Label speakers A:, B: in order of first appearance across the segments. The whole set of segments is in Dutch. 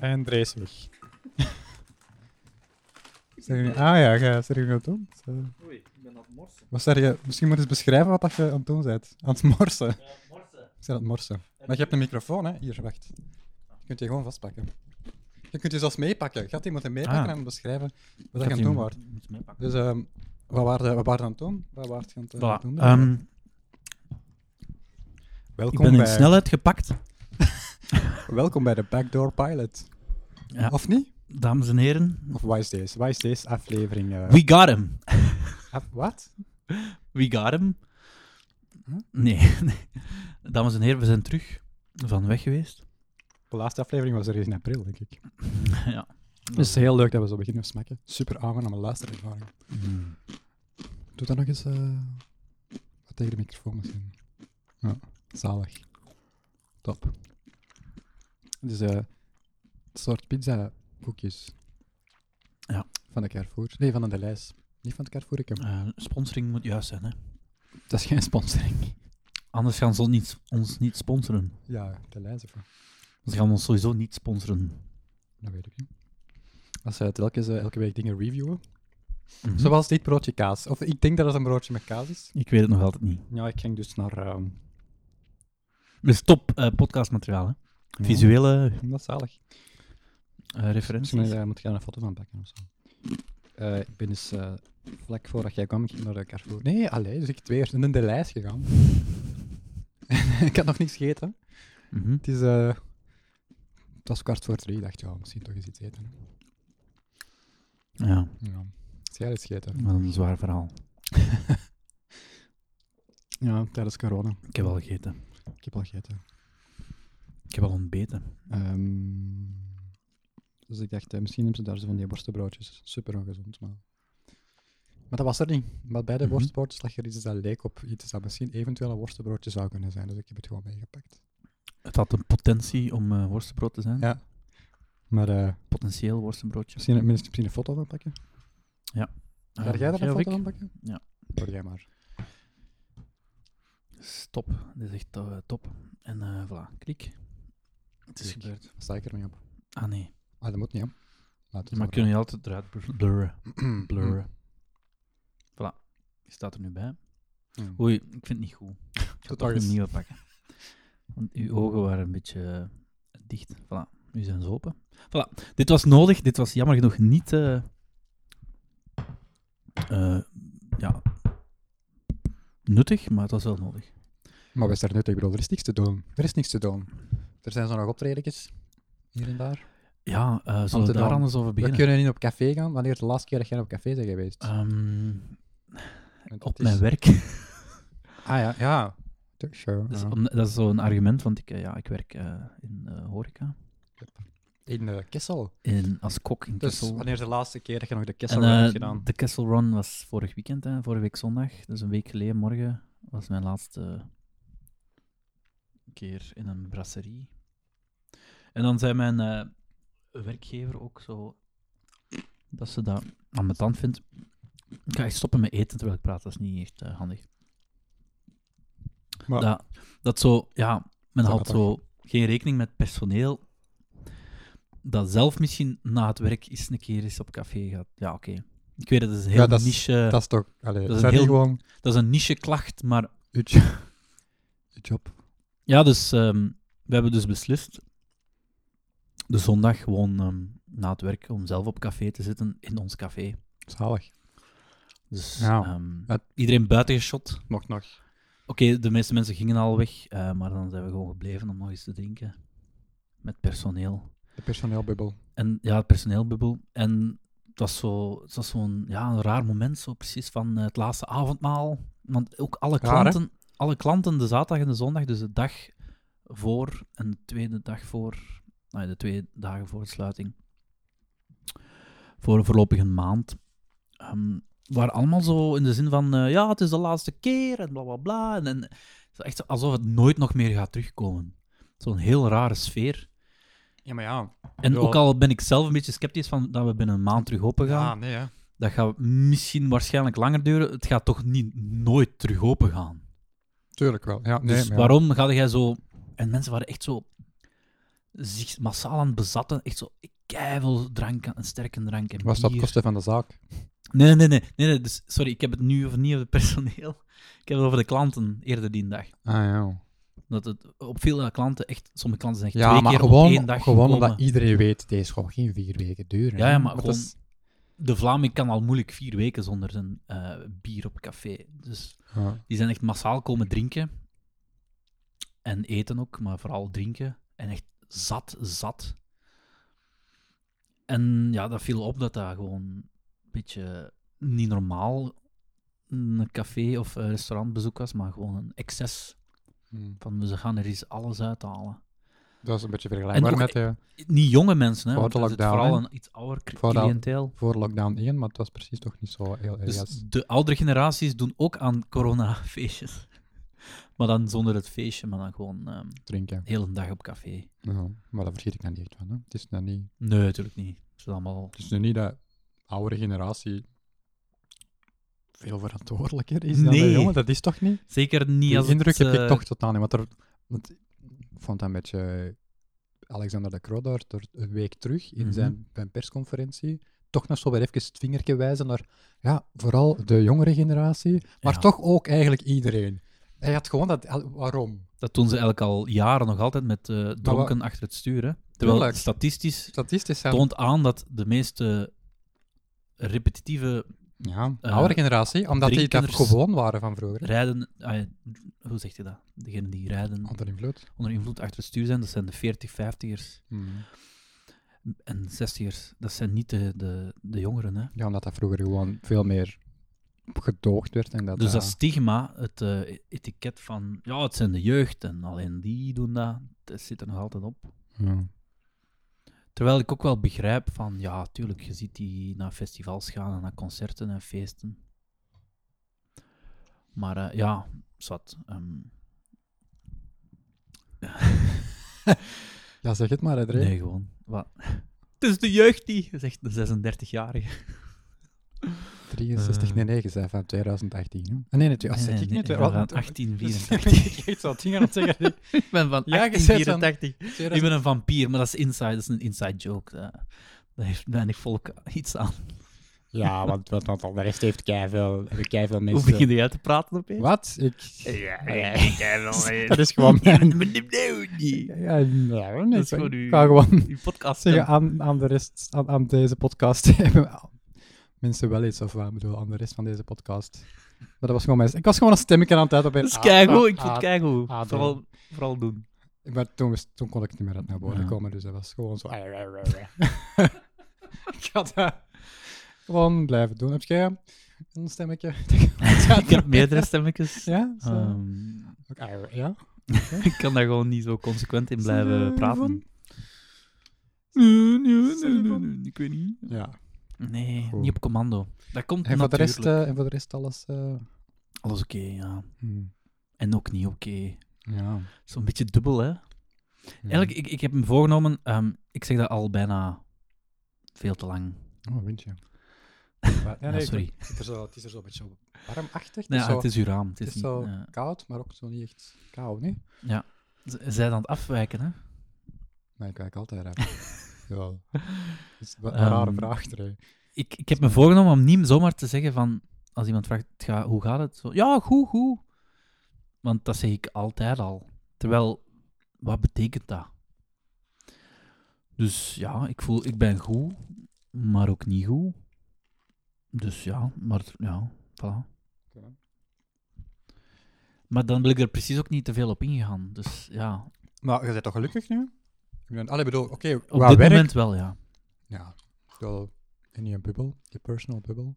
A: en Drees weg. Zeg je nu- ah ja, ga, zeg je nu aan het doen? Zo.
B: Oei, ik ben aan het morsen.
A: Wat zeg je? Misschien moet je eens beschrijven wat dat je aan het doen bent. Aan het morsen. Ik
B: Eh, morsen.
A: zeg aan het morsen. Maar je hebt een microfoon, hè? Hier, wacht. Je kunt je gewoon vastpakken. Je kunt je zelfs meepakken. Gaat iemand hem meepakken
C: Ah.
A: en beschrijven wat
C: Ik
A: je aan
C: had
A: het
C: die
A: doen was?
C: moeten meepakken.
A: Dus ehm, wat waren we aan het doen? Wat waren je aan het eh,
C: Voilà.
A: doen?
C: Ehm, ik
A: welkom,
C: ben in
A: bij,
C: snelheid gepakt.
A: welkom bij de Backdoor Pilot.
C: Ja.
A: Of niet?
C: Dames en heren,
A: Of wat is deze? Wat is deze aflevering? eh,
C: we got him.
A: af- wat?
C: We got him.
A: Huh?
C: Nee, nee. Dames en heren, we zijn terug van weg geweest.
A: De laatste aflevering was er in april, denk ik.
C: ja.
A: Het is heel leuk dat we zo beginnen smakken. Super aangename luisterervaring. Hmm. Doe dat nog eens eh, wat tegen de microfoon misschien. Ja, zalig. Top. Het is eh, een soort pizza koekjes.
C: Ja.
A: Van de Carrefour. Nee, van de Delijs. Niet van de Carrefour, ik heb...
C: Eh, sponsoring moet juist zijn, hè.
A: Dat is geen sponsoring.
C: Anders gaan ze ons niet, ons niet sponsoren.
A: Ja, Delijs of wat?
C: Ze gaan ons sowieso niet sponsoren.
A: Dat weet ik niet. Als ze telkens eh, elke week dingen reviewen.
C: Mhm.
A: Zoals dit broodje kaas. Of ik denk dat het een broodje met kaas is.
C: Ik weet het nog altijd niet.
A: Ja, ik ging dus naar... ehm,
C: Dus top eh, podcastmateriaal, hè. Visuele
A: Ja, Dat is zalig.
C: eh, referenties.
A: Misschien moet je daar- moet je daar een foto van pakken of zo. Eh, ik ben dus eh, vlak voordat jij kwam, ik ging naar de Carrefour. Nee, allee, dus ik het weer in de lijst gegaan. ik had nog niks gegeten.
C: Mhm.
A: Het, is, eh, het was kwart voor drie, ik dacht ja, misschien toch eens iets eten. hè.
C: Ja,
A: Ja. Is jij iets gegeten?
C: wat een zwaar verhaal.
A: Ja, tijdens corona.
C: Ik heb al gegeten.
A: Ik heb al gegeten.
C: Ik heb al ontbeten.
A: Ehm, dus ik dacht, eh, misschien hebben ze daar zo van die worstenbroodjes. Super ongezond, maar... Maar dat was er niet. Maar bij de
C: Mhm.
A: worstenbroodjes lag er iets dat leek op iets dat misschien eventueel een worstenbroodje zou kunnen zijn. Dus ik heb het gewoon meegepakt.
C: Het had een potentie om eh, worstenbrood te zijn.
A: Ja. Maar eh,
C: Potentieel worstenbroodje.
A: misschien, misschien een foto van pakken?
C: Ah,
A: Ga jij daar een
C: of
A: foto
C: ik?
A: van pakken?
C: Ja.
A: Voor jij maar.
C: Stop. Dit is echt eh, top. En eh voilà, klik. Het is
A: Klik.
C: gebeurd.
A: Dan sta ik er niet op.
C: Ah nee.
A: Ah, dat moet niet, hè. Laat het
C: maar kun je altijd eruit blur- blurren.
A: maar.
C: blurren. Mhm. Voilà. Je staat er nu bij.
A: Ja.
C: Oei, ik vind het niet goed. Ik ga
A: toch
C: toch een
A: eens.
C: nieuwe pakken. Want uw ogen waren een beetje eh, dicht. Voilà. Nu zijn ze open. Voilà. Dit was nodig. Dit was jammer genoeg niet... eh, eh, ja. Nuttig, maar het was wel nodig.
A: Maar we zijn er net, ik bedoel, er is niks te doen. Er is niks te doen. Er zijn zo nog optredentjes. Hier en daar.
C: Ja, eh, zullen we
A: Amsterdam.
C: daar anders over
A: We
C: beginnen?
A: kunnen niet op café gaan, wanneer het de laatste keer dat jij op café bent geweest.
C: Ehm,
A: Want
C: op
A: het
C: mijn
A: is-
C: werk.
A: Ah ja, ja. T- Sure.
C: Dat is,
A: ja.
C: om- dat is zo'n argument, want ik, eh, ja, ik werk eh, in eh, horeca.
A: In de Kessel.
C: In, als kok in
A: Dus
C: Kessel.
A: wanneer is de laatste keer dat je nog de Kessel
C: En
A: Run hebt
C: eh,
A: gedaan?
C: de Kessel Run was vorig weekend, hè, vorige week zondag. Dus een week geleden, morgen, was mijn laatste keer in een brasserie. En dan zei mijn eh, werkgever ook zo dat ze dat aan mijn tand vindt. Ik ga echt stoppen met eten terwijl ik praat, dat is niet echt eh, handig.
A: Maar-
C: dat, dat zo, ja, men
A: Dat
C: houdt
A: gaat
C: zo geen rekening met personeel dat zelf misschien na het werk eens een keer eens op café gaat. Ja, oké. Ik weet dat is een heel
A: Ja, dat is-
C: niche...
A: dat is toch... Allee,
C: dat is
A: zijn
C: een
A: die
C: heel-
A: gewoon...
C: Dat is een niche-klacht, maar...
A: Je jo- je job.
C: Ja, dus ehm, we hebben dus beslist de zondag gewoon ehm, na het werk om zelf op café te zitten in ons café.
A: Zalig.
C: Dus
A: Ja.
C: ehm,
A: Het-
C: iedereen buiten geschot.
A: Mocht nog.
C: Oké, de meeste mensen gingen al weg, eh, maar dan zijn we gewoon gebleven om nog eens te drinken. Met personeel.
A: De personeelbubbel.
C: En ja, het personeelbubbel. En het was zo- het was zo'n ja, een raar moment, zo precies van eh, het laatste avondmaal. Want ook alle
A: Raar, hè?
C: klanten, alle klanten de zaterdag en de zondag, dus de dag voor en de tweede dag voor, nou ja, de twee dagen voor de sluiting, voor een voorlopige maand, ehm, waren allemaal zo in de zin van, eh, ja, het is de laatste keer en bla bla bla. En, en het is echt zo alsof het nooit nog meer gaat terugkomen. Zo'n heel rare sfeer.
A: Ja, maar ja.
C: En
A: Ja.
C: ook al ben ik zelf een beetje sceptisch van dat we binnen een maand terug open gaan.
A: Ah, nee, hè.
C: Dat gaat misschien waarschijnlijk langer duren. Het gaat toch niet nooit terug open gaan.
A: Tuurlijk wel. Ja, nee,
C: dus
A: maar ja.
C: waarom ga jij zo... En mensen waren echt zo zich massaal aan het bezatten. Echt zo keivel drank, aan- en sterke drank en
A: Was dat
C: bier.
A: kosten van de zaak?
C: Nee, nee, nee. nee, nee dus, sorry, ik heb het nu over, niet over het personeel. Ik heb het over de klanten eerder die dag.
A: Ah ja.
C: Dat het op veel klanten echt... Sommige klanten zijn echt
A: Ja,
C: twee
A: maar
C: keer op één
A: gewoon,
C: dag
A: gewoon
C: gekomen.
A: omdat iedereen weet, deze gaat geen vier weken duren.
C: Ja, ja,
A: hè.
C: maar
A: dat
C: gewoon-
A: is-
C: De Vlaming kan al moeilijk vier weken zonder zijn eh, bier op café. Dus
A: Ja.
C: die zijn echt massaal komen drinken. En eten ook, maar vooral drinken. En echt zat, zat. En ja, dat viel op dat dat gewoon een beetje niet normaal een café of eh, restaurantbezoek was, maar gewoon een excess
A: Hm.
C: van ze gaan er eens alles uithalen.
A: Dat is een beetje vergelijkbaar
C: ook-
A: met eh, de
C: Niet jonge mensen, hè,
A: Voor
C: want
A: de
C: dat is het
A: lockdown,
C: vooral
A: hè?
C: een iets ouder cli-
A: Voor de-
C: cliënteel.
A: voor lockdown 1, maar het was precies toch niet zo heel erg.
C: Dus
A: als-
C: de oudere generaties doen ook aan coronafeestjes. Maar dan zonder het feestje, maar dan gewoon ehm
A: drinken.
C: de hele dag op café.
A: Ja, maar daar verschiet ik dan niet echt van. Hè. Het, is dan niet,
C: Nee, natuurlijk niet. Het is allemaal...
A: het is nu niet dat oudere generatie veel verantwoordelijker is dan de
C: Nee.
A: jongen. Dat is toch niet?
C: Zeker niet
A: Die
C: als
A: indruk
C: het...
A: heb ik
C: eh,
A: toch totaal niet. Want, er, want ik vond dat een beetje Alexander de Croo daar er een week terug in
C: Mhm.
A: zijn, bij een persconferentie toch nog zo weer even het vingertje wijzen naar ja, vooral de jongere generatie, maar
C: Ja.
A: toch ook eigenlijk iedereen. Hij had gewoon dat... al- Waarom?
C: Dat doen ze eigenlijk al jaren nog altijd met eh, dronken achter het sturen. Terwijl
A: Tuurlijk.
C: statistisch
A: Statistisch zijn...
C: toont aan dat de meeste repetitieve
A: Ja,
C: Eh,
A: oudere generatie, omdat die dat
C: drinkers-
A: gewoon waren van vroeger. hè.
C: rijden... ah, ja, hoe zeg je dat? Degenen die rijden
A: Onder invloed.
C: onder invloed achter het stuur zijn, dat zijn de 40, 50ers en 60ers. Dat zijn niet de, de, de jongeren, hè.
A: Ja, omdat dat vroeger gewoon veel meer gedoogd werd. En dat,
C: Dus
A: eh,
C: dat stigma, het eh, etiket van ja, het zijn de jeugd en alleen die doen dat, dat zit er nog altijd op.
A: ja.
C: Terwijl ik ook wel begrijp van ja, tuurlijk, je ziet die naar festivals gaan en naar concerten en feesten. Maar eh, ja, zat. ehm,
A: Ja, zeg het maar, Adrien.
C: nee, gewoon. Wat? Het is de jeugd die, zegt de 36-jarige.
A: 63,
C: Eh.
A: nee, 9 zijn van 2018. Hè? Ah, Nee, nee, twee- ah, zeg ik niet.
C: ik
A: twee- wat-
C: ben van
A: Ik
C: 1884.
A: ben iets wat dingen aan het zeggen.
C: ik ben van
A: Ja, je zet dan-
C: 1884. Ik ben een vampier, maar dat is inside, dat is een inside joke. Dat, daar heeft weinig volk iets aan.
B: Ja, want, want, want de rest heeft keiveel, keiveel
C: Hoe
B: mensen.
C: begin je uit te praten opeens?
A: Wat? Ik...
B: Ja, ja, keiveel.
A: Dat is gewoon mijn...
C: Je
A: Ja, ja, nee,
C: Dat
A: ik
C: is gewoon uw-
A: ik ga gewoon
C: podcast.
A: zeggen aan, aan de rest, aan, aan deze podcast hebben mensen wel iets, of wat ik bedoel, aan de rest van deze podcast. Maar dat was gewoon mijn... Ik was gewoon een stemmetje aan het uit op
C: Dat
A: een...
C: is keigoed, ik vond het
A: Ah,
C: keigoed.
A: ah,
C: Vooral, vooral doen.
A: Maar toen, was- toen kon ik niet meer uit naar boven
C: Ja.
A: komen, dus dat was gewoon zo... Ik had dat gewoon blijven doen. Heb jij een stemmetje?
C: ik heb meerdere stemmetjes.
A: Ja? Zo.
C: Ehm,
A: Oké, ja?
C: ik kan daar gewoon niet zo consequent in blijven
A: Zeven.
C: praten.
A: Nee, nee,
C: ik weet niet.
A: Ja.
C: Nee,
A: Goed.
C: niet op commando. Dat komt
A: En voor, de rest,
C: natuurlijk.
A: eh, en voor de rest alles... eh,
C: Alles oké, ja.
A: hm,
C: Hmm. En ook niet oké.
A: ja.
C: Zo'n beetje dubbel, hè? Eigenlijk, ik, ik heb hem voorgenomen. ehm, ik zeg dat al bijna veel te lang.
A: Oh, windje.
C: Ja, sorry.
A: Het is, er zo, het is er zo een beetje warmachtig.
C: Ja,
A: het is zo,
C: het is uw raam. Het is, niet, eh,
A: zo
C: ja.
A: koud, maar ook zo niet echt koud, nee?
C: Z- Zij aan het afwijken, hè?
A: Nee, ik kijk altijd raar. ja. Dat is wel een rare
C: Ehm,
A: vraag, hè.
C: Ik, ik heb me voorgenomen om niet zomaar te zeggen van... Als iemand vraagt, "Het gaat- hoe gaat het? Zo, ja, goed, goed. Want dat zeg ik altijd al. Terwijl, wat betekent dat? Dus ja, ik voel, ik ben goed, maar ook niet goed. Dus ja, maar het- ja, voilà.
A: Oké.
C: Maar dan wil ik er precies ook niet te veel op ingaan. Dus ja,
A: Maar je bent toch gelukkig nu? Ik ben, allee, bedoel, oké,
C: op
A: waar
C: dit
A: werk...
C: moment wel, ja.
A: Ja, wel in je bubbel, je personal bubbel.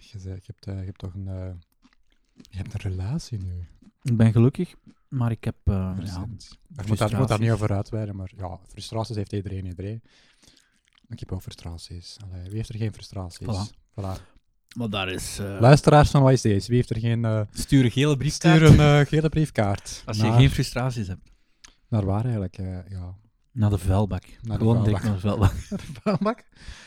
A: Je, zei, je, hebt, eh, je hebt toch een... eh, je hebt een relatie nu.
C: Ik ben gelukkig, maar ik heb... eh, ja,
A: Recent. Ik moet daar, ik moet daar
C: frustraties.
A: niet over uitweiden, maar ja, frustraties heeft iedereen, iedereen. Ik heb ook frustraties. Allee, wie heeft er geen frustraties?
C: Voilà.
A: Voilà.
C: maar daar is... eh,
A: Luisteraars van Wat is deze? Wie heeft er geen... eh
C: Stuur een gele briefkaart
A: stuur een eh, gele briefkaart.
C: als je
A: naar,
C: geen frustraties hebt.
A: Naar waar eigenlijk? eh, ja.
C: Naar de vuilbak.
A: Naar de
C: Gewoon direct
A: vuilbak.
C: naar de vuilbak.
A: Bak?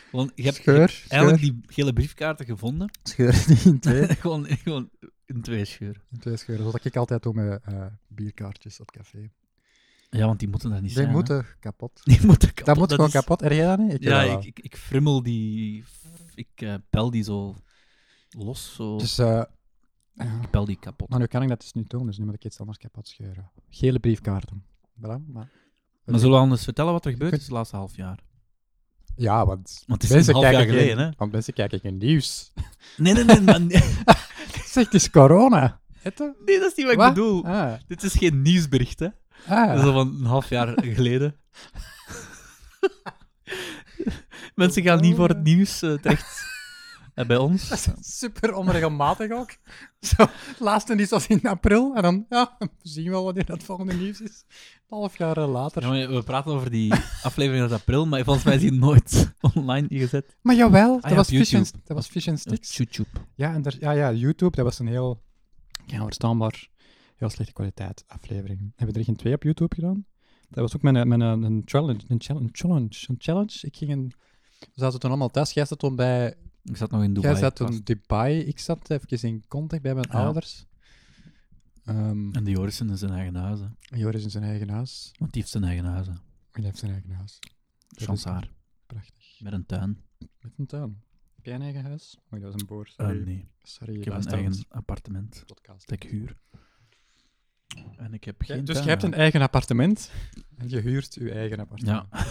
C: Gewoon, je hebt
A: Scheur,
C: eigenlijk die gele briefkaarten gevonden.
A: Scheur die in twee.
C: gewoon, gewoon in twee scheuren.
A: In twee scheuren. Zoals ik altijd doe met eh, bierkaartjes op café.
C: Ja, want die moeten daar niet
D: Die
C: zijn. hè.
D: moeten kapot.
C: Die moeten kapot.
D: Dat moet gewoon
C: is-
D: kapot. Er jij dat niet? Ik heb
C: Ja,
D: dat wel.
C: ik, ik, ik frimmel die... Ik eh, pel die zo los, zo.
A: Dus, eh, ja.
C: Ik pel die kapot.
A: Maar nu kan ik dat dus niet doen, dus nu moet ik iets anders kapot scheuren. Gele briefkaarten.
D: Voilà, maar...
C: Maar zullen we anders vertellen wat er gebeurd is het laatste half jaar?
A: Ja, want,
C: Want het is een half jaar
A: kijken
C: geleden,
A: geen-
C: hè?
A: want mensen kijken geen nieuws.
C: Nee, nee, nee, maar nee,
A: zeg, het is corona. Ette?
C: nee, dat is niet wat ik
A: Wat?
C: bedoel.
A: Ah,
C: Dit is geen nieuwsbericht, hè? Dat is
A: ah.
C: al van een half jaar geleden. Mensen gaan niet voor het nieuws eh, terecht. En Eh, bij ons.
A: Super onregelmatig ook. Zo, het laatste nieuws was in april. En dan, ja, we zien wel wanneer dat volgende nieuws is. Een half jaar eh, later.
C: Ja, maar we praten over die aflevering uit april, maar volgens mij is die nooit online gezet.
A: Maar jawel, dat,
C: Ah, ja,
A: was
C: op
A: fish and,
C: YouTube.
A: dat was Fish and Sticks.
C: YouTube.
A: Ja, en daar- ja, ja, YouTube, dat was een heel ja, verstaanbaar, heel slechte kwaliteit aflevering. Hebben we er geen twee op YouTube gedaan? Dat was ook mijn, eh, mijn een, een challenge, een challenge, een challenge, een challenge. Ik ging een... We zaten toen allemaal thuis. Jij zat toen bij...
C: Ik zat nog in Dubai.
A: jij zat toen
C: vast.
A: Dubai. Ik zat even in contact bij mijn
C: Ja.
A: ouders. Ehm,
C: En de Jorissen in zijn eigen huis. hè.
A: Joris in zijn eigen huis.
C: Want die heeft zijn eigen huis. hè.
A: Hij heeft zijn eigen huis. Dat is
C: Chansaar.
A: Prachtig.
C: Met een tuin.
A: Met een tuin. Heb jij een eigen huis? Oei, dat was een boer.
C: Eh,
A: Sorry.
C: nee.
A: Sorry,
C: Ik heb een
A: luisteraars.
C: eigen appartement.
A: podcast.
C: Dat ik huur. En ik heb
A: Ja,
C: geen
A: dus
C: tuin,
A: je hebt
C: ja.
A: een eigen appartement en je huurt je eigen appartement.
C: Ja.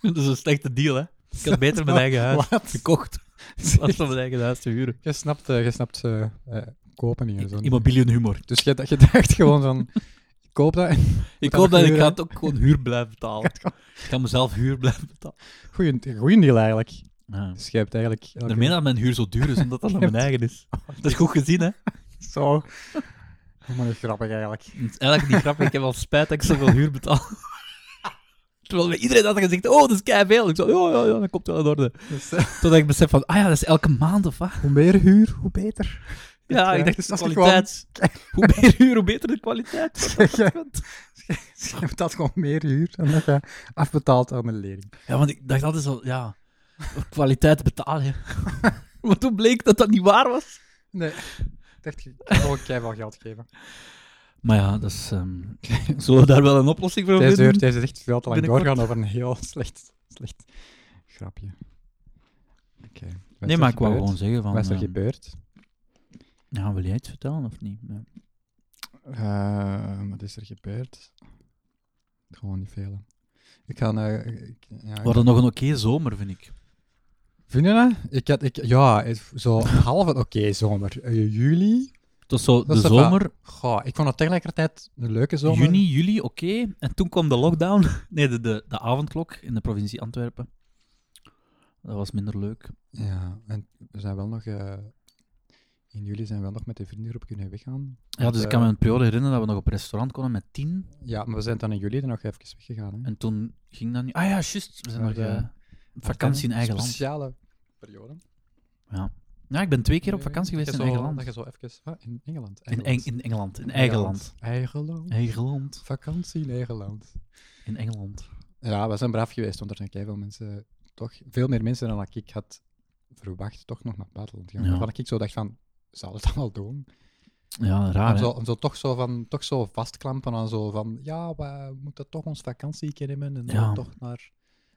C: Dat is een slechte deal, hè? Ik had beter mijn eigen huis
A: Wat?
C: gekocht. In plaats van mijn eigen huis te huren.
A: dus Je snapt, eh, je snapt eh, eh, kopen hier. Zo.
C: Immobilienhumor.
A: Dus je, je dacht gewoon van, ik koop dat. en
C: Ik
A: dan
C: hoop dat ik
A: huren.
C: ga het ook gewoon huur blijven betalen. Ik ga mezelf huur blijven betalen.
A: Goeie, goeie deal eigenlijk.
C: Ja.
A: Dus je hebt eigenlijk... elke-
C: Daarmee dat mijn huur zo duur is, omdat dat dan mijn eigen is. Dat is goed gezien, hè?
A: Zo. Oh, Maar dat is grappig eigenlijk.
C: Het is eigenlijk niet grappig. Ik heb al spijt dat ik zoveel huur betaal. Terwijl iedereen had gezegd, oh, dat is keiveel. Ik zo, ja, ja, ja, dat komt wel in orde.
A: Dus, eh,
C: Totdat ik besef van, ah ja, dat is elke maand of wat?
A: hoe meer huur, hoe beter.
C: Ja,
A: Ja,
C: ik dacht,
A: dus
C: de
A: als ik
C: kwaliteit. Hoe meer huur, hoe beter de kwaliteit.
A: Dus je betaalt gewoon meer huur dan dat je afbetaalt aan de lening.
C: Ja, want ik dacht altijd zo, ja, kwaliteit betalen. maar toen bleek dat dat niet waar was.
A: Nee. Ik dacht, ik kan gewoon keiveel geld geven.
C: Maar ja, dus, ehm, zullen we daar wel een oplossing voor
A: Deze uur,
C: vinden?
A: deze is echt veel te lang
C: Binnenkort.
A: doorgaan over een heel slecht, slecht grapje. Oké. Wat is
C: Nee,
A: er
C: maar ik wou
A: gebeurd?
C: gewoon zeggen van...
A: Wat is er
C: ehm,
A: gebeurd?
C: ja, wil jij iets vertellen of niet? Ja.
A: Eh, wat is er gebeurd? Gewoon niet veel. hè. Ik ga... eh, ik- ja, ik-
C: We hadden nog een oké zomer, vind ik.
A: Vind je dat? Ik had, ik, ja, het- zo half een oké zomer. Eh, juli?
C: Het was zo
A: Dat
C: de
A: is toch
C: zomer,
A: Goh, ik vond het tegelijkertijd een leuke zomer.
C: juni, juli, oké. En toen kwam de lockdown. Nee, de, de, de avondklok in de provincie Antwerpen. Dat was minder leuk.
A: Ja, en we zijn wel nog... eh, in juli zijn we wel nog met de vriendengroep kunnen weggaan.
C: Ja, dus ik
A: eh,
C: kan me een periode herinneren dat we nog op restaurant konden met tien.
A: Ja, maar we zijn dan in juli dan nog even weggegaan. Hè?
C: En toen ging dat niet. Ah ja, juist. We zijn
A: Naar
C: nog
A: de-
C: eh, op vakantie in eigen land.
A: Speciale periode.
C: Ja, ik ben twee keer op vakantie geweest in eigen land.
A: Eh, Dat je zo even... ah, in Engeland.
C: In, Eng- in Engeland. In eigen
A: Engeland.
C: land.
A: Eigen land.
C: Eigen land.
A: Vakantie in eigen land.
C: In Engeland.
A: Ja, we zijn braaf geweest, want er zijn veel mensen... Toch veel meer mensen dan ik had verwacht toch nog naar het buitenland gaan.
C: Ja.
A: Waarvan ik zo dacht van... Zal het dan wel doen?
C: Ja, raar,
A: om
C: Ah, hè?
A: zo, om zo toch zo van toch zo vastklampen aan zo van ja, we moeten toch ons vakantie nemen en
C: Ja.
A: dan toch naar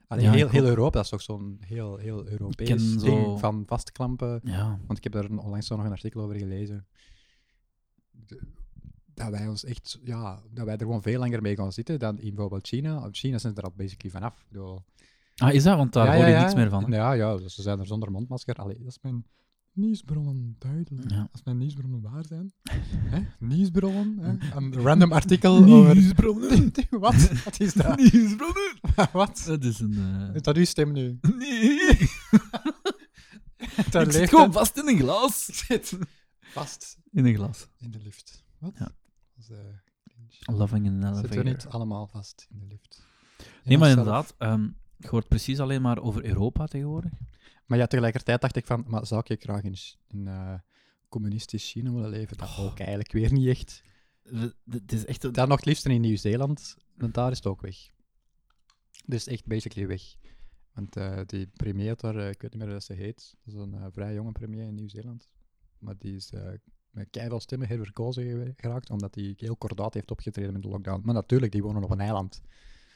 A: Allee,
C: Ja,
A: heel,
C: ik
A: heel
C: ook.
A: Europa. Dat is toch zo'n heel, heel Europees
C: ken
A: ding
C: zo-
A: van vastklampen.
C: Ja.
A: Want ik heb daar onlangs zo nog een artikel over gelezen. De- dat wij ons echt, ja, dat wij er gewoon veel langer mee gaan zitten dan in bijvoorbeeld China. Op China zijn ze er al basically vanaf. Ik bedoel,
C: Ah, is dat? Want daar
A: ja,
C: hoor je
A: ja, ja.
C: niks meer van. hè?
A: Ja, ja, dus ze zijn er zonder mondmasker. Allee, dat is mijn nieuwsbronnen duidelijk.
C: Ja.
A: Als mijn nieuwsbronnen waar zijn. hè? Nieuwsbronnen, hè? een random artikel over... Wat? Wat is dat?
C: Nieuwsbronnen.
A: Wat?
C: Dat is een... eh,
A: Dat is uw stem nu.
C: Nee.
A: Daar
C: Ik zit
A: leeft
C: gewoon
A: gewoon
C: vast in een glas.
A: vast
C: In een glas.
A: in de lift. Wat?
C: Ja.
A: Dat is, eh, cringe.
C: Loving in an
A: Zitten we niet
C: elevator.
A: allemaal vast in de lift?
C: Nee, maar
A: Zelf.
C: inderdaad. ehm je hoort precies alleen maar over Europa tegenwoordig.
A: Maar ja, tegelijkertijd dacht ik van, maar zou ik graag in, Ch- in eh, communistisch China willen leven?
C: Oh.
A: Dat ook eigenlijk weer niet echt.
C: We- dit is echt...
A: Dan nog het liefst in Nieuw-Zeeland, want daar is het ook weg. Dus echt basically weg. Want eh, die premier daar, eh, ik weet niet meer hoe dat ze heet, dat is een eh, vrij jonge premier in Nieuw-Zeeland. Maar die is eh, met keiveel stemmen herverkozen gewe- geraakt, omdat hij heel kordaat heeft opgetreden met de lockdown. Maar natuurlijk, die wonen op een eiland.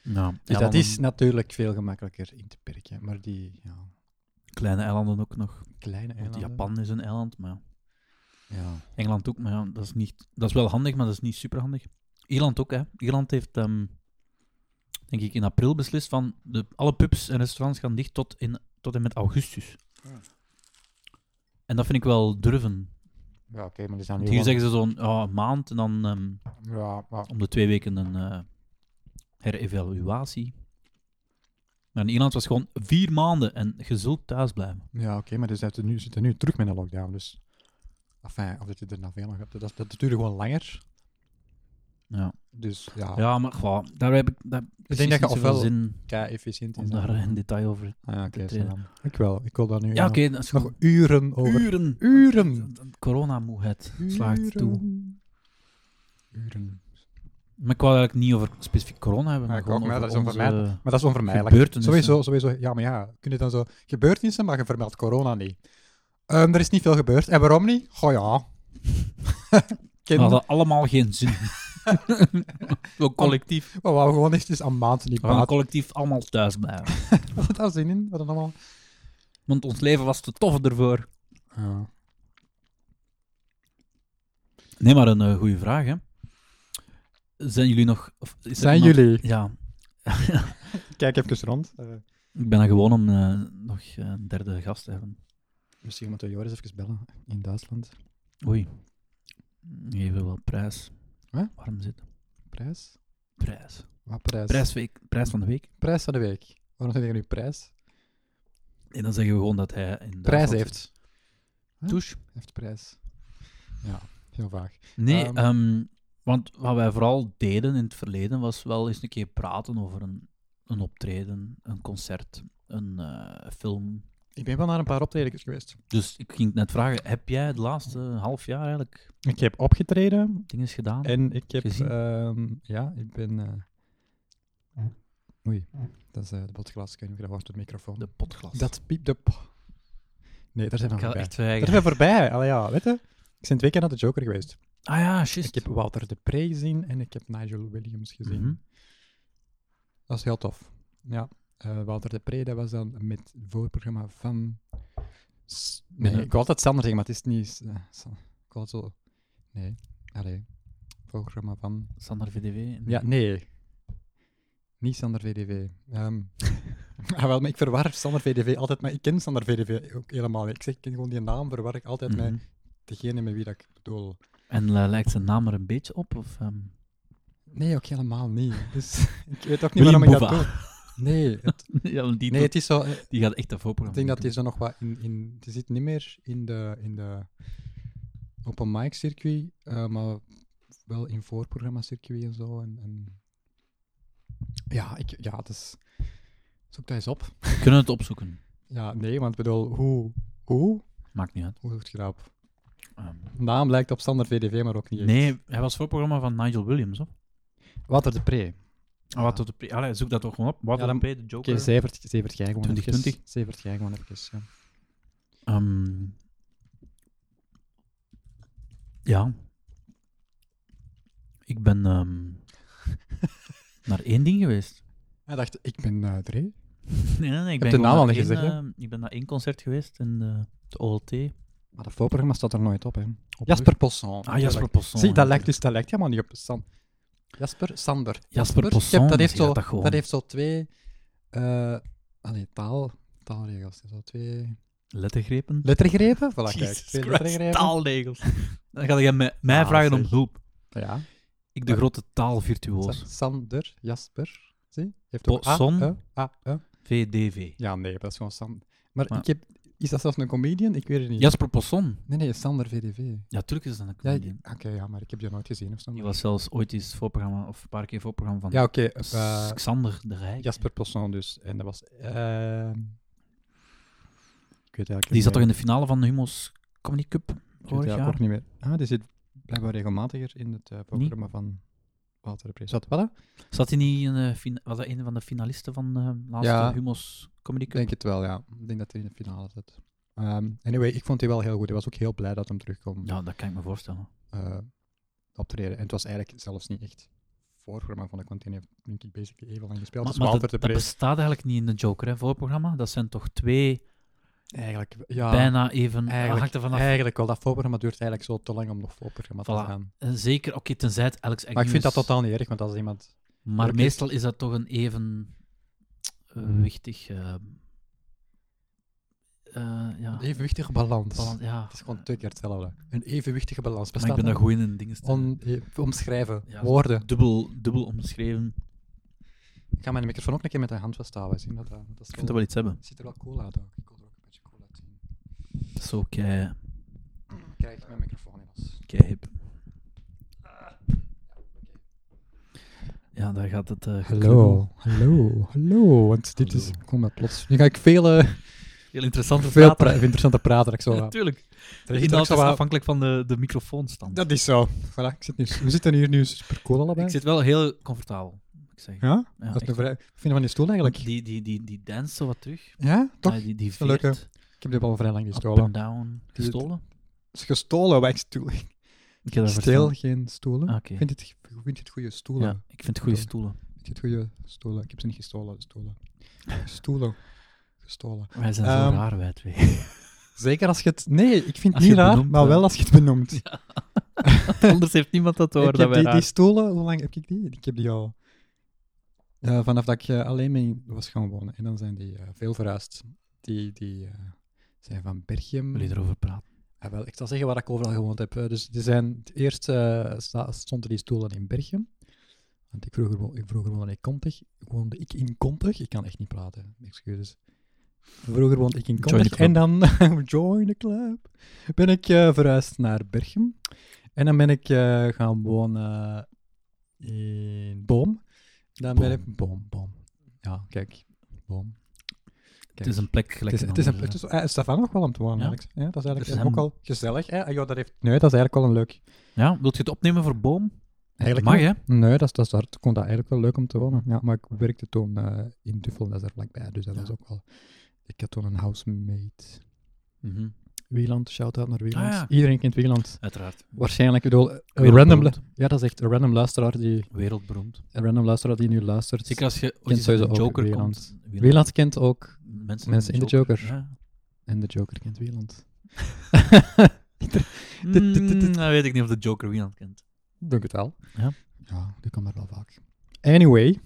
C: Nou,
A: Dus dat
C: eilanden-
A: is natuurlijk veel gemakkelijker in te perken. Maar die ja,
C: Kleine eilanden ook nog.
A: kleine
C: Want
A: eilanden...
C: Japan is een eiland, maar ja.
A: Ja.
C: Engeland ook, maar ja, dat is, niet, dat is wel handig, maar dat is niet superhandig. Ierland ook, hè. Ierland heeft, ehm, denk ik, in april beslist van de, alle pubs en restaurants gaan dicht tot, in, tot en met augustus. En dat vind ik wel durven.
A: Ja, oké, maar die zijn
C: Want
A: nu...
C: hier
A: gewoon-
C: zeggen ze zo'n ja, een maand en dan ehm,
A: Ja, maar...
C: om de twee weken een eh, herevaluatie. Maar in Ierland was het gewoon vier maanden en je zult thuis blijven.
A: Ja, oké, maar dus dat nu, zitten nu terug met een lockdown, dus... Enfin, of dat je er nou veel nog hebt, dat, dat duurde gewoon langer.
C: Ja,
A: Dus ja,
C: ja maar goh, daar heb ik, daar
A: ik denk dat je ofwel
C: zin
A: kei efficiënt
C: om
A: is.
C: daar in detail over
A: Ah, ja, oké,
C: te
A: zo dan.
C: treden.
A: Ik wel, ik wil daar nu
C: Ja,
A: nog-
C: oké, dat is
A: nog
C: gewoon
A: uren over...
C: uren.
A: Uren!
C: Coronamoeheid slaagt toe.
A: Uren. Uren.
C: Maar ik wou eigenlijk niet over specifiek corona hebben,
A: Ja,
C: maar
A: ik
C: gewoon
A: ook, maar
C: over
A: dat is
C: onze-
A: onvermijdelijk. Maar dat is onvermijdelijk.
C: Gebeurtenissen.
A: Sowieso, sowieso. Ja, maar ja, kun je dan zo gebeurtenissen, maar je vermeldt corona niet. Ehm, er is niet veel gebeurd. En waarom niet? Goh ja.
C: We
A: Kinderen,
C: hadden allemaal geen zin. Zo collectief.
A: we wouden gewoon eventjes aan maand niet
C: We gaan
A: praten.
C: collectief allemaal thuis blijven.
A: We hadden daar zin in. We hadden allemaal...
C: Want ons leven was te tof ervoor.
A: Ja.
C: Nee, maar een eh, goede vraag, hè. Zijn jullie nog... of is er
A: Zijn
C: iemand-
A: jullie...
C: Ja,
A: Kijk even rond. Eh,
C: ik ben er gewoon om eh, nog eh, een derde gast te hebben.
A: misschien moeten we Joris even bellen in Duitsland.
C: Oei. Even wel prijs.
A: Hè?
C: Warm zitten.
A: Prijs?
C: Prijs.
A: Wat prijs?
C: Prijsweek. Prijs van de week.
A: Prijs van de week. Waarom zeg je nu prijs?
C: En dan zeggen we gewoon dat hij... In
A: Prijs
C: Duitsland zit.
A: heeft. Huh?
C: Touche.
A: Heeft prijs. Ja, heel vaag.
C: Nee,
A: Ehm.
C: ehm, want wat wij vooral deden in het verleden was wel eens een keer praten over een, een optreden, een concert, een eh, film.
A: Ik ben wel naar een paar optredens geweest.
C: Dus ik ging net vragen, heb jij het laatste half jaar eigenlijk
A: Ik heb opgetreden,
C: dingen gedaan?
A: En ik heb,
C: Gezien?
A: ehm, ja, ik ben. eh, Oei, dat is eh, de botglas. Ik weet niet of je dat hoort, de microfoon.
C: De potglas.
A: Dat piept op. Nee, daar zijn we
C: ik ga
A: voorbij.
C: echt
A: Daar
C: zwijgen.
A: zijn we voorbij. Allee, ja, weet je? Ik ben twee keer naar de Joker geweest.
C: Ah ja, juist.
A: Ik heb Walter de Pre gezien en ik heb Nigel Williams gezien.
C: Mhm.
A: Dat is heel tof. Ja, eh, Walter de Pre, dat was dan met het voorprogramma van. S- Nee,
C: Binnen-
A: ik wil altijd Sander zeggen, maar het is niet. eh, Sa- ik wil het zo. Nee, allee. Voorprogramma van.
C: Sander VDW.
A: Ja, nee. Niet Sander VDV. Ehm, ah, wel, maar ik verwar Sander VDV altijd, maar ik ken Sander VDV ook helemaal niet. Ik zeg, ik ken gewoon die naam, verwar ik altijd
C: Mhm.
A: met degene met wie dat ik bedoel.
C: En eh, lijkt zijn naam er een beetje op? Of, ehm,
A: Nee, ook helemaal niet. Dus ik weet ook niet
C: William
A: waarom ik dat
C: Boeva.
A: doe. Nee, het,
C: ja, want die,
A: nee, het is zo... eh,
C: die gaat echt een voorprogramma
A: Ik denk dat
C: doen.
A: die zo nog wat in... in die zit niet meer in de, in de open mic circuit, eh, maar wel in voorprogramma circuit en zo. En, en... Ja, ik, ja, het is... Zoek dat eens op.
C: We kunnen het opzoeken.
A: Ja, nee, want ik bedoel, hoe? Hoe?
C: Maakt niet uit.
A: Hoe zoek je dat op?
C: Ehm,
A: Naam lijkt op standaard VDV, maar ook niet echt.
C: nee, hij was voorprogramma van Nigel Williams, of?
A: Walter de Pre.
C: Ah, Wat tot de pre- Allee, zoek dat toch gewoon op. Wat
A: Ja,
C: tot
A: dan-
C: de pre- de Joker.
A: Oké, zevert, zevert jij gewoon
C: 2020.
A: even. Zevert jij gewoon even, ja.
C: Ehm, ja. Ik ben ehm, naar één ding geweest.
A: Hij dacht, ik ben eh Dre.
C: Nee, nee, nee. Ik
A: de
C: ben
A: naam al
C: gewoon naar
A: niet
C: één,
A: gezegd, hè?
C: ehm, ik ben naar één concert geweest in de, de OLT.
A: Maar dat voorprogramma staat er nooit op, hè.
C: Op
A: Jasper Posson.
C: Ah, Jasper
A: Tuurlijk.
C: Posson.
A: Zie, dat
C: ja.
A: lijkt dus dat lijkt helemaal niet op San... Jasper, Sander.
C: Jasper
A: Ik
C: Posson,
A: heb- dat, heeft
C: die
A: zo,
C: had dat gewoon.
A: dat heeft zo twee... eh allee, taal, taalregels. Zo twee
C: Lettergrepen.
A: lettergrepen. Voilà, kijk.
C: Jesus
A: Twee
C: Christ,
A: lettergrepen.
C: taalregels. Dan ga jij mij, mij
A: Ah,
C: vragen om
A: zeg.
C: hulp.
A: Ja.
C: Ik de grote taalvirtuoos.
A: Sa- Sander, Jasper. Zie? Heeft
C: Posson.
A: A, E, A, E.
C: VDV.
A: Ja, nee, dat is gewoon Sander. Maar
C: Ah.
A: ik heb... Is dat zelfs een comedian? Ik weet het niet.
C: Jasper Posson.
A: Nee, nee, Sander VDV.
C: Ja, tuurlijk is dat een
A: Ja,
C: comedian.
A: ik- Oké, ja, maar ik heb die nooit gezien of zo.
C: Die was zelfs ooit eens voorprogramma, of een paar keer voorprogramma van
A: Ja, oké. eh,
C: Xander de Rijk.
A: Jasper Posson dus. En dat was... ehm, ik weet eigenlijk
C: Die
A: niet
C: zat toch
A: meer.
C: in de finale van de Humo's Comedy Cup
A: Ik weet
C: vorig
A: eigenlijk
C: jaar?
A: ook niet meer. Ah, die zit blijkbaar regelmatiger in het eh, programma van Walter de Pre. Zat wel?
C: Zat hij niet in de fina- was dat een van eh, de finalisten van de laatste
A: Ja.
C: Humo's Comedy
A: Ik
C: Cup?
A: denk het wel, ja. Ik denk dat hij in de finale zit. Ehm, anyway, ik vond die wel heel goed. Ik was ook heel blij dat hem terugkwam
C: Ja, dat kan ik me voorstellen.
A: eh, optreden. En het was eigenlijk zelfs niet echt voorprogramma van de want die heeft denk ik basically even lang gespeeld.
C: Maar,
A: als
C: maar dat,
A: Walter de
C: dat
A: Pre.
C: bestaat eigenlijk niet in de Joker, hè, voorprogramma. Dat zijn toch twee
A: Eigenlijk, ja,
C: bijna even...
A: eigenlijk-
C: hangt er vanaf.
A: eigenlijk wel. Dat voorprogramma duurt eigenlijk zo te lang om nog voorprogramma te
C: Voilà.
A: gaan.
C: Eh, Zeker, oké, tenzij het Alex
A: Maar ik
C: Agnew
A: vind dat
C: is.
A: totaal niet erg, want als iemand...
C: Maar
A: Oké. Mm.
C: meestal is dat toch een evenwichtig... eh eh ja,
A: evenwichtige balans.
C: balans, ja.
A: Het is gewoon twee keer hetzelfde. Een evenwichtige balans.
C: Maar ik
A: Bestaat
C: ben daar
A: dat?
C: goed in, in dingen te...
A: On- eh, omschrijven,
C: Ja, zo-
A: woorden.
C: dubbel, dubbel omschreven.
A: Ik ga mijn microfoon ook een keer met de hand vasthouden. Zien dat, dat, dat, is
C: Ik vind dat
A: wel-
C: wel iets hebben.
A: ziet er wel cool uit ook. Ik wil er ook een beetje cool uitzien.
C: Dat is ook kei,
A: Ik krijg mijn microfoon in ons.
C: kei hip. Ja, daar gaat het... eh,
A: Hallo, hallo, hallo. Want dit is... Kom maar plots. Nu ga ik veel, eh,
C: Heel interessant te
A: veel pra-
C: praten.
A: interessante praten. dat Ik zo, eh.
C: Ja,
A: wat-
C: Natuurlijk.
A: dat
C: De
A: ik zo
C: inhoud is
A: wat-
C: afhankelijk van de, de microfoonstand.
A: dat is zo. Voilà, ik zit nu, we zitten hier nu super cool allebei.
C: Ik zit wel heel comfortabel, moet ik zeggen.
A: Ja?
C: Ja,
A: Wat
C: echt.
A: vind je van die stoel eigenlijk?
C: Die, die, die, die danst zo wat terug.
A: Ja, toch?
C: Ah, die die
A: een leuke.
C: veert
A: Ik heb dit al vrij lang niet
C: up
A: gestolen.
C: and down.
A: Die-
C: Gestolen?
A: Het is gestolen, wijkstoel.
C: Ik heb dat
A: Steel
C: verstaan.
A: geen stoelen.
C: Ah,
A: Ik
C: oké.
A: Vind, het, vind je het goede stoelen?
C: Ja, ik vind goede stoelen.
A: Vind je het goede stoelen? Ik heb ze niet gestolen. Stoelen. Stoelen. Gestolen.
C: Wij zijn
A: Ehm,
C: zo raar, wij twee.
A: Zeker als je het. Nee, ik vind het
C: Als je
A: niet
C: het
A: raar,
C: benoemt,
A: maar
C: hè.
A: wel als je het benoemt.
C: Anders heeft niemand dat door
A: ik heb
C: dat wij
A: die, die
C: raar
A: stoelen, hoe lang heb ik die? Ik heb die al. eh, vanaf dat ik eh, alleen mee was gaan wonen. En dan zijn die eh, veel verhuisd. Die, die eh, zijn van Berchem.
C: Wil je erover praten?
A: Ah, wel, ik zal zeggen waar ik overal gewoond heb. Eh, Dus die zijn, het eerst eh, sta- stonden die stoelen in Berchem. Want ik vroeger, wo- ik vroeger woonde in Kontig. Woonde ik in Kontig? Ik kan echt niet praten, excuses. Vroeger woonde ik in
C: Join
A: Kontig.
C: the club.
A: En dan, join the club, ben ik eh, verhuisd naar Berchem. En dan ben ik eh, gaan wonen in Boom. Dan ben ik... Boom, Boom. Ja, kijk. Boom.
C: Het is een plek
A: Het
C: gelijk
A: is, het is, een, het is, eh, is Stefan nog wel om te wonen,
C: Ja.
A: Alex? Ja, dat is eigenlijk
C: Dus
A: eh,
C: hem-
A: ook al gezellig. Hè? Ah, joh, dat heeft, nee, dat is eigenlijk wel een leuk...
C: Ja, wilt je het opnemen voor Boom?
A: Eigenlijk
C: Mag, hè?
A: wel- Nee, dat, is- dat, is daar- ik vond dat eigenlijk wel leuk om te wonen. Ja, maar ik werkte toen eh, in Duffel, dat is er vlakbij, dus dat
C: Ja.
A: was ook wel... Ik had toen een housemate.
C: Mhm.
A: Wieland, shout-out naar Wieland.
C: Ah, ja.
A: Iedereen kent Wieland.
C: Uiteraard.
A: Waarschijnlijk, ik bedoel, eh, een random...
C: Wereldberoemd.
A: lu- Ja, dat is echt een random luisteraar die,
C: Wereldberoemd.
A: een random luisteraar die nu luistert.
C: Zeker als je ooit
A: Kent
C: eens uit
A: sowieso
C: een
A: ook
C: Joker
A: Wieland.
C: komt.
A: Wieland kent ook...
C: Mensen,
A: mensen in de Joker.
C: Ja.
A: En de Joker kent Wieland. dit, dit, dit.
C: Mm, dan weet ik niet of de Joker Wieland kent.
A: Denk het wel.
C: Ja.
A: Ja, die kan er wel vaak. Anyway,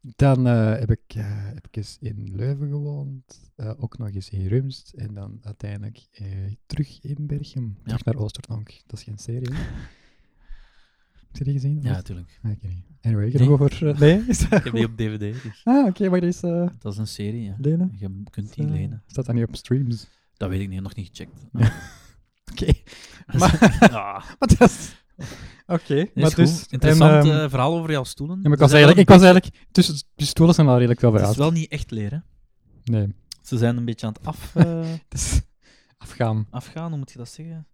A: dan eh, heb, ik, eh, heb ik eens in Leuven gewoond, eh, ook nog eens in Rumst en dan uiteindelijk eh, terug in Berchem, terug naar Oosterdonk. Dat is geen serie. hè? heb je die gezien?
C: Ja,
A: Oost-
C: natuurlijk.
A: Ah, ik weet niet. Anyway, ik heb
C: Nee.
A: nog over... eh, nee? Is dat
C: Ik heb die op DVD, dus
A: Ah, oké, maar dat is... eh
C: dat is een serie, ja.
A: lenen?
C: Je kunt die
A: Eh,
C: lenen.
A: Staat dat niet op streams?
C: Dat weet ik niet, nog niet gecheckt.
A: Nee. Oké. Maar,
C: ja,
A: maar dat is... Oké,
C: is
A: maar
C: goed.
A: dus... en,
C: Interessant
A: ehm,
C: eh, verhaal over jouw stoelen.
A: ja, maar ik
C: Ze
A: was
C: zijn wel
A: eigenlijk... Ik was
C: een
A: eigenlijk... Tussen die stoelen zijn al redelijk wel
C: beetje- Het
A: verhaald.
C: is wel niet echt leren.
A: Nee.
C: Ze zijn een beetje aan het af, eh,
A: Dus afgaan,
C: afgaan, hoe moet je dat zeggen?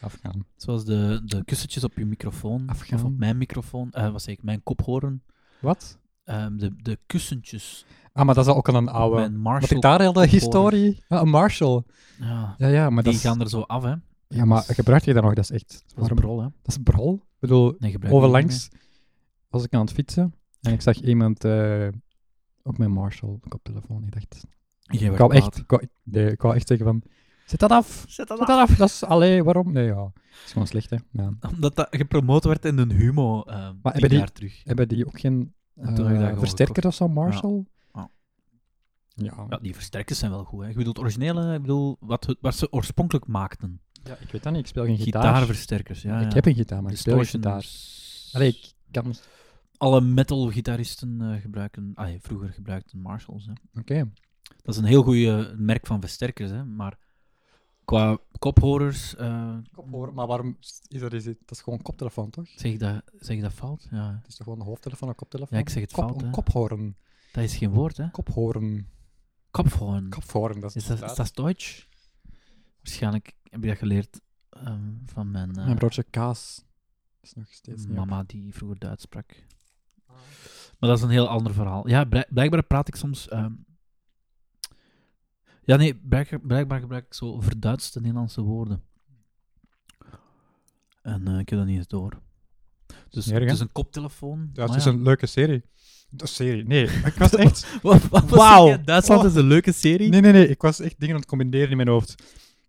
A: afgaan.
C: Zoals de, de kussentjes op je microfoon. Of
A: Afgaan.
C: op mijn microfoon. eh, wat zeg ik? Mijn kophoorn.
A: Wat?
C: Ehm, de, de kussentjes.
A: Ah, maar dat is ook al een oude.
C: mijn
A: Wat
C: Marshall.
A: ik daar heel de
C: Horen.
A: historie. Ah, een Marshall.
C: Ja,
A: Ja, ja, maar
C: die
A: dat is,
C: gaan er zo af, hè.
A: ja, maar gebruik je dat nog? Dat is echt.
C: Dat is een
A: waarom-
C: brol, hè.
A: Dat is brol. Ik bedoel,
C: Nee, gebruik die niet
A: overlangs was ik aan het fietsen en ik zag iemand eh, op mijn Marshall koptelefoon. Ik dacht,
C: meer. Jij
A: ik
C: werd
A: wou echt,
C: kwaad.
A: ik wou, nee, ik wou echt zeggen van, zet dat af, zet
C: Zet dat
A: dat
C: af.
A: af. Dat is, allee, waarom? Nee, ja, dat is gewoon slecht, hè. Ja.
C: Omdat dat gepromoot werd in een humo eh
A: hebben
C: tien
A: die-
C: jaar terug.
A: Hebben die ook geen
C: toen heb ik dat
A: eh,
C: gewoon
A: versterker
C: gekocht.
A: of zo, Marshall?
C: Ja.
A: Ja.
C: Ja, die versterkers zijn wel goed, hè. Ik bedoel, het originele, ik bedoel, wat, het- wat ze oorspronkelijk maakten.
A: ja, ik weet dat niet, ik speel geen gitaar.
C: Gitaarversterkers, ja.
A: ik
C: ja.
A: heb een gitaar, maar ik speel geen gitaar.
C: Distortions.
A: Allee, ik kan... Oké.
C: Alle metal-gitaristen eh, gebruiken... Ah, vroeger gebruikten Marshalls. Hè. Dat is een heel goed merk van versterkers, hè. Maar qua kophorers... eh,
A: maar waarom is dat? Is dat is gewoon een koptelefoon, toch? Het
C: Zeg ik dat, zeg ik dat fout? Ja.
A: is toch gewoon een hoofdtelefoon, een koptelefoon?
C: ja, ik zeg het
A: Kop,
C: fout, hè.
A: Een kophoorn.
C: Dat is geen woord, hè.
A: Kophoorn.
C: Kophoorn.
A: Kophoorn, dat is,
C: Is dat, is
A: inderdaad.
C: dat Duits? Waarschijnlijk heb ik dat geleerd ehm, van mijn eh,
A: Mijn broodje kaas is nog steeds niet op.
C: Mm, mama, die vroeger Duits sprak. Maar dat is een heel ander verhaal. Ja, bl- blijkbaar praat ik soms... ehm, Ja, nee, blijk- blijkbaar gebruik ik zo verduidste Nederlandse woorden. En eh, ik heb dat niet eens door. Dus
A: Erg, hè?
C: het is een koptelefoon.
A: Ja, het
C: maar
A: is
C: ja.
A: een leuke serie. Een serie? Nee, ik was echt...
C: Wat, wat, wat
A: Wauw.
C: zeg je? Duitsland is een leuke serie.
A: Nee, nee, nee. Ik was echt dingen aan het combineren in mijn hoofd.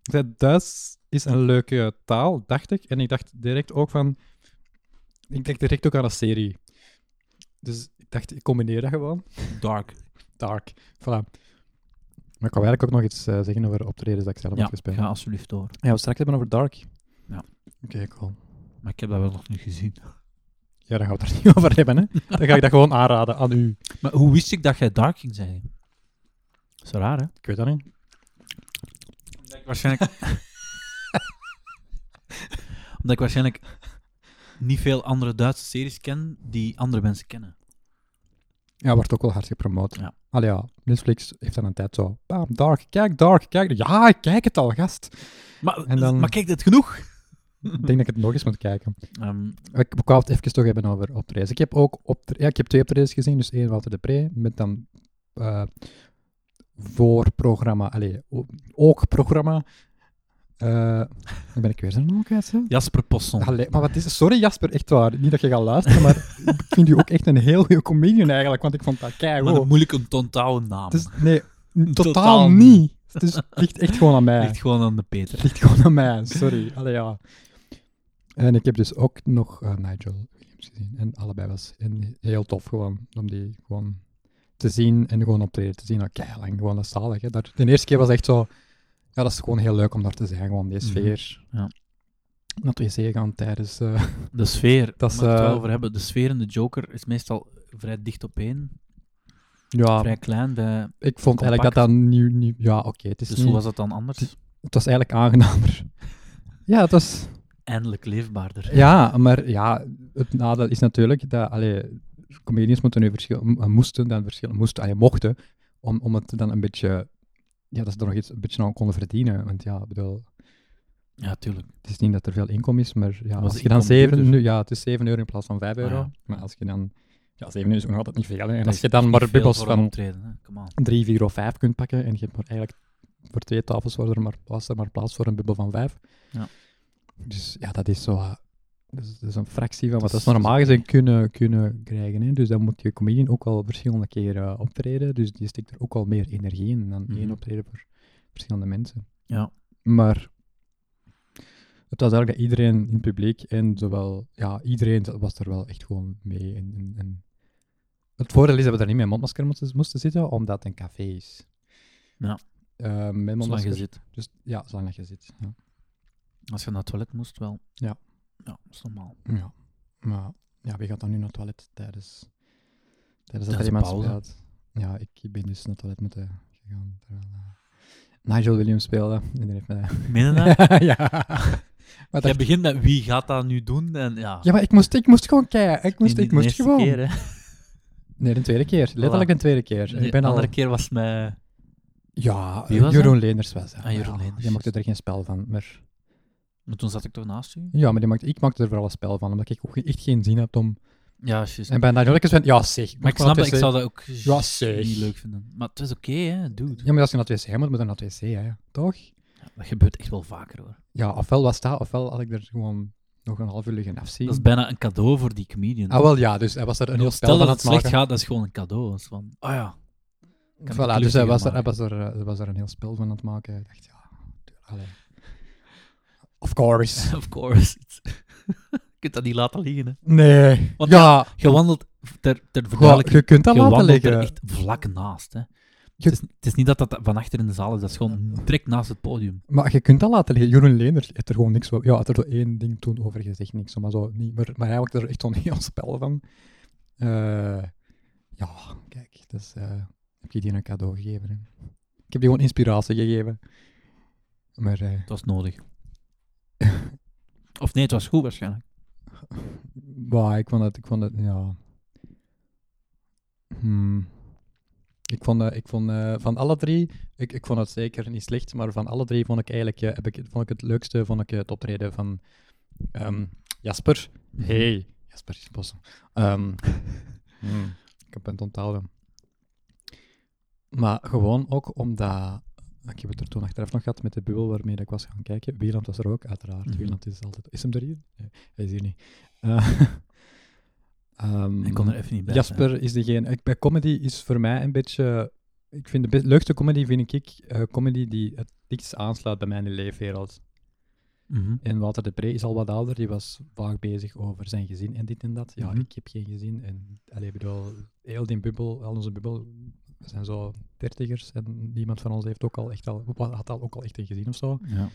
A: Ik zei, Duits is een leuke taal, dacht ik. En ik dacht direct ook van... Ik denk direct ook aan een serie. Dus ik dacht, ik combineer dat gewoon.
C: Dark.
A: Dark. Voilà. Maar ik wou eigenlijk ook nog iets eh, zeggen over optredens dat ik zelf
C: Ja,
A: heb gespeeld.
C: ga alsjeblieft door.
A: Ja, we straks hebben over Dark.
C: Ja.
A: Oké, cool.
C: Maar ik heb dat wel nog niet gezien.
A: Ja, dan gaan we het er niet over hebben, hè. Dan ga ik dat gewoon aanraden aan u.
C: Maar hoe wist ik dat jij Dark ging zeggen? Dat is raar, hè?
A: Ik weet dat niet.
C: waarschijnlijk... Omdat ik waarschijnlijk niet veel andere Duitse series ken die andere mensen kennen.
A: Ja, wordt ook wel hard gepromoot.
C: Ja.
A: Allee, ja, Netflix heeft dan een tijd zo... Bam, Dark, kijk Dark, kijk... Ja, ik kijk het al, gast.
C: Maar,
A: En dan-
C: maar kijk, dit genoeg.
A: ik denk dat ik het nog eens moet kijken.
C: Ehm,
A: Ik wou het even toch hebben over optredens. Ik heb ook optre- ja, ik heb twee optredens gezien. Dus één Walter de Pre, met dan... eh, voorprogramma, allee, o- ook programma. Eh, dan ben ik weer zijn naam kwijt, hè?
C: Jasper Posson.
A: Allee, maar wat is Sorry Jasper, echt waar. Niet dat je gaat luisteren, maar ik vind u ook echt een heel goede comedian eigenlijk, want ik vond dat
C: Wat een
A: keigoed.
C: moeilijk onthouden naam.
A: Het is, nee, n- totaal,
C: Totaal
A: niet. Het is, ligt echt gewoon aan mij.
C: Ligt gewoon aan de
A: Het
C: Peter.
A: ligt gewoon aan mij, sorry. Allee, ja. En ik heb dus ook nog eh, Nigel Williams gezien. En allebei was en heel tof gewoon, om die gewoon te zien en gewoon optreden te zien. Nou, keilang, gewoon dat is zalig. Hè. Daar, de eerste keer was echt zo... Ja, dat is gewoon heel leuk om daar te zijn, gewoon die
C: Mhm,
A: sfeer.
C: ja.
A: Naar het wc gaan tijdens... eh,
C: De sfeer,
A: Dat
C: daar
A: is,
C: moet ik het wel
A: eh,
C: over hebben. De sfeer in de Joker is meestal vrij dicht op één.
A: ja,
C: Vrij klein. Bij...
A: Ik vond eigenlijk dat
C: Compact.
A: dat nu... nu ja, oké, het is
C: Dus
A: niet-
C: hoe was dat dan anders?
A: Het was eigenlijk aangenamer. Ja, het was...
C: Eindelijk leefbaarder.
A: Ja, maar ja, het nadeel is natuurlijk dat... Allee, comedians moeten nu verschillen... m- Moesten dan verschillen... Moesten, allee, mochten, om, om het dan een beetje... Ja, dat ze er nog iets een beetje aan konden verdienen. Want ja, ik bedoel...
C: Ja, tuurlijk.
A: Het is niet dat er veel inkomen is, maar ja,
C: Was
A: als
C: de
A: je dan
C: inkomen
A: 7...
C: duurder?
A: Nu, ja, het is 7 euro in plaats van 5 euro.
C: Ah, ja.
A: Maar als je dan... Ja, 7 euro is nog altijd niet veel. Hè. En
C: Dat
A: als
C: is
A: je dan
C: niet
A: maar
C: veel
A: bubbels
C: voor een
A: van
C: Optreden, hè. Come on.
A: 3, 4 of 5 kunt pakken. En je hebt maar eigenlijk voor twee tafels was er maar, was er maar plaats voor een bubbel van 5.
C: Ja.
A: Dus ja, dat is zo. eh, Dat is, dat is een fractie van wat
C: Dat
A: dat
C: is- dus-
A: ze normaal
C: dat is
A: gezien kunnen, kunnen krijgen. Hè. Dus dan moet je comedian ook al verschillende keren eh, optreden. Dus die steekt er ook al meer energie in dan
C: Mhm.
A: één optreden voor verschillende mensen.
C: Ja.
A: Maar het was eigenlijk dat iedereen in het publiek en zowel, ja, iedereen was er wel echt gewoon mee. En, en, en het voordeel is dat we daar niet met mondmasker moesten, moesten zitten, omdat het een café is.
C: Ja.
A: Eh, met
C: Zolang je
A: mondmasker.
C: zit.
A: Dus ja, zolang dat je zit. Ja.
C: Als je naar het toilet moest, wel.
A: Ja.
C: Ja, dat is normaal.
A: ja. Maar ja, wie gaat dan nu naar het toilet tijdens, tijdens dat
C: Tijdens
A: er
C: de
A: iemand
C: pauze.
A: speelt? Ja, ik ben dus naar het toilet moeten gaan. Terwijl, eh, Nigel Williams speelde. En die heeft mij...
C: Meen je dat?
A: ja. Maar
C: Jij
A: dat
C: begint met wie gaat dat nu doen? En, ja.
A: Ja, maar ik moest, ik moest gewoon keihard. Ik moest,
C: In
A: ik
C: de
A: moest
C: eerste
A: gewoon.
C: keer, hè.
A: nee, de tweede keer. Letterlijk de tweede keer.
C: De
A: Ik ben al...
C: andere keer was het met...
A: Ja,
C: Wie was
A: Jeroen Leenders was dat.
C: Ah, Jeroen
A: ja,
C: Leenders,
A: Die maakte
C: juist.
A: er geen spel van. Maar...
C: Maar toen zat ik toch naast u?
A: Ja, maar die maakte, ik maakte er vooral een spel van, omdat ik ook echt geen zin had om...
C: Ja, juist.
A: En bij Nigel Leenders ben ja, zeg. moet
C: Maar ik
A: gewoon
C: snap
A: naar
C: dat,
A: het
C: ik zou dat ook
A: Ja, zeg.
C: niet leuk vinden. Maar het is oké, hè,
A: wc.
C: dude.
A: Ja, maar als je naar het wc moet, moet je naar het wc, hè. Toch?
C: Dat gebeurt echt wel vaker, hoor.
A: Ja, ofwel was dat, ofwel had ik er gewoon nog een half uur liggen afzien.
C: Dat is bijna een cadeau voor die comedian.
A: Ah, wel ja, dus hij was er een heel spel
C: Stel
A: van
C: dat het
A: aan
C: slecht
A: maken.
C: gaat, dat is gewoon een cadeau. Dat is van, ah ja. kan ik
A: Voilà, dus hij
C: luchtiger
A: was, er, hij,
C: maken.
A: was er, eh, hij was er een heel spel van aan het maken. Ik dacht, ja... Allee. Of course.
C: Of course. je kunt dat niet laten liggen, hè.
A: Nee.
C: Want
A: ja,
C: Je wandelt, ter, ter
A: ja,
C: verduidelijking,
A: je kunt dat
C: je
A: laten
C: wandelt
A: liggen.
C: er echt vlak naast, hè. Het, is, het is niet dat dat van achter in de zaal is, dat is gewoon direct naast het podium.
A: Maar je kunt dat laten liggen. Jeroen Leenders heeft er gewoon niks over. Ja, had er zo één ding toen over gezegd, niks. Maar, zo, niet, maar, maar hij maakte er echt zo'n heel spel van. Eh, ja, kijk, dus, eh heb je die een cadeau gegeven. Hè? Ik heb die gewoon inspiratie gegeven. Maar eh,
C: Het was nodig. Of nee, het was goed waarschijnlijk.
A: bah, ik vond het, ik vond het, ja. Hmm. Ik vond, eh, ik vond eh, van alle drie, ik, ik vond het zeker niet slecht, maar van alle drie vond ik eigenlijk, eh, heb ik, vond ik het leukste, vond ik eh, het optreden van ehm, Jasper. Hey, Jasper is bossen. Ehm, hmm, ik heb het onthouden. Maar gewoon ook omdat Ik heb het er toen achteraf nog gehad met de bubbel waarmee ik was gaan kijken. Wieland was er ook, uiteraard.
C: Mhm.
A: Wieland is altijd... Is hem er hier? Nee, hij is hier niet. Eh, ehm,
C: Ik kon er even niet bij zijn.
A: Jasper is degene... Ik, bij comedy is voor mij een beetje... Ik vind de be- leukste comedy, vind ik, eh, comedy die het dichtst aansluit bij mijn leefwereld.
C: Mhm.
A: En Walter de Pre is al wat ouder, die was vaak bezig over zijn gezin en dit en dat. Ja,
C: Mhm.
A: ik heb geen gezin. En allee, ik bedoel, heel die bubbel, al onze bubbel, we zijn zo dertigers en niemand van ons heeft ook al echt al, had al ook al echt een gezin of zo.
C: Ja.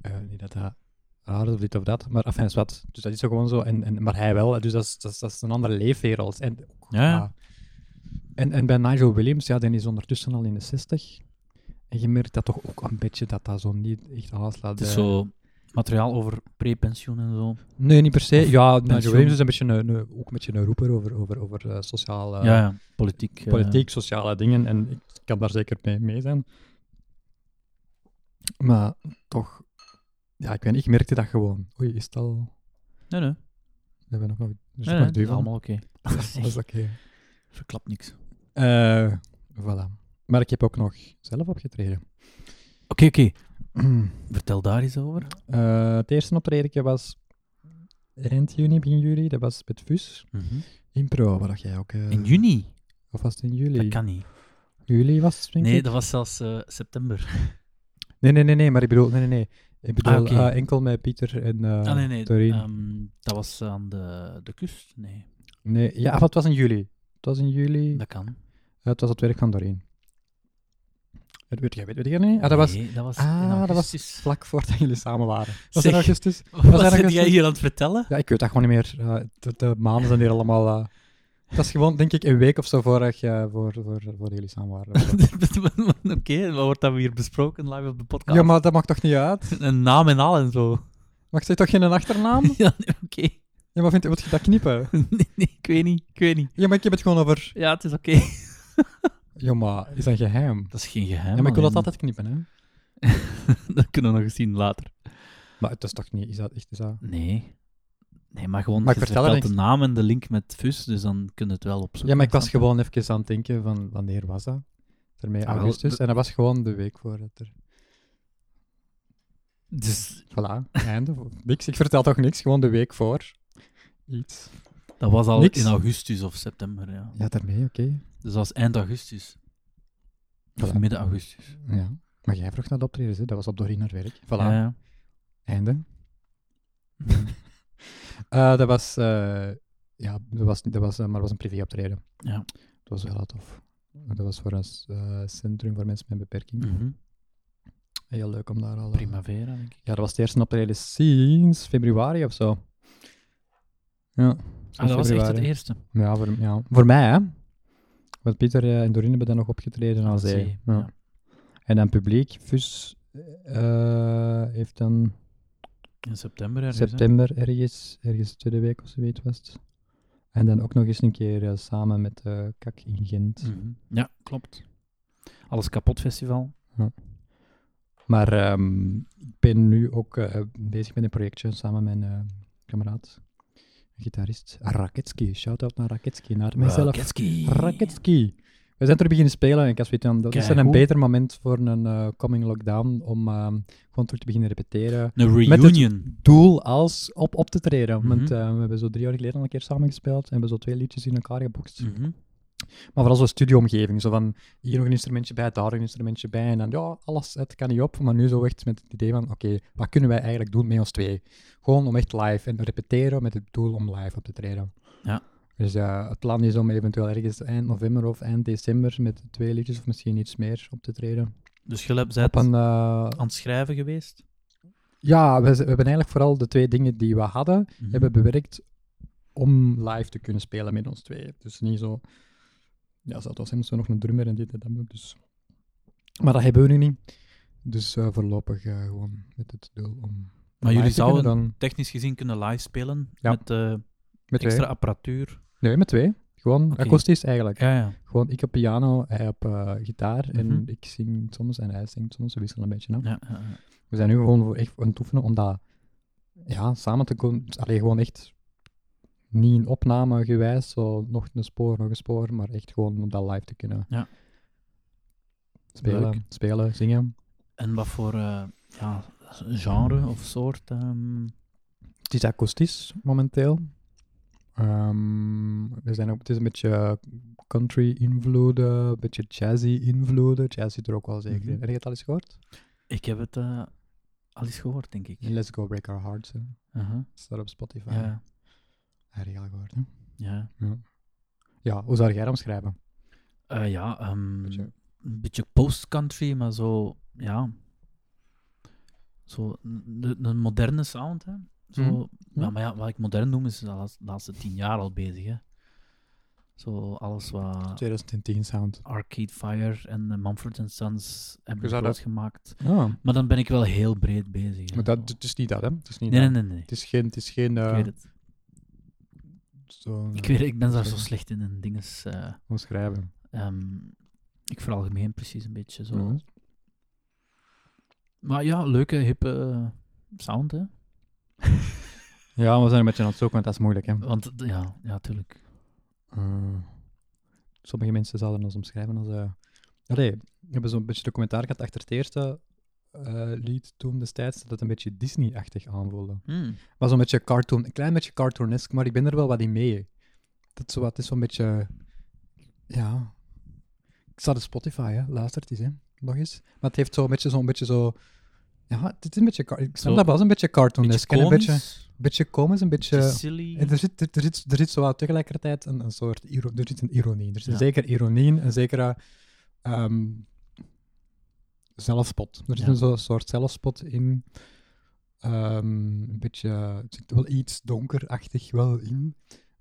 A: Eh, niet dat dat raar is of dit of dat, maar afijn, is wat. Dus dat is zo gewoon zo. En, en, maar hij wel, dus dat is, dat is, dat is een andere leefwereld. En, ook-
C: Ja.
A: En, en bij Nigel Williams, ja, die is ondertussen al in de 60. En je merkt dat toch ook een beetje dat dat zo niet echt eh, aanslaat.
C: Het is
A: bij-
C: zo materiaal over prepensioen en zo.
A: Nee, niet per se.
C: Of
A: Ja, Nigel
C: pensioen.
A: Williams is dus een beetje een, een- ook een beetje een roeper over, over, over eh, sociale,
C: ja, ja, Ah. politiek. eh,
A: politiek, sociale dingen. En ik kan daar zeker mee, mee zijn. Maar toch, ja, ik weet niet, ik merkte dat gewoon. Oei, is het al...
C: nee, nee.
A: We hebben nog, nog, er is
C: nee,
A: nog
C: nee,
A: duivel.
C: allemaal oké.
A: Dat is oké.
C: Verklapt niks. Oké,
A: Eh, voilà. Maar ik heb ook nog zelf opgetreden.
C: oké. Vertel daar eens over.
A: Eh, het eerste optredentje was eind juni, begin juli. Dat was met VUS. Impro, waar dat jij ook... eh,
C: Mhm. In juni?
A: Of was het in juli?
C: Dat kan niet.
A: Juli was het, denk
C: Nee,
A: ik?
C: dat was zelfs eh, september.
A: Nee, nee, nee, nee, maar ik bedoel... Nee, nee, nee. Ik bedoel
C: Ah, oké.
A: eh, enkel met Pieter en eh
C: ah, nee, nee.
A: Doreen.
C: ehm, dat was aan de, de kust. Nee,
A: Nee, ja, of het was in juli. Het was in juli.
C: dat kan.
A: Eh, het was het werk van Doreen. Het weet jij, weet, weet jij niet? Ah, dat was
C: nee, dat was
A: ah,
C: in
A: dat was
C: augustus.
A: vlak voordat jullie samen waren. Was
C: Zeg.
A: dat augustus?
C: Wat
A: dat
C: ben jij
A: augustus?
C: hier aan het vertellen?
A: Ja, ik weet dat gewoon niet meer. Eh, de, de maanden zijn hier allemaal... eh, dat is gewoon, denk ik, een week of zo voordat je- voor, voor, voor jullie samen waren.
C: oké, wat wordt dat hier besproken live op de podcast?
A: ja, maar dat maakt toch niet uit?
C: Een naam en al en zo.
A: Mag je toch geen achternaam?
C: ja, nee, oké.
A: Ja, maar vind, wil je dat knippen?
C: nee, nee, ik weet niet. Ik weet niet.
A: Ja, maar ik heb het gewoon over...
C: Ja, het is oké.
A: Ja, maar is dat geheim?
C: Dat is geen geheim.
A: Ja, maar ik wil dat
C: alleen.
A: altijd knippen, hè.
C: dat kunnen we nog eens zien later.
A: Maar het is toch niet... Is dat echt is dat...
C: Nee. Nee, maar gewoon
A: Maar
C: maar
A: ik
C: ik
A: vertel er
C: de
A: niks.
C: naam en de link met VUS, dus dan kun je het wel opzoeken.
A: Ja, maar ik was
C: snap je?
A: gewoon even aan het denken van wanneer was dat? Daarmee
C: Ah, wel,
A: augustus.
C: de-
A: En dat was gewoon de week voor het er...
C: Dus
A: Voilà, einde. niks. Ik vertel toch niks, gewoon de week voor. Iets.
C: dat was al
A: Niks.
C: in augustus of september, ja.
A: Ja, daarmee, oké.
C: Dus dat was eind augustus. Of
A: Voilà.
C: midden augustus.
A: Ja. Maar jij vroeg naar de optredens, hè? Dat was op Doreen naar werk. Voilà,
C: Ja, ja.
A: einde. Eh, dat was... eh, ja, dat was, dat was, eh, maar dat was een privé optreden.
C: Ja.
A: Dat was wel tof. Dat was voor een s- eh, centrum voor mensen met een beperking.
C: Mhm.
A: Heel leuk om daar al... eh,
C: Primavera, denk ik.
A: Ja, dat was de eerste optreden sinds februari of zo. Ja.
C: Ah,
A: sinds
C: dat was echt het
A: februari.
C: eerste.
A: Ja, voor, ja. voor mij, hè. Want Pieter eh, en Dorine hebben dan nog opgetreden als
C: Dat zie
A: zij.
C: je,
A: Ja.
C: ja.
A: En dan publiek, FUS eh, heeft dan
C: In september ergens, hè.
A: september ergens, ergens de tweede week of zo weet was het. En dan ook nog eens een keer eh, samen met eh, Kak in Gent.
C: Mhm. Ja, klopt. Alles kapot festival.
A: Maar ehm, ik ben nu ook eh, bezig met een projectje samen met mijn eh, kameraad, een gitarist, Raketski. Shout-out naar Raketski, naar mezelf.
C: Raketski.
A: Raketski. We zijn er beginnen spelen en Kaswitan, dat is er een
C: Keigoed.
A: beter moment voor een eh, coming lockdown om ehm, gewoon terug te beginnen repeteren.
C: Een
A: Met het-
C: reunion.
A: Doel als op, op te treden. Want
C: Mhm.
A: eh, we hebben zo drie jaar geleden al een keer samengespeeld en hebben zo twee liedjes in elkaar gebokst.
C: Mhm.
A: Maar vooral zo'n studioomgeving. Zo van hier nog een instrumentje bij, daar een instrumentje bij. En dan, ja, alles, het kan niet op. Maar nu zo echt met het idee van, oké, wat kunnen wij eigenlijk doen met ons twee? Gewoon om echt live en repeteren met het doel om live op te treden.
C: Ja.
A: Dus ja, het plan is om eventueel ergens eind november of eind december met twee liedjes of misschien iets meer op te treden.
C: Dus Gillep,
A: Op
C: bent
A: een, eh,
C: aan het schrijven geweest?
A: ja, we, z- we hebben eigenlijk vooral de twee dingen die we hadden,
C: Mhm.
A: hebben bewerkt om live te kunnen spelen met ons twee. Dus niet zo... Ja, zat was hem zo nog een drummer en dit en dat. Dus. Maar dat hebben we nu niet. Dus eh, voorlopig eh, gewoon met het doel om...
C: Maar
A: live te
C: jullie
A: kunnen
C: zouden
A: dan
C: technisch gezien kunnen live spelen
A: Ja.
C: met eh,
A: met twee.
C: extra apparatuur.
A: Nee, met twee. Gewoon
C: Oké.
A: akoestisch eigenlijk.
C: Ja, ja.
A: Gewoon ik op piano, hij op eh, gitaar. En
C: Mhm.
A: ik zing soms en hij zingt soms. We wisselen een beetje af.
C: ja, ja, ja.
A: We zijn nu gewoon voor echt aan het oefenen om dat ja, samen te komen. Alleen gewoon echt niet in opname gewijs, zo nog een spoor, nog een spoor, maar echt gewoon om dat live te kunnen.
C: Ja.
A: Spelen,
C: Leuk.
A: spelen, zingen.
C: En wat voor eh, ja, genre of soort? ehm,
A: Het is akoestisch momenteel. Ehm, er zijn ook, het is een beetje country-invloeden, een beetje jazzy-invloeden. Jazz zit er ook wel zeker
C: Mhm.
A: in. Heb je het al eens gehoord?
C: ik heb het eh, al eens gehoord, denk ik.
A: Let's Go Break Our Hearts. hè.
C: Aha,
A: Staat op Spotify. Ah,
C: ja,
A: Heb je al gehoord, hè?
C: ja.
A: Ja, hoe zou jij dat omschrijven?
C: Eh, ja ehm,
A: Beetje-
C: een beetje post-country, maar zo, ja. Zo, een, een moderne sound, hè. Zo,
A: Mhm.
C: Ja, maar ja, wat ik modern noem, is de laatste, laatste tien jaar al bezig, hè. Zo, alles wat
A: 2010 sound.
C: Arcade Fire en eh, Mumford Sons hebben
A: Je zou dat-
C: grootgemaakt.
A: Oh,
C: Maar dan ben ik wel heel breed bezig. hè,
A: maar
C: zo.
A: dat, het is niet dat, hè? Het is niet
C: Nee, nee,
A: dat.
C: nee, nee.
A: Het is geen... Het is geen eh,
C: ik weet het.
A: zo'n,
C: Ik,
A: eh,
C: weet, het, ik ben daar zo
A: sorry.
C: slecht in en dinges. eh,
A: Omschrijven.
C: ehm, ik veralgemeen precies een beetje zo.
A: Ja.
C: Maar ja, leuke, hippe sound, hè?
A: Ja, we zijn een beetje aan het zoeken, want dat is moeilijk, hè?
C: Want d- ja, ja, tuurlijk.
A: Eh, sommige mensen zouden ons omschrijven als. eh allee, we hebben zo'n beetje de commentaar gehad achter het eerste eh, lied toen destijds dat het een beetje Disney-achtig aanvoelde.
C: Hmm.
A: Maar zo'n beetje cartoon, een klein beetje cartoonesk, maar ik ben er wel wat in mee. Dat is zo, wat- het is zo'n beetje. Ja. Ik zat op Spotify, hè. luister het eens, hè. nog eens. Maar het heeft zo'n beetje zo'n beetje zo. Ja, het is een beetje. car- Ik snap
C: Zo-
A: dat wel, een beetje
C: Beetje
A: cartoonesk. en Een beetje,
C: komisch,
A: beetje komisch, een beetje.
C: beetje silly.
A: En er zit, er, er zit, er zit zowel tegelijkertijd een, een soort iro- er zit een ironie in. Er zit
C: Ja.
A: zeker ironie in, een zekere ehm, zelfspot. Er zit
C: Ja.
A: een zo- soort zelfspot in. Ehm, een beetje, er zit wel iets donkerachtig wel in,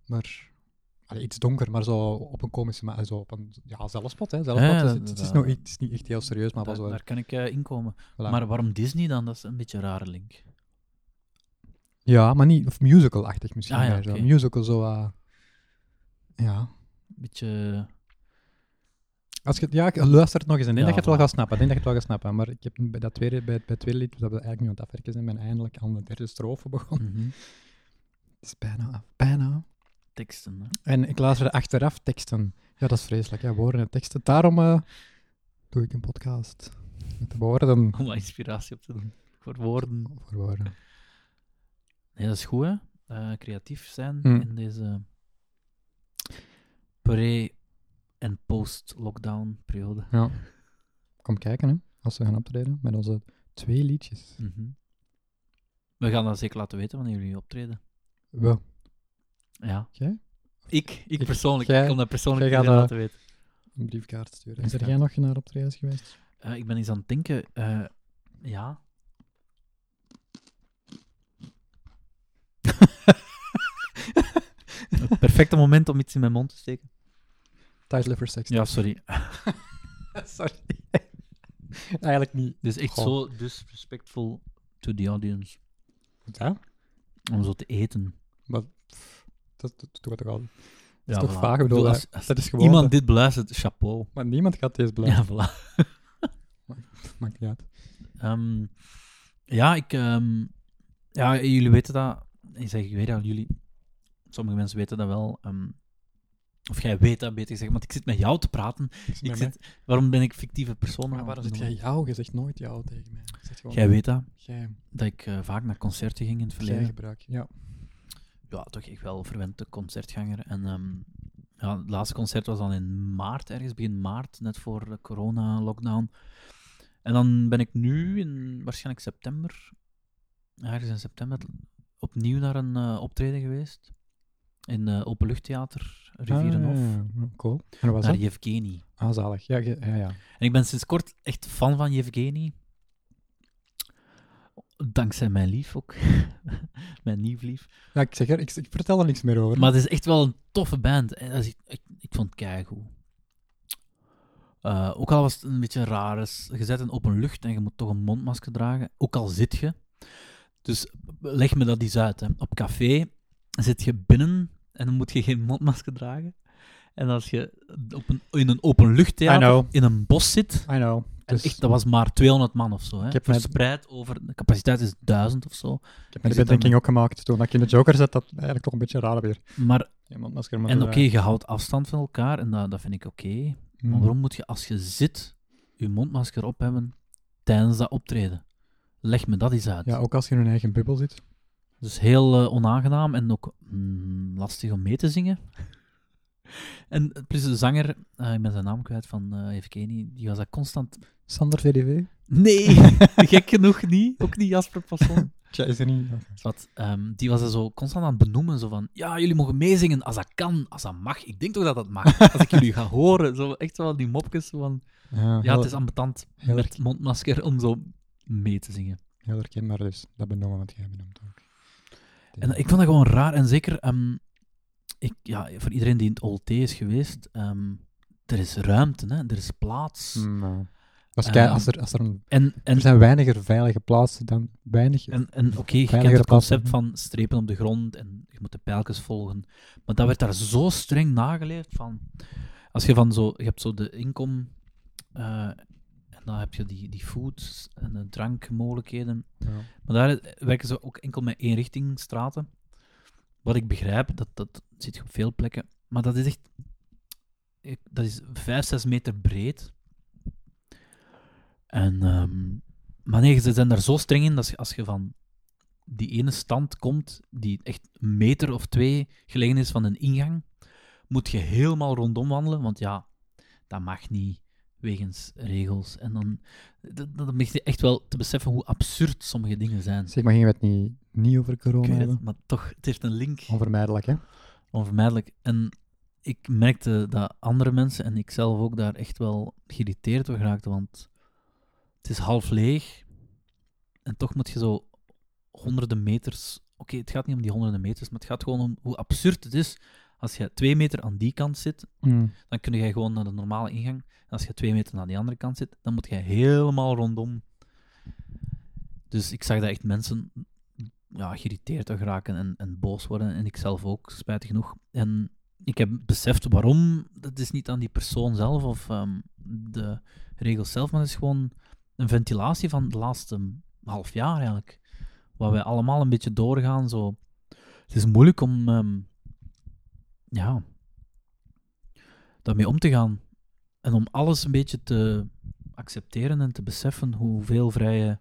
A: maar... allee, iets donker, maar zo op een komische manier. Zo op een, ja, zelfspot, hè. Zelfspot.
C: Ja,
A: Dus
C: dat-
A: het, het is
C: dat-
A: nog, iets- het is niet echt heel serieus, maar
C: daar,
A: wel zo...
C: daar kan ik eh, inkomen.
A: voilà.
C: Maar waarom Disney dan? Dat is een beetje een rare link.
A: Ja, maar niet... Of musical-achtig misschien.
C: Ah, ja,
A: meer zo.
C: oké.
A: Musical zo... eh, ja...
C: Beetje...
A: Als je, het- ja, ik- luister het nog eens en denk dat
C: Ja,
A: je het wel
C: voilà.
A: gaat snappen. Ik denk dat je het wel gaat snappen. Maar ik heb bij dat tweede, bij, het- bij het tweede lied, dus dat we eigenlijk nu aan het afwerken zijn, ben eindelijk aan de derde strofe begonnen.
C: mhm,
A: Het is bijna af. Bijna.
C: Teksten, hè.
A: En ik luisterde achteraf teksten. Ja, dat is vreselijk. Ja, woorden en teksten. Daarom eh, doe ik een podcast. Met de woorden.
C: Om wat inspiratie op te doen. Voor woorden.
A: Voor woorden.
C: Nee, dat is goed, hè? Eh, creatief zijn
A: Hmm.
C: in deze pre- en post-lockdown periode.
A: Ja. Kom kijken, hè. Als we gaan optreden met onze twee liedjes.
C: Mhm. We gaan dat zeker laten weten wanneer jullie optreden.
A: We.
C: Ja.
A: Jij?
C: Ik, ik
A: Ik-
C: persoonlijk.
A: jij-
C: ik kan dat persoonlijk
A: jij gaat,
C: iedereen
A: eh,
C: laten weten.
A: Een briefkaart sturen.
C: Is er
A: Is jij nog naar optredens geweest?
C: Eh, ik ben eens aan het denken. eh, ja. Het perfecte moment om iets in mijn mond te steken.
A: Thijs Liversex.
C: Ja, sorry.
A: Sorry. eigenlijk niet.
C: Dus echt
A: Goh.
C: zo disrespectful to the audience.
A: Ja?
C: Om zo te eten.
A: Dat dat doet toch al.
C: Dat
A: is toch vaag, ik bedoel,
C: als, als
A: Dat is gewoon.
C: iemand dit beluistert, chapeau.
A: Maar niemand gaat deze blijven.
C: Ja, voilà.
A: Maakt niet uit.
C: Ehm, ja, ik... ehm, ja, jullie weten dat... Ik zeg, ik weet dat jullie... Sommige mensen weten dat wel. ehm, of jij weet dat, beter gezegd. Want ik zit met jou te praten. Ik zit, waarom ben ik fictieve persoon?
A: maar
C: aan
A: waarom
C: het
A: zit jij
C: noemen?
A: jou? Je zegt nooit jou tegen mij. Je zegt gewoon,
C: Jij weet dat.
A: jij,
C: Dat ik eh, vaak naar concerten ging in het
A: jij
C: verleden.
A: gebruikt. Ja.
C: Ja, toch echt wel verwend concertganger. En ehm, ja, het laatste concert was dan in maart, ergens begin maart, net voor de corona-lockdown. En dan ben ik nu, in waarschijnlijk september, ergens in september, opnieuw naar een eh, optreden geweest. In eh Openluchttheater, Rivierenhof,
A: Ah, ja, Cool. En wat was
C: naar
A: dat?
C: Yevgeny.
A: Ah, zalig. Ja, ge- ja, ja.
C: En ik ben sinds kort echt fan van Yevgeny. Dankzij mijn lief ook. mijn nieuw lief.
A: ja ik, zeg er, ik, ik vertel er niks meer over.
C: Maar het is echt wel een toffe band. En dat is- ik, ik, ik vond het keigoed. Eh, ook al was het een beetje raar. is- Je zet een open lucht en je moet toch een mondmasker dragen. Ook al zit je. Dus leg me dat eens uit. Hè. Op café zit je binnen en dan moet je geen mondmasker dragen. En als je op een, in een open
A: I
C: luchttheater
A: know.
C: in een bos zit,
A: I know.
C: en
A: Dus
C: echt, dat was maar 200 man of zo. Hè.
A: Ik heb net-
C: Verspreid over... De capaciteit is 1000 of zo.
A: ik heb
C: zit
A: mijn
C: dan
A: bedenking
C: met-
A: ook gemaakt dus toen ik in de Joker zat. Dat eigenlijk toch een beetje raar weer.
C: Maar,
A: Ja, mondmasker, maar
C: en
A: zo,
C: oké,
A: ja.
C: je houdt afstand van elkaar en dat, dat vind ik oké.
A: Mm.
C: Maar waarom moet je als je zit, uw mondmasker op hebben tijdens dat optreden. Leg me dat eens uit.
A: Ja, ook als je in een eigen bubbel zit.
C: Dus heel eh, onaangenaam en ook mm, lastig om mee te zingen. en plus de zanger, eh, ik ben zijn naam kwijt van eh Evgeny, die was dat constant...
A: Sander VDW.
C: Nee, gek genoeg niet. Ook niet Jasper Passon.
A: Tja, is er niet.
C: Wat, ehm, die was er zo constant aan het benoemen. Zo van, ja, jullie mogen meezingen als dat kan, als dat mag. Ik denk toch dat dat mag, als ik jullie ga horen. Zo, echt wel die mopjes zo van...
A: Ja,
C: Ja,
A: heel,
C: het is ambetant
A: heel,
C: met
A: her-
C: mondmasker om zo mee te zingen.
A: heel herkenbaar dus. Dat benoemen wat jij benoemt ook.
C: En ik vond dat gewoon raar. En zeker ehm, ik, ja, voor iedereen die in het OLT is geweest, ehm, er is ruimte, hè? er is plaats.
A: Nou, Als,
C: Mm, Ehm,
A: kei- als, er, als er, een-
C: En,
A: er
C: en,
A: zijn weiniger veilige plaatsen dan weinig.
C: en, en oké, je kent
A: Veiligere
C: het concept
A: plaatsen,
C: van strepen op de grond en je moet de pijltjes volgen. Maar dat werd daar zo streng nageleefd van. Als je van zo, je hebt zo de inkom eh, en dan heb je die, die food en de drankmogelijkheden.
A: Ja.
C: Maar daar werken ze ook enkel met eenrichtingstraten. Wat ik begrijp, dat, dat zit je op veel plekken. Maar dat is echt... ik- Dat is 5, 6 meter breed. En, ehm, maar nee, ze zijn daar zo streng in dat je- als je van die ene stand komt, die echt een meter of twee gelegen is van een ingang, moet je helemaal rondom wandelen, want ja, dat mag niet wegens regels. En dan, dan, dan begin je echt wel te beseffen hoe absurd sommige dingen zijn.
A: Zeg maar, gingen we het niet, niet over
C: Ik
A: corona
C: weet het,
A: hebben?
C: maar toch, het heeft een link,
A: Onvermijdelijk, hè?
C: onvermijdelijk. En ik merkte dat andere mensen en ik zelf ook daar echt wel geïrriteerd door geraakte, want het is half leeg en toch moet je zo honderden meters... Oké, het gaat niet om die honderden meters, maar het gaat gewoon om hoe absurd het is als je twee meter aan die kant zit, dan kun je gewoon naar de normale ingang. En als je twee meter naar die andere kant zit, dan moet je helemaal rondom. Dus ik zag dat echt mensen ja, geïrriteerd door geraken en, en boos worden. En ik zelf ook, spijtig genoeg. En ik heb beseft waarom. Dat is niet aan die persoon zelf of ehm, de regels zelf, maar het is gewoon een ventilatie van de laatste half jaar eigenlijk. Waar wij allemaal een beetje doorgaan. Zo. Het is moeilijk om ehm, ja, daarmee om te gaan. En om alles een beetje te accepteren en te beseffen hoeveel vrije...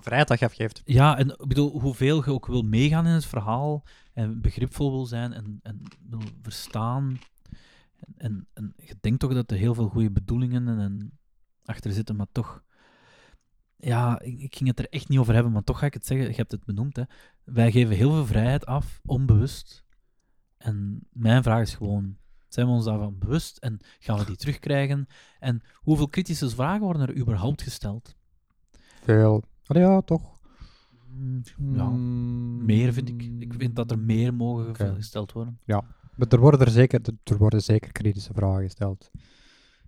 A: Vrijdag afgeeft.
C: Ja, en ik bedoel, hoeveel je ook wil meegaan in het verhaal en begripvol wil zijn en, en wil verstaan. En, en, en je denkt toch dat er heel veel goede bedoelingen en, en achter zitten, maar toch... Ja, ik, ik ging het er echt niet over hebben, maar toch ga ik het zeggen. Je hebt het benoemd, hè. Wij geven heel veel vrijheid af, onbewust. En mijn vraag is gewoon, zijn we ons daarvan bewust en gaan we die terugkrijgen? En hoeveel kritische vragen worden er überhaupt gesteld?
A: Veel. Allee, ja, toch?
C: Ja,
A: Mm.
C: meer vind ik. Ik vind dat er meer mogen
A: Oké.
C: gesteld worden.
A: Maar er worden er zeker, er- er worden zeker kritische vragen gesteld.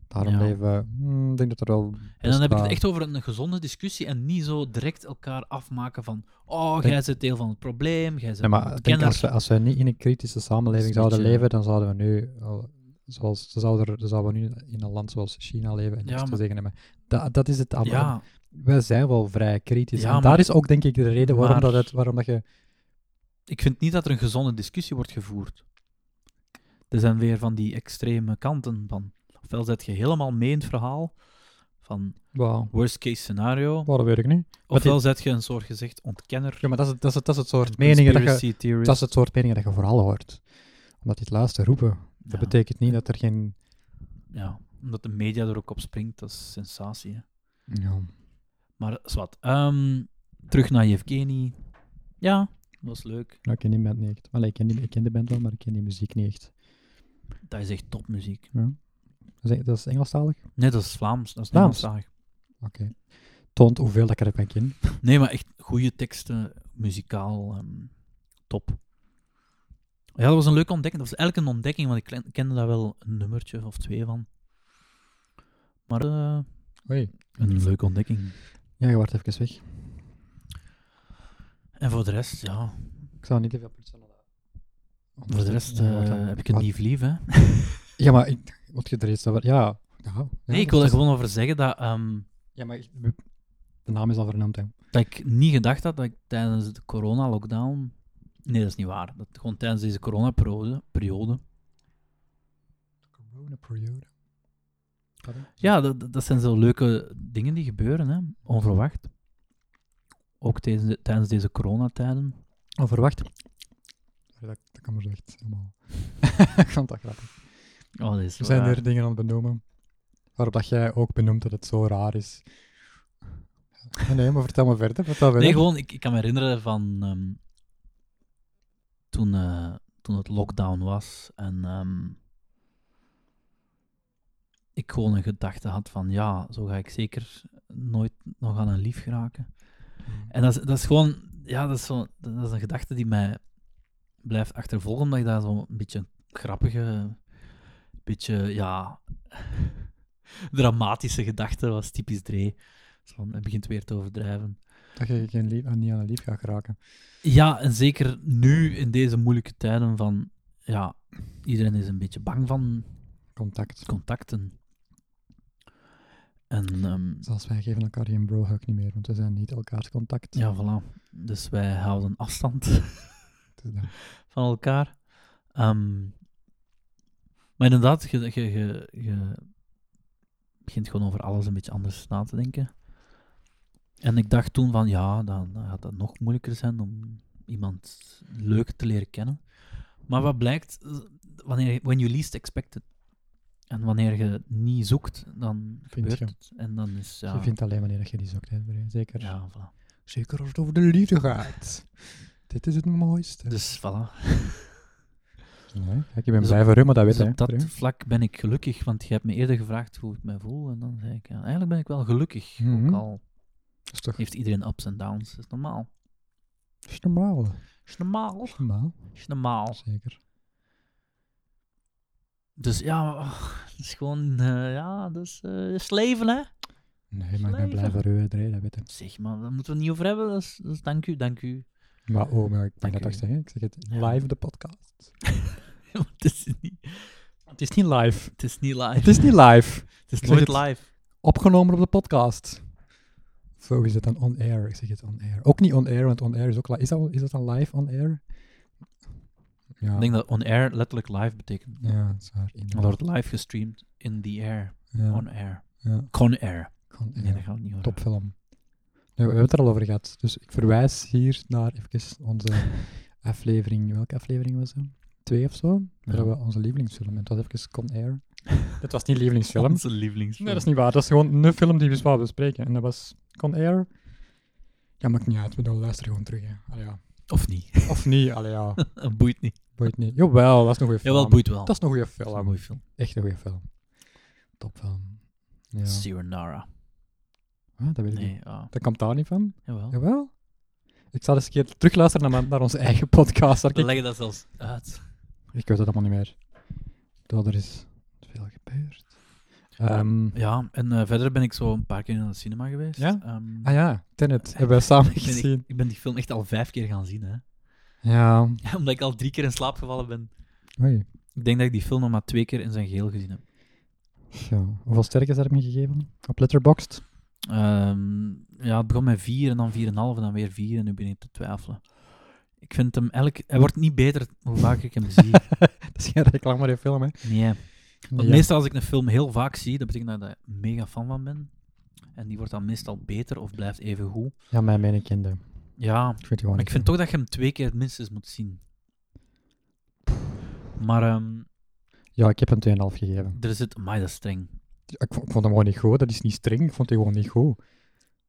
A: Daarom
C: Ja.
A: bleven we- hmm, ik denk dat er wel...
C: En dan heb ik het echt over een gezonde discussie en niet zo direct elkaar afmaken van oh,
A: Denk-
C: jij zit deel van het probleem, jij
A: Nee,
C: bent
A: maar
C: een
A: ik denk
C: kenner.
A: als, we, als we niet in een kritische samenleving
C: Dat is een
A: zouden
C: beetje-
A: leven, dan zouden we nu... al- Zoals, dan zouden, er- dan zouden we nu in een land zoals China leven en
C: Ja,
A: niks te
C: maar-
A: zeggen hebben. Dat, dat is het allemaal.
C: Ja,
A: Wij zijn wel vrij kritisch.
C: Ja,
A: en
C: maar-
A: daar is ook denk ik de reden waarom,
C: maar-
A: dat, het, waarom dat je...
C: ik vind niet dat er een gezonde discussie wordt gevoerd. Er zijn weer van die extreme kanten van. Ofwel zet je helemaal mee in het verhaal van
A: Wauw.
C: worst case scenario,
A: Wow, dat weet ik niet.
C: ofwel zet je een soort gezegd ontkenner.
A: Ja, maar dat is, het- dat is, het- dat is het soort meningen dat je...
C: conspiracy theorist.
A: Dat is het soort meningen dat je vooral hoort. Omdat die het laatste roepen. Dat
C: Ja.
A: betekent niet dat er geen...
C: Ja, omdat de media er ook op springt, dat is sensatie. Hè.
A: Ja.
C: Maar zwart. Ehm, terug naar Yevgeny. Ja, was leuk.
A: Nou, ik ken die band niet echt. Allee, ik, ken die, ik ken de band wel, maar ik ken die muziek niet echt.
C: Dat is echt topmuziek.
A: Dat is, e- dat is Engelstalig.
C: Nee, dat is Vlaams. Dat is
A: Vlaams?
C: Nederlands eigenlijk.
A: Toont hoeveel dat ik ervan ken.
C: Nee, maar echt goede teksten, muzikaal, ehm, top. Ja, dat was een leuke ontdekking. Dat was eigenlijk een ontdekking, want ik ken- kende daar wel een nummertje of twee van. Maar eh,
A: Oei.
C: een leuke ontdekking.
A: Ja, je wordt even weg.
C: En voor de rest, ja.
A: Ik zou niet even op personal
C: Voor de rest eh, heb ik het niet lief, hè.
A: Ja, maar ik... Wat je er is over... Ja. ja ja,
C: Nee, ik
A: dat
C: wil er
A: is-
C: gewoon over zeggen dat... ehm,
A: Ja, maar... ik- De naam is al vernoemd, hè.
C: dat ik niet gedacht had dat ik tijdens de corona-lockdown. Nee, dat is niet waar. Dat gewoon tijdens deze corona-periode. Periode,
A: Corona periode. Gaat ie?
C: Ja, dat, dat zijn zo leuke dingen die gebeuren, hè. onverwacht. Ook tijdens, tijdens deze coronatijden. Onverwacht.
A: Ja, dat, dat kan Oh, maar zo echt helemaal. ik vond dat grappig.
C: Oh, dat is
A: Er zijn
C: waar.
A: er dingen aan het benoemen waarop dat jij ook benoemt dat het zo raar is. Ja, Nee, maar vertel me verder. Vertel verder.
C: Nee, gewoon, ik, ik kan me herinneren van ehm, toen, eh, toen het lockdown was en ehm, ik gewoon een gedachte had van ja, zo ga ik zeker nooit nog aan een lief geraken.
A: Hmm.
C: En dat is, dat is gewoon, ja, dat is, zo, dat is een gedachte die mij blijft achtervolgen, omdat ik daar zo'n beetje grappige, beetje, ja, dramatische gedachte was, typisch Dre. Zo van, Hij begint weer te overdrijven.
A: Dat je geen lief, aan, niet aan een lief gaat geraken.
C: Ja, en zeker nu in deze moeilijke tijden van, ja, iedereen is een beetje bang van
A: Contact.
C: contacten. En ehm,
A: Zelfs wij geven elkaar geen brohug niet meer, want we zijn niet elkaars contact.
C: ja, voilà. Dus wij houden afstand
A: Het is Dus dat.
C: van elkaar. Ehm, maar inderdaad, je, je, je, je begint gewoon over alles een beetje anders na te denken. En ik dacht toen van, ja, dan gaat dat nog moeilijker zijn om iemand leuk te leren kennen. Maar wat blijkt, eh, wanneer, when you least expect it. En wanneer je niet zoekt, dan gebeurt
A: je.
C: het. En dan is, ja...
A: Je vindt alleen wanneer dat je die zoekt, hè, Bre, zeker.
C: ja, voilà.
A: Zeker als het over de liefde gaat. Dit is het mooiste.
C: Dus voilà.
A: Nee, kijk, ik ben
C: Dus
A: blij voor u, maar dat weet
C: Dus
A: je.
C: op dat
A: Bre.
C: vlak ben ik gelukkig, want je hebt me eerder gevraagd hoe ik mij voel. En dan zei ik, ja, eigenlijk ben ik wel gelukkig.
A: Mhm.
C: Ook al
A: Dat is toch
C: heeft iedereen ups en downs. Dat is normaal.
A: dat is normaal. Dat
C: is normaal.
A: is normaal,
C: is normaal.
A: zeker.
C: Dus ja, oh, het is gewoon, eh, ja, dat is, eh, is leven, hè.
A: Nee, maar ik ben
C: Leven.
A: blij voor u, Dre, dat weet je.
C: Zeg maar, daar moeten we het niet over hebben. Dat is, dat is dank u, dank u.
A: Maar oh, maar ik ben
C: Dank
A: dat
C: u.
A: toch zeggen. Ik zeg het
C: Ja.
A: live op de podcast.
C: het, is niet,
A: Het is niet live.
C: het is niet live.
A: Het is niet live.
C: Het is
A: Ik zeg
C: nooit
A: het.
C: live.
A: Opgenomen op de podcast. Zo is het dan on air. Ik zeg het on air. Ook niet on air, want on air is ook live. Is dat, is dat dan live on air? Ja,
C: Ik denk dat on-air letterlijk live betekent.
A: ja dat is waar.
C: Dan wordt live gestreamd in the air.
A: Ja,
C: On-air.
A: ja.
C: Con-air.
A: Gewoon,
C: Nee,
A: ja.
C: dat gaan we niet over
A: Topfilm. Nee, we hebben het er al over gehad. Dus ik verwijs hier naar even onze aflevering. Welke aflevering was het? Twee of zo? Waar
C: Ja.
A: we onze lievelingsfilm. Het was even Con Air.
C: Dat
A: Het was niet lievelingsfilm.
C: Onze lievelingsfilm.
A: Nee, dat is niet waar. Dat is gewoon een film die we zouden bespreken. En dat was Con Air. Ja, maakt niet uit. We doen luisteren gewoon terug. Hè. Allee, ja.
C: Of niet.
A: Of niet, allee, ja.
C: boeit niet.
A: Boeit niet. Jawel, dat is een goede film.
C: Jawel, boeit wel.
A: Dat is een goede
C: Dat is een
A: film.
C: mooie film.
A: Echt een goede film. Topfilm. Ja.
C: Sayonara.
A: Ah, dat weet ik niet.
C: Nee, ah,
A: Dat komt daar niet van.
C: jawel.
A: Jawel. Ik zal eens een keer terugluisteren naar, mijn- naar onze eigen podcast. waar
C: We
A: Ik,
C: leggen dat zelfs uit.
A: ik weet het allemaal niet meer. Dat er is veel gebeurd. Ehm,
C: Ja, en eh, verder ben ik zo een paar keer naar de cinema geweest.
A: Ja?
C: Ehm,
A: ah ja, Tenet hebben we samen
C: ik, ben, ik-
A: gezien.
C: ik ben die film echt al vijf keer gaan zien, hè.
A: Ja,
C: Omdat ik al drie keer in slaap gevallen ben.
A: oei.
C: Ik denk dat ik die film nog maar twee keer in zijn geheel gezien heb.
A: Ja. Hoeveel sterren is er me gegeven? Op Letterboxd?
C: Ehm, ja, het begon met vier en dan vier en een half en dan weer vier en nu ben ik te twijfelen. Ik vind hem elk... Hij wordt niet beter hoe vaker ik hem zie.
A: Dat is geen reclame voor je film, hè?
C: Nee. Want
A: Ja.
C: meestal als ik een film heel vaak zie, dat betekent dat ik daar mega fan van ben. En die wordt dan meestal beter of blijft even goed.
A: Ja, mijn mening kinderen.
C: Ja,
A: Ik vind het gewoon
C: maar ik
A: niet
C: vind toch dat je hem twee keer minstens moet zien. Maar ehm,
A: goed. Ja, ik heb hem 2,5 gegeven.
C: er zit... Amai, dat is streng.
A: Ja, Ik vond, ik vond hem gewoon niet goed. Dat is niet streng. Ik vond hij gewoon niet goed.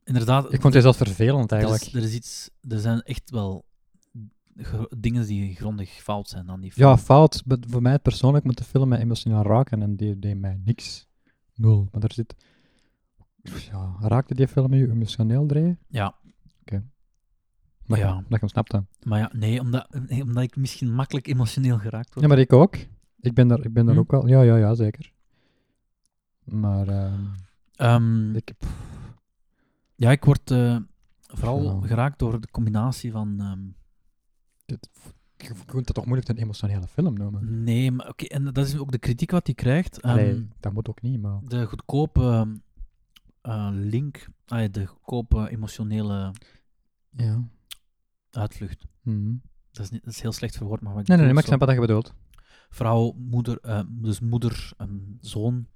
C: Inderdaad,
A: Ik vond hij zelfs vervelend,
C: er,
A: eigenlijk.
C: is, er is iets... Er zijn echt wel gro- dingen die grondig fout zijn aan die film.
A: Ja, fout. Maar Voor mij persoonlijk moet de film mij emotioneel raken en die deed mij niks. Nul. Maar daar zit... Ja, raakte die film je emotioneel, Dre?
C: Ja,
A: Dat
C: Ja.
A: Je, dat je hem snapte.
C: maar ja, nee omdat, nee, omdat ik misschien makkelijk emotioneel geraakt word.
A: Ja, maar ik ook. Ik ben daar, ik ben daar
C: Hm?
A: ook wel... Ja, ja, ja, zeker. Maar ehm,
C: Ehm,
A: ik... pff,
C: ja, ik word eh, vooral
A: Ja.
C: geraakt door de combinatie van... ehm,
A: dit, ik vind dat toch moeilijk een emotionele film noemen?
C: Nee, maar oké, en dat is ook de kritiek wat hij krijgt. Ehm,
A: nee, dat moet ook niet, maar...
C: De goedkope eh, link, ah ja, de goedkope emotionele
A: Ja.
C: uitvlucht.
A: Mhm.
C: Dat is, niet, dat is heel slecht verwoord, maar wat ik
A: Nee, nee, nee,
C: bedoel
A: maar ik
C: is
A: snap wat je bedoelt.
C: zo Vrouw, moeder, eh, dus moeder, ehm, zoon.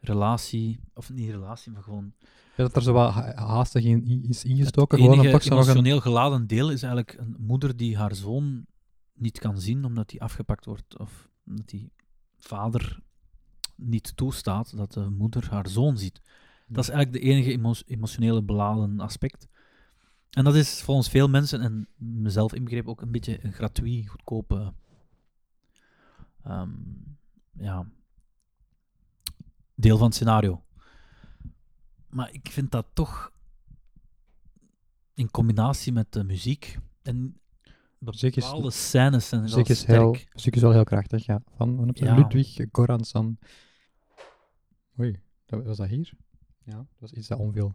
C: relatie, of niet relatie, maar gewoon
A: Ja, dat er zo wat ha- haastig in, in- is ingestoken.
C: Het
A: Gewoon om
C: enige
A: toch zo nog een...
C: emotioneel geladen deel is eigenlijk een moeder die haar zoon niet kan zien omdat hij afgepakt wordt. Of dat die vader niet toestaat dat de moeder haar zoon ziet. Dat is eigenlijk de enige emo- emotionele beladen aspect. En dat is volgens veel mensen, en mezelf inbegrepen, ook een beetje een gratuit, goedkope... ehm, ja, deel van het scenario. Maar ik vind dat toch in combinatie met de muziek en
A: Muziek is-
C: bepaalde scènes zijn wel
A: Muziek is,
C: sterk.
A: heel, muziek is wel heel krachtig, ja. Van van- van
C: Ja.
A: Ludwig Goransson. Oei, dat, was dat hier? Ja, dat was iets dat omviel.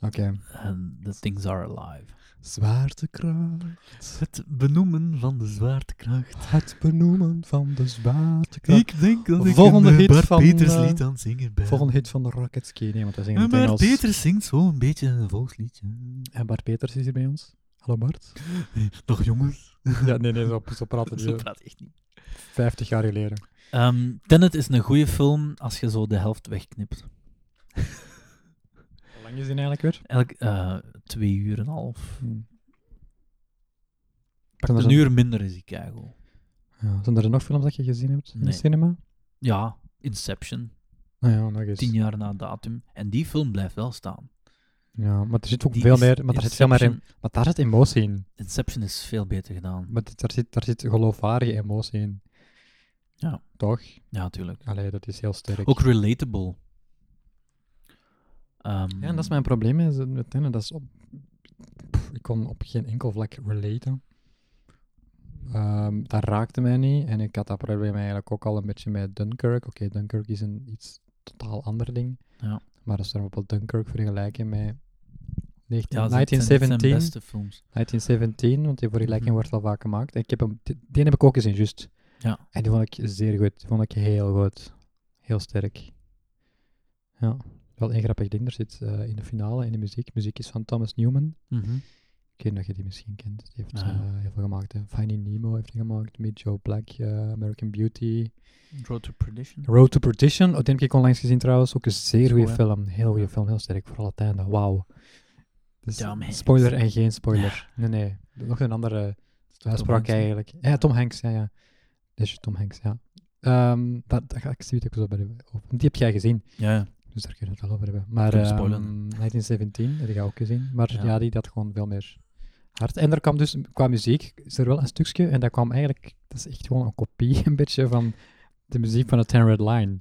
A: Oké.
C: En the things are alive.
A: Zwaartekracht.
C: Het benoemen van de zwaartekracht.
A: Het benoemen van de zwaartekracht.
C: Ik denk dat ik
A: Volgende
C: een eh,
A: hit
C: Bart
A: van,
C: Peters
A: eh,
C: lied aan het zingen ben.
A: Volgende hit van de Rockets Key. Nee, want wij zingen
C: En
A: het
C: Bart
A: Engels.
C: Peters zingt zo'n beetje een volksliedje.
A: En Bart Peters is hier bij ons. Hallo Bart.
C: Nog jongens?
A: ja, nee, nee, zo, zo praten
C: Zo
A: die
C: praat echt niet.
A: 50 jaar geleden.
C: Ehm, Tenet is een goede film als je zo de helft wegknipt.
A: Hoe lang is die eigenlijk weer?
C: Eigenlijk eh, twee uur en een half.
A: Zijn er,
C: Een
A: zo-
C: uur minder is die keigoed.
A: ja, zijn er nog films dat je gezien hebt in
C: Nee.
A: de cinema?
C: Ja, Inception.
A: Nou ja, nog eens.
C: Tien jaar na datum. En die film blijft wel staan.
A: Ja, maar er zit ook
C: Die
A: veel
C: is-
A: meer, maar daar zit veel meer in.
C: Inception-
A: Maar daar zit emotie in.
C: Inception is veel beter gedaan.
A: Maar dit- daar zit, daar zit geloofwaardige emotie in.
C: Ja.
A: Toch?
C: Ja, natuurlijk.
A: Allee, dat is heel sterk.
C: Ook relatable. Ehm,
A: Ja, en dat is mijn probleem is, met Tenet. Dat is op, Pff, ik kon op geen enkel vlak relaten. Ehm, dat raakte mij niet. En ik had dat probleem eigenlijk ook al een beetje met Dunkirk. Oké, Dunkirk is een iets totaal ander ding.
C: Ja.
A: Maar als we bijvoorbeeld Dunkirk vergelijken met 19,
C: Ja, het zijn- het zijn- het
A: 1917,
C: zijn beste films.
A: 1917, want die vergelijking
C: Mhm.
A: wordt al vaak gemaakt. Ik heb hem, die, die heb ik ook gezien, juist.
C: Ja.
A: En die vond ik zeer goed. Die vond ik heel goed. Heel sterk. Ja. Wel een grappig ding, er zit eh, in de finale, in de muziek. Muziek is van Thomas Newman.
C: Mhm.
A: Ik weet niet of je die misschien kent. Die heeft
C: Ah.
A: eh, heel veel gemaakt. hè. Finding Nemo heeft hij gemaakt. Meet Joe Black, eh, American Beauty.
C: Road to Perdition.
A: Road to Perdition, oh, die heb ik onlangs gezien trouwens. Ook een zeer goede
C: hè?
A: film. Heel goede film, heel sterk. Vooral het einde, wauw. Dus
C: Tom Hanks.
A: spoiler en geen spoiler. Nee, nee. Nog een andere uitspraak
C: Hanks, hè?
A: eigenlijk. Ja, Tom Hanks, ja, ja. Dat is Tom Hanks, ja. Ehm dat, dat ga ik zoiets ook zo bij de... op- Die heb jij gezien,
C: Ja, ja.
A: dus daar kunnen we het wel over hebben. Maar
C: Kunnen
A: ehm
C: we spoilen.
A: 1917, heb ik ook gezien. Maar
C: Ja.
A: ja. die dat gewoon veel meer hard. En er kwam dus, qua muziek, is er wel een stukje. En dat kwam eigenlijk... Dat is echt gewoon een kopie, een beetje, van de muziek van de Ten Red Line.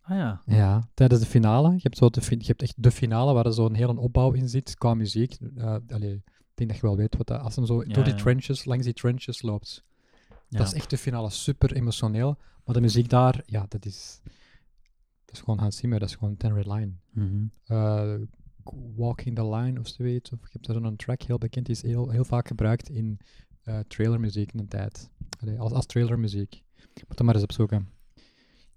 C: Ah ja.
A: Ja, tijdens de finale. Je hebt, zo de, fin- je hebt echt de finale waar er zo'n hele opbouw in zit qua muziek. Eh, allee, ik denk dat je wel weet wat dat... Als hem zo
C: Ja,
A: door die
C: ja.
A: trenches, langs die trenches loopt.
C: ja.
A: Dat is echt de finale. Super emotioneel. Maar de muziek daar, ja, dat is... Dat is gewoon Hans Zimmer. Dat is gewoon Ten Red Line.
C: Mhm.
A: Eh, Walking the Line of zoiets. Of je hebt daar een track, heel bekend. Die is heel, heel vaak gebruikt in eh, trailermuziek in de tijd. Allee, als, als trailermuziek. Moet dat maar eens opzoeken.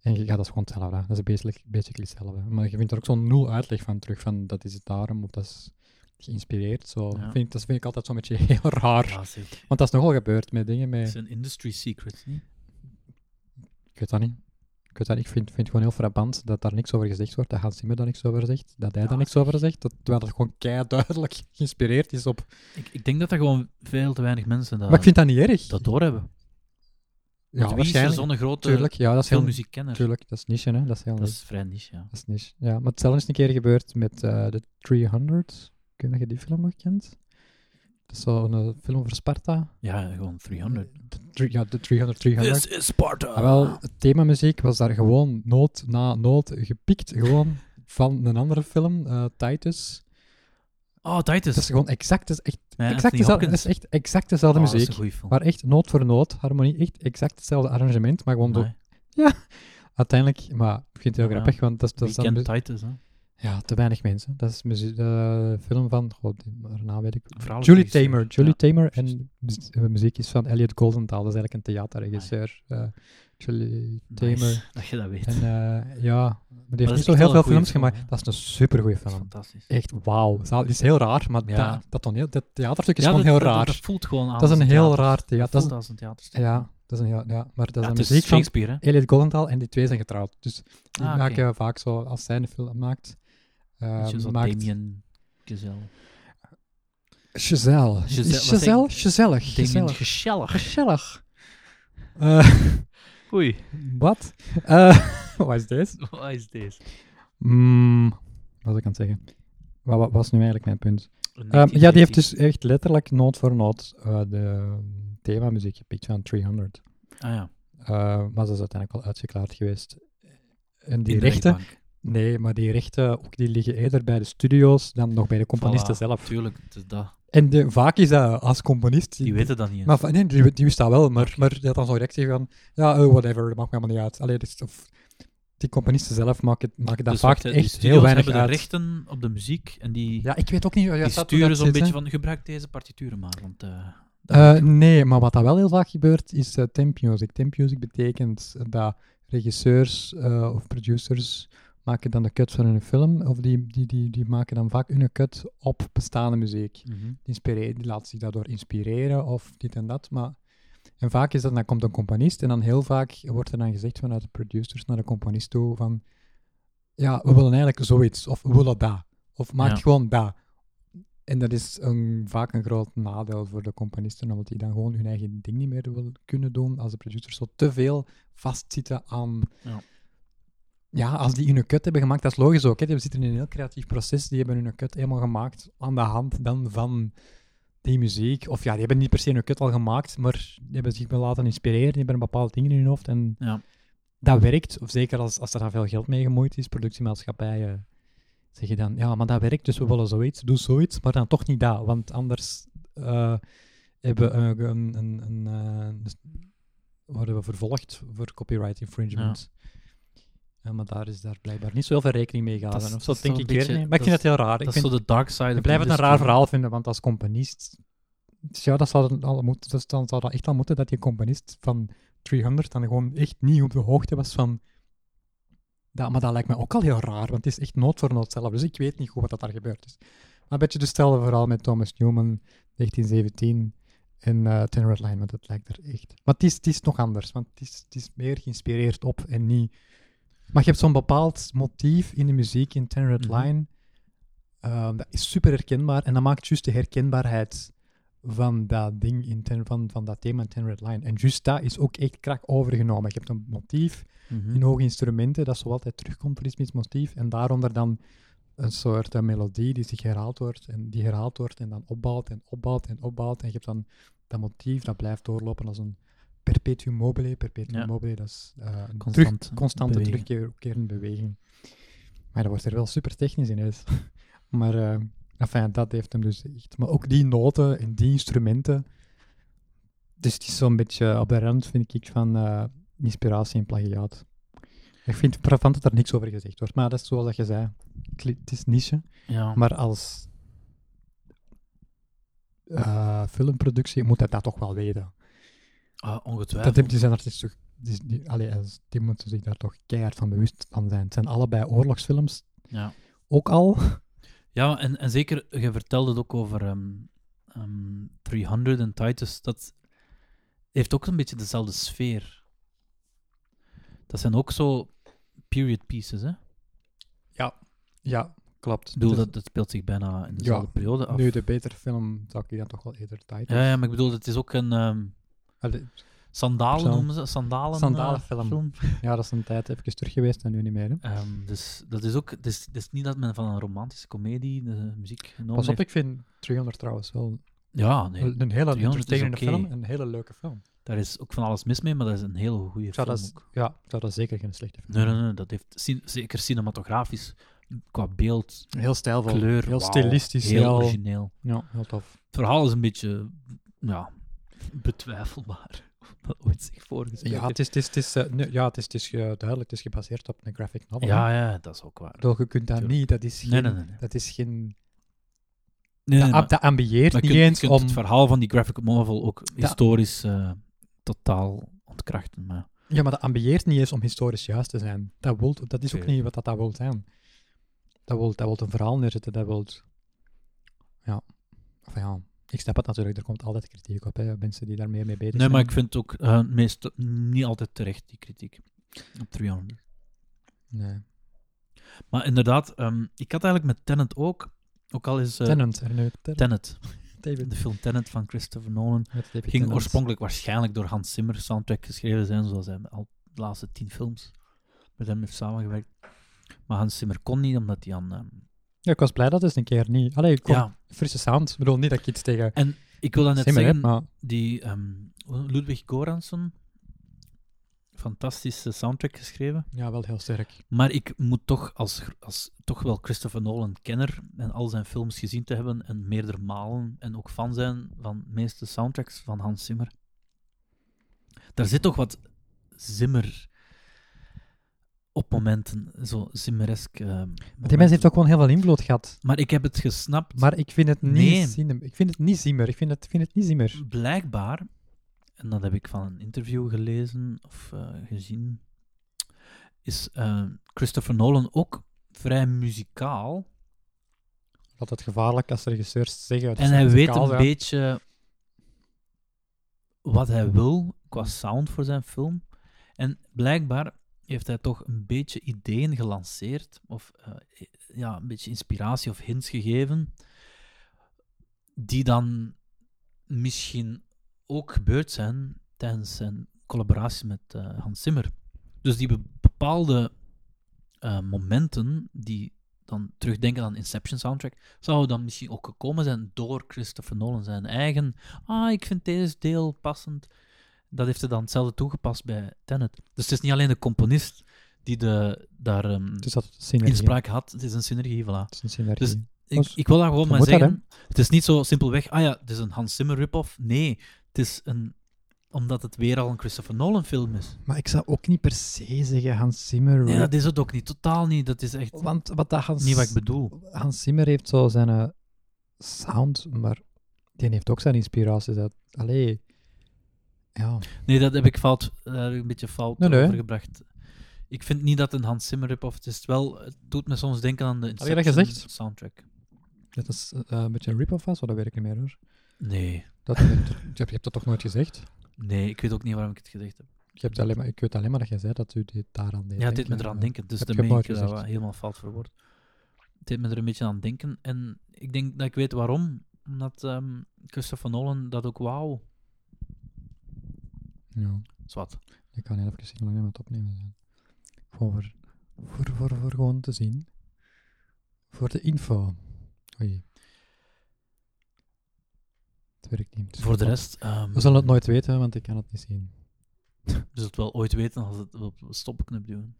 A: En je- ja, dat is gewoon hetzelfde. hè. Dat is basically, basically hetzelfde. Maar je vindt er ook zo'n nul uitleg van terug. Van dat is het daarom of dat is geïnspireerd. Zo.
C: Ja.
A: Vind ik, dat vind ik altijd zo'n beetje heel raar.
C: Ja, zeker.
A: Want dat is nogal gebeurd met dingen. Met,
C: Het is een industry secret, niet?
A: ik weet dat niet. Ik, weet dat, niet. ik vind, vind het gewoon heel frappant dat daar niks over gezegd wordt, dat Hans Zimmer daar niks over zegt, dat hij daar niks over zegt, dat, terwijl dat gewoon duidelijk geïnspireerd is op...
C: Ik, ik denk dat er gewoon veel te weinig mensen dat,
A: maar ik vind dat niet erg.
C: dat doorhebben.
A: ja,
C: Wie is er
A: waarschijnlijk.
C: zo'n grote
A: Tuurlijk, ja, dat is heel...
C: filmmuziekkenner?
A: Tuurlijk, dat is niche, hè. Dat is heel
C: Dat
A: niche.
C: is vrij niche, ja.
A: Dat is niche. Ja, maar hetzelfde is een keer gebeurd met eh The 300. Ik weet niet of je die film nog kent. Dat is zo'n eh, film over Sparta.
C: Ja, gewoon 300.
A: De drie- ja, The 300, 300.
C: This is Sparta!
A: Ah, wel, het themamuziek was daar gewoon noot na noot gepikt. Gewoon van een andere film, eh, Titus.
C: Oh,
A: Het
C: Titus.
A: Dus is gewoon exact, het is echt,
C: Ja,
A: exact,
C: Anthony
A: dezelfde, het
C: Hopkins.
A: is echt exact dezelfde
C: Oh, dat is
A: muziek.
C: een goeie film.
A: Maar echt noot voor noot, harmonie, echt exact hetzelfde arrangement. Maar gewoon door,
C: Nee,
A: uiteindelijk, maar ik vind het heel
C: Ja,
A: grappig, want dat is, dat
C: Wie
A: is dan
C: kent
A: mu-
C: Titus, hè?
A: ja, te weinig mensen. Dat is muzie- de film van, god, die- haar naam weet ik.
C: Vrouwelijke
A: Julie
C: regisseur.
A: Tamer. Julie Tamer
C: juist.
A: en muz- eh, muziek is van Elliot Goldenthal. Dat is eigenlijk een theaterregisseur. Eh, Julie
C: Ja,
A: Tamer.
C: Ah, nice Dat je dat weet.
A: En eh, ja, maar die
C: is
A: heeft niet zo
C: echt
A: heel
C: wel
A: veel
C: een goeie
A: films
C: film,
A: gemaakt.
C: hè?
A: dat is een supergoeie
C: dat is
A: film.
C: fantastisch.
A: Echt wauw. Het is heel raar, maar
C: Ja.
A: dat, dat, toneel, dat theaterstuk is
C: Ja,
A: gewoon
C: dat-
A: heel
C: dat-
A: raar.
C: Dat, voelt gewoon aan
A: Dat is
C: als
A: een heel
C: theater.
A: raar
C: Dat
A: theater.
C: voelt
A: Dat is-
C: als een theaterstuk.
A: Ja, Dat is een, ja, ja, maar dat is
C: Ja,
A: een
C: het
A: muziek van
C: Shakespeare, hè?
A: Elliot Goldenthal en die twee zijn getrouwd. Dus die
C: Ah, oké.
A: maken vaak zo, als zij een film maakt... eh,
C: Beetje zo
A: maakt
C: Damien Gezel.
A: Giselle.
C: Giselle, wat zei
A: Giselle?
C: ik?
A: Gezellig.
C: Damien
A: Gezellig.
C: Gezellig.
A: Gezellig. Eh,
C: Oei,
A: Wat? Eh, Wat is dit?
C: wat is deze?
A: Mm, wat was ik aan het zeggen? Wat, wat was nu eigenlijk mijn punt?
C: Een
A: Ehm, ja, die heeft
C: 1950.
A: dus echt letterlijk noot voor noot eh, de themamuziek gepikt van 300.
C: Ah ja,
A: Eh, maar ze is uiteindelijk wel uitgeklaard geweest. En die
C: in de
A: rechten,
C: rechtbank.
A: nee, maar die rechten ook, die liggen eerder bij de studio's dan nog bij de componisten
C: Voilà,
A: zelf.
C: Tuurlijk, het is dat.
A: En de, vaak is dat als componist.
C: Die weten dat niet.
A: Maar van- nee, die, die wist dat wel, maar, maar die had dan zo direct zeggen van, ja, oh, whatever, dat maakt me helemaal niet uit. Allee, dat is- of, die componisten zelf maken, maken dat
C: Dus
A: vaak
C: wacht, hè, die
A: echt
C: studio's
A: heel weinig
C: hebben
A: uit.
C: de rechten op de muziek en die,
A: Ja, ik weet ook niet. Ja,
C: die
A: staat ook
C: sturen
A: dat
C: zo'n
A: steeds, hè.
C: beetje van gebruik deze partituren maar. Want, eh,
A: Eh, nee, maar wat dat wel heel vaak gebeurt, is eh temp music. Temp music betekent dat regisseurs eh, of producers maken dan de cut van hun film, of die, die, die, die maken dan vaak hun cut op bestaande muziek. Die,
C: Mhm.
A: inspire- die laten zich daardoor inspireren, of dit en dat, maar... En vaak is dat, dan komt een componist, en dan heel vaak wordt er dan gezegd vanuit de producers naar de componist toe van... Ja, we willen eigenlijk zoiets, of we willen dat, of maak
C: Ja.
A: gewoon dat. En dat is een, vaak een groot nadeel voor de componisten, omdat die dan gewoon hun eigen ding niet meer willen kunnen doen als de producers zo te veel vastzitten aan...
C: Ja.
A: Ja, als die hun kut hebben gemaakt, dat is logisch ook. Hè? Die zitten in een heel creatief proces, die hebben hun kut helemaal gemaakt aan de hand dan van die muziek. Of ja, die hebben niet per se hun kut al gemaakt, maar die hebben zich wel laten inspireren, die hebben bepaalde dingen in hun hoofd en
C: Ja.
A: dat werkt. Of zeker als, als er dan veel geld mee gemoeid is, productiemaatschappijen zeg je dan, ja, maar dat werkt, dus we willen zoiets, doe zoiets, maar dan toch niet dat, want anders eh, hebben we een, een, een, eh, dus worden we vervolgd voor copyright infringement. Ja. maar daar is daar blijkbaar niet zoveel rekening mee
C: Dat is-
A: gehouden. Of zo
C: dat is
A: denk
C: zo'n
A: ik weer
C: beetje-
A: niet. Maar ik
C: dat
A: vind het heel raar. Ik,
C: dat dus is
A: vind,
C: zo de dark side.
A: ik
C: of
A: blijf
C: the
A: het een raar
C: industry.
A: verhaal vinden, want als componist... Dus ja, dat zou dan, al moet, dus dan zou dat echt al moeten dat die componist van 300 dan gewoon echt niet op de hoogte was van... Dat, maar dat lijkt me ook al heel raar, want het is echt nood voor nood zelf. Dus ik weet niet goed wat dat daar gebeurd is. Maar een beetje hetzelfde verhaal met Thomas Newman, 1917, en eh Ten Red Line, want dat lijkt er echt... Maar het is, het is nog anders, want het is, het is meer geïnspireerd op en niet... Maar je hebt zo'n bepaald motief in de muziek in Ten Red
C: Mhm.
A: Line... ehm, dat is super herkenbaar en dat maakt juist de herkenbaarheid van dat ding, in ten, van, van dat thema in Ten Red Line. En juist dat is ook echt krak overgenomen. Je hebt een motief
C: Mhm.
A: in hoge instrumenten, dat zo altijd terugkomt, ritmisch motief, en daaronder dan een soort eh, melodie die zich herhaald wordt, en die herhaald wordt en dan opbouwt en opbouwt en opbouwt. En je hebt dan dat motief, dat blijft doorlopen als een perpetuum mobile. Perpetuum
C: Ja.
A: mobile, dat is eh, een
C: Constant
A: terug- constante
C: bewegen.
A: terugkerende beweging. Maar dat wordt er wel super technisch in uit. maar eh enfin, dat heeft hem dus echt. Maar ook die noten en die instrumenten. Dus het is zo'n beetje op de rand, vind ik, van eh, inspiratie en plagiaat. Ik vind het frappant dat er niks over gezegd wordt. Maar dat is zoals dat je zei. kli- Het is niche.
C: Ja.
A: Maar als eh, filmproductie moet hij dat toch wel weten.
C: Ah,
A: Dat
C: ongetwijfeld.
A: heb die zijn artiesten toch. Die, die, allee, als- die moeten zich daar toch keihard van bewust van zijn. Het zijn allebei oorlogsfilms
C: Ja,
A: ook al.
C: ja en, en zeker, je vertelde het ook over ehm, ehm, 300 en Titus. Dat heeft ook een beetje dezelfde sfeer. Dat zijn ook zo period pieces, hè?
A: Ja, klopt.
C: Ik bedoel,
A: Dus
C: dat, dat speelt zich bijna in dezelfde
A: Ja,
C: periode af.
A: Nu de betere film zou ik die dan toch wel eerder tijd.
C: Ja, ja, maar ik bedoel, het is ook een... ehm, sandalen
A: Zo.
C: noemen ze Sandalen,
A: Sandalenfilm.
C: eh, film.
A: ja, dat is een tijd even terug geweest en nu niet meer. Hè.
C: Ehm, dus dat is ook... Het is, het is niet dat men van een romantische komedie de muziek genomen
A: Pas op,
C: heeft.
A: ik vind 300 trouwens wel
C: Ja, nee.
A: een hele
C: 300 is
A: entertainende
C: oké.
A: film. Een hele leuke film.
C: Daar is ook van alles mis mee, maar dat is een hele goede
A: Ik zou
C: film
A: dat,
C: ook.
A: ja, ik zou dat zeker geen slechte film
C: Nee, nee, nee. Dat heeft cin- zeker cinematografisch, qua beeld,
A: Heel stijlvol.
C: kleur,
A: heel
C: wauw,
A: stilistisch.
C: heel,
A: heel-
C: origineel.
A: ja, heel tof.
C: Het verhaal is een beetje, ja, betwijfelbaar. Of dat ooit zich voorgespeeld
A: Ja, het
C: heeft.
A: is, het is, het is, eh, nee, ja, het is, het is eh, duidelijk. Het is gebaseerd op een graphic novel. hè.
C: Ja, ja, dat is ook waar.
A: Ik bedoel, je kunt dat
C: Tuurlijk.
A: niet. Dat is geen...
C: Nee, nee, nee. nee.
A: Dat is geen...
C: nee, nee,
A: dat,
C: maar-
A: dat ambieert
C: maar
A: niet
C: je kunt,
A: eens
C: je kunt
A: om...
C: het verhaal van die graphic novel ook historisch eh, totaal ontkrachten. Maar
A: Ja, maar dat ambieert niet eens om historisch juist te zijn. Dat, wil, dat is ook
C: Tuurlijk.
A: niet wat dat, dat wil zijn. Dat wil, dat wil een verhaal neerzetten, dat wil... Ja. Of ja, Ik snap het natuurlijk, er komt altijd kritiek op, hè, mensen die daar meer mee bezig
C: Nee,
A: zijn.
C: maar ik vind het ook eh, meest, niet altijd terecht, die kritiek. Op 300.
A: Nee.
C: Maar inderdaad, ehm, ik had eigenlijk met Tenet ook, ook al is eh,
A: Tenant, er nu. Tenant.
C: Tenet,
A: David.
C: de film Tenet van Christopher Nolan,
A: Het David
C: ging
A: Tennant.
C: oorspronkelijk waarschijnlijk door Hans Zimmer soundtrack geschreven zijn, zoals hij al de laatste tien films met hem heeft samengewerkt. Maar Hans Zimmer kon niet, omdat hij aan... ehm,
A: Ja, ik was blij dat het eens een keer niet. Allee, ik kon-
C: ja,
A: frisse sound. Ik bedoel, niet dat ik iets tegen
C: ik wil dan net
A: Zimmer heb,
C: zeggen,
A: maar...
C: die ehm, Ludwig Göransson, fantastische soundtrack geschreven.
A: Ja, wel heel sterk.
C: Maar ik moet toch, als, als toch wel Christopher Nolan kenner en al zijn films gezien te hebben en meerdere malen en ook fan zijn van de meeste soundtracks van Hans Zimmer. Daar zit toch wat Zimmer op momenten, zo Zimmeresk. eh,
A: Maar die
C: momenten.
A: mens heeft ook gewoon heel veel invloed gehad.
C: Maar ik heb het gesnapt.
A: Maar ik vind het niet
C: Nee. Mm.
A: zinem- Ik vind het niet zimmer. Ik vind het, vind het niet zimmer.
C: Blijkbaar, en dat heb ik van een interview gelezen of eh, gezien, is eh, Christopher Nolan ook vrij muzikaal.
A: Altijd gevaarlijk als regisseurs zeggen... dat
C: En
A: ze
C: hij weet
A: muzikaal
C: een
A: zijn.
C: beetje wat hij wil qua sound voor zijn film. En blijkbaar heeft hij toch een beetje ideeën gelanceerd, of eh, ja, een beetje inspiratie of hints gegeven, die dan misschien ook gebeurd zijn tijdens zijn collaboratie met eh, Hans Zimmer. Dus die be- bepaalde eh, momenten die dan terugdenken aan Inception soundtrack, zou dan misschien ook gekomen zijn door Christopher Nolan zijn eigen. Ah, ik vind deze deel passend. Dat heeft hij dan hetzelfde toegepast bij Tenet. Dus het is niet alleen de componist die de, daar ehm,
A: Dus dat is synergie.
C: inspraak had, het is een synergie, voilà.
A: Het is een synergie.
C: Dus- Ik,
A: Als-
C: ik wil daar gewoon
A: Zo
C: maar
A: moet dat,
C: zeggen, het is niet zo simpelweg, ah ja, het is een Hans Zimmer rip-off. Nee, het is een, omdat het weer al een Christopher Nolan film is.
A: Maar ik zou ook niet per se zeggen Hans Zimmer.
C: Nee, dat is het ook niet, totaal niet. Dat is echt
A: Want wat dat Hans...
C: niet wat ik bedoel.
A: Hans Zimmer heeft zo zijn eh, sound, maar die heeft ook zijn inspiraties. uit. Allee. Ja.
C: Nee, dat heb ik fout, eh, daar heb ik een beetje fout
A: Nee, nee.
C: overgebracht. Ik vind niet dat een Hans Zimmer rip-off het is. Het, wel, het doet me soms denken aan de
A: je dat
C: Inception
A: gezegd?
C: soundtrack.
A: Dat is eh, een beetje een rip-off was, maar dat weet ik niet meer hoor.
C: Nee,
A: Dat, je, hebt, je hebt dat toch nooit gezegd?
C: nee, ik weet ook niet waarom ik het gezegd heb.
A: Je hebt alleen maar, ik weet alleen maar dat je zei dat u dit daaraan deed.
C: ja, het deed
A: denken. eh,
C: me eraan denken, dus
A: Heb
C: dan
A: je
C: ben ik
A: fout
C: daar
A: gezegd?
C: helemaal fout verwoord. Het deed me er een beetje aan denken en ik denk dat ik weet waarom. Omdat ehm Christopher Nolan dat ook wauw.
A: Ja,
C: Zwat.
A: ik kan heel even zien hoe lang we aan het opnemen zijn. Gewoon voor, voor, voor, voor gewoon te zien. Voor de info. Oei. Dat werkt niet. Dus
C: Voor de
A: we-
C: rest, ehm
A: We zullen het nooit weten, want ik kan het niet zien.
C: je zult wel ooit weten als het op de stopknop duwen.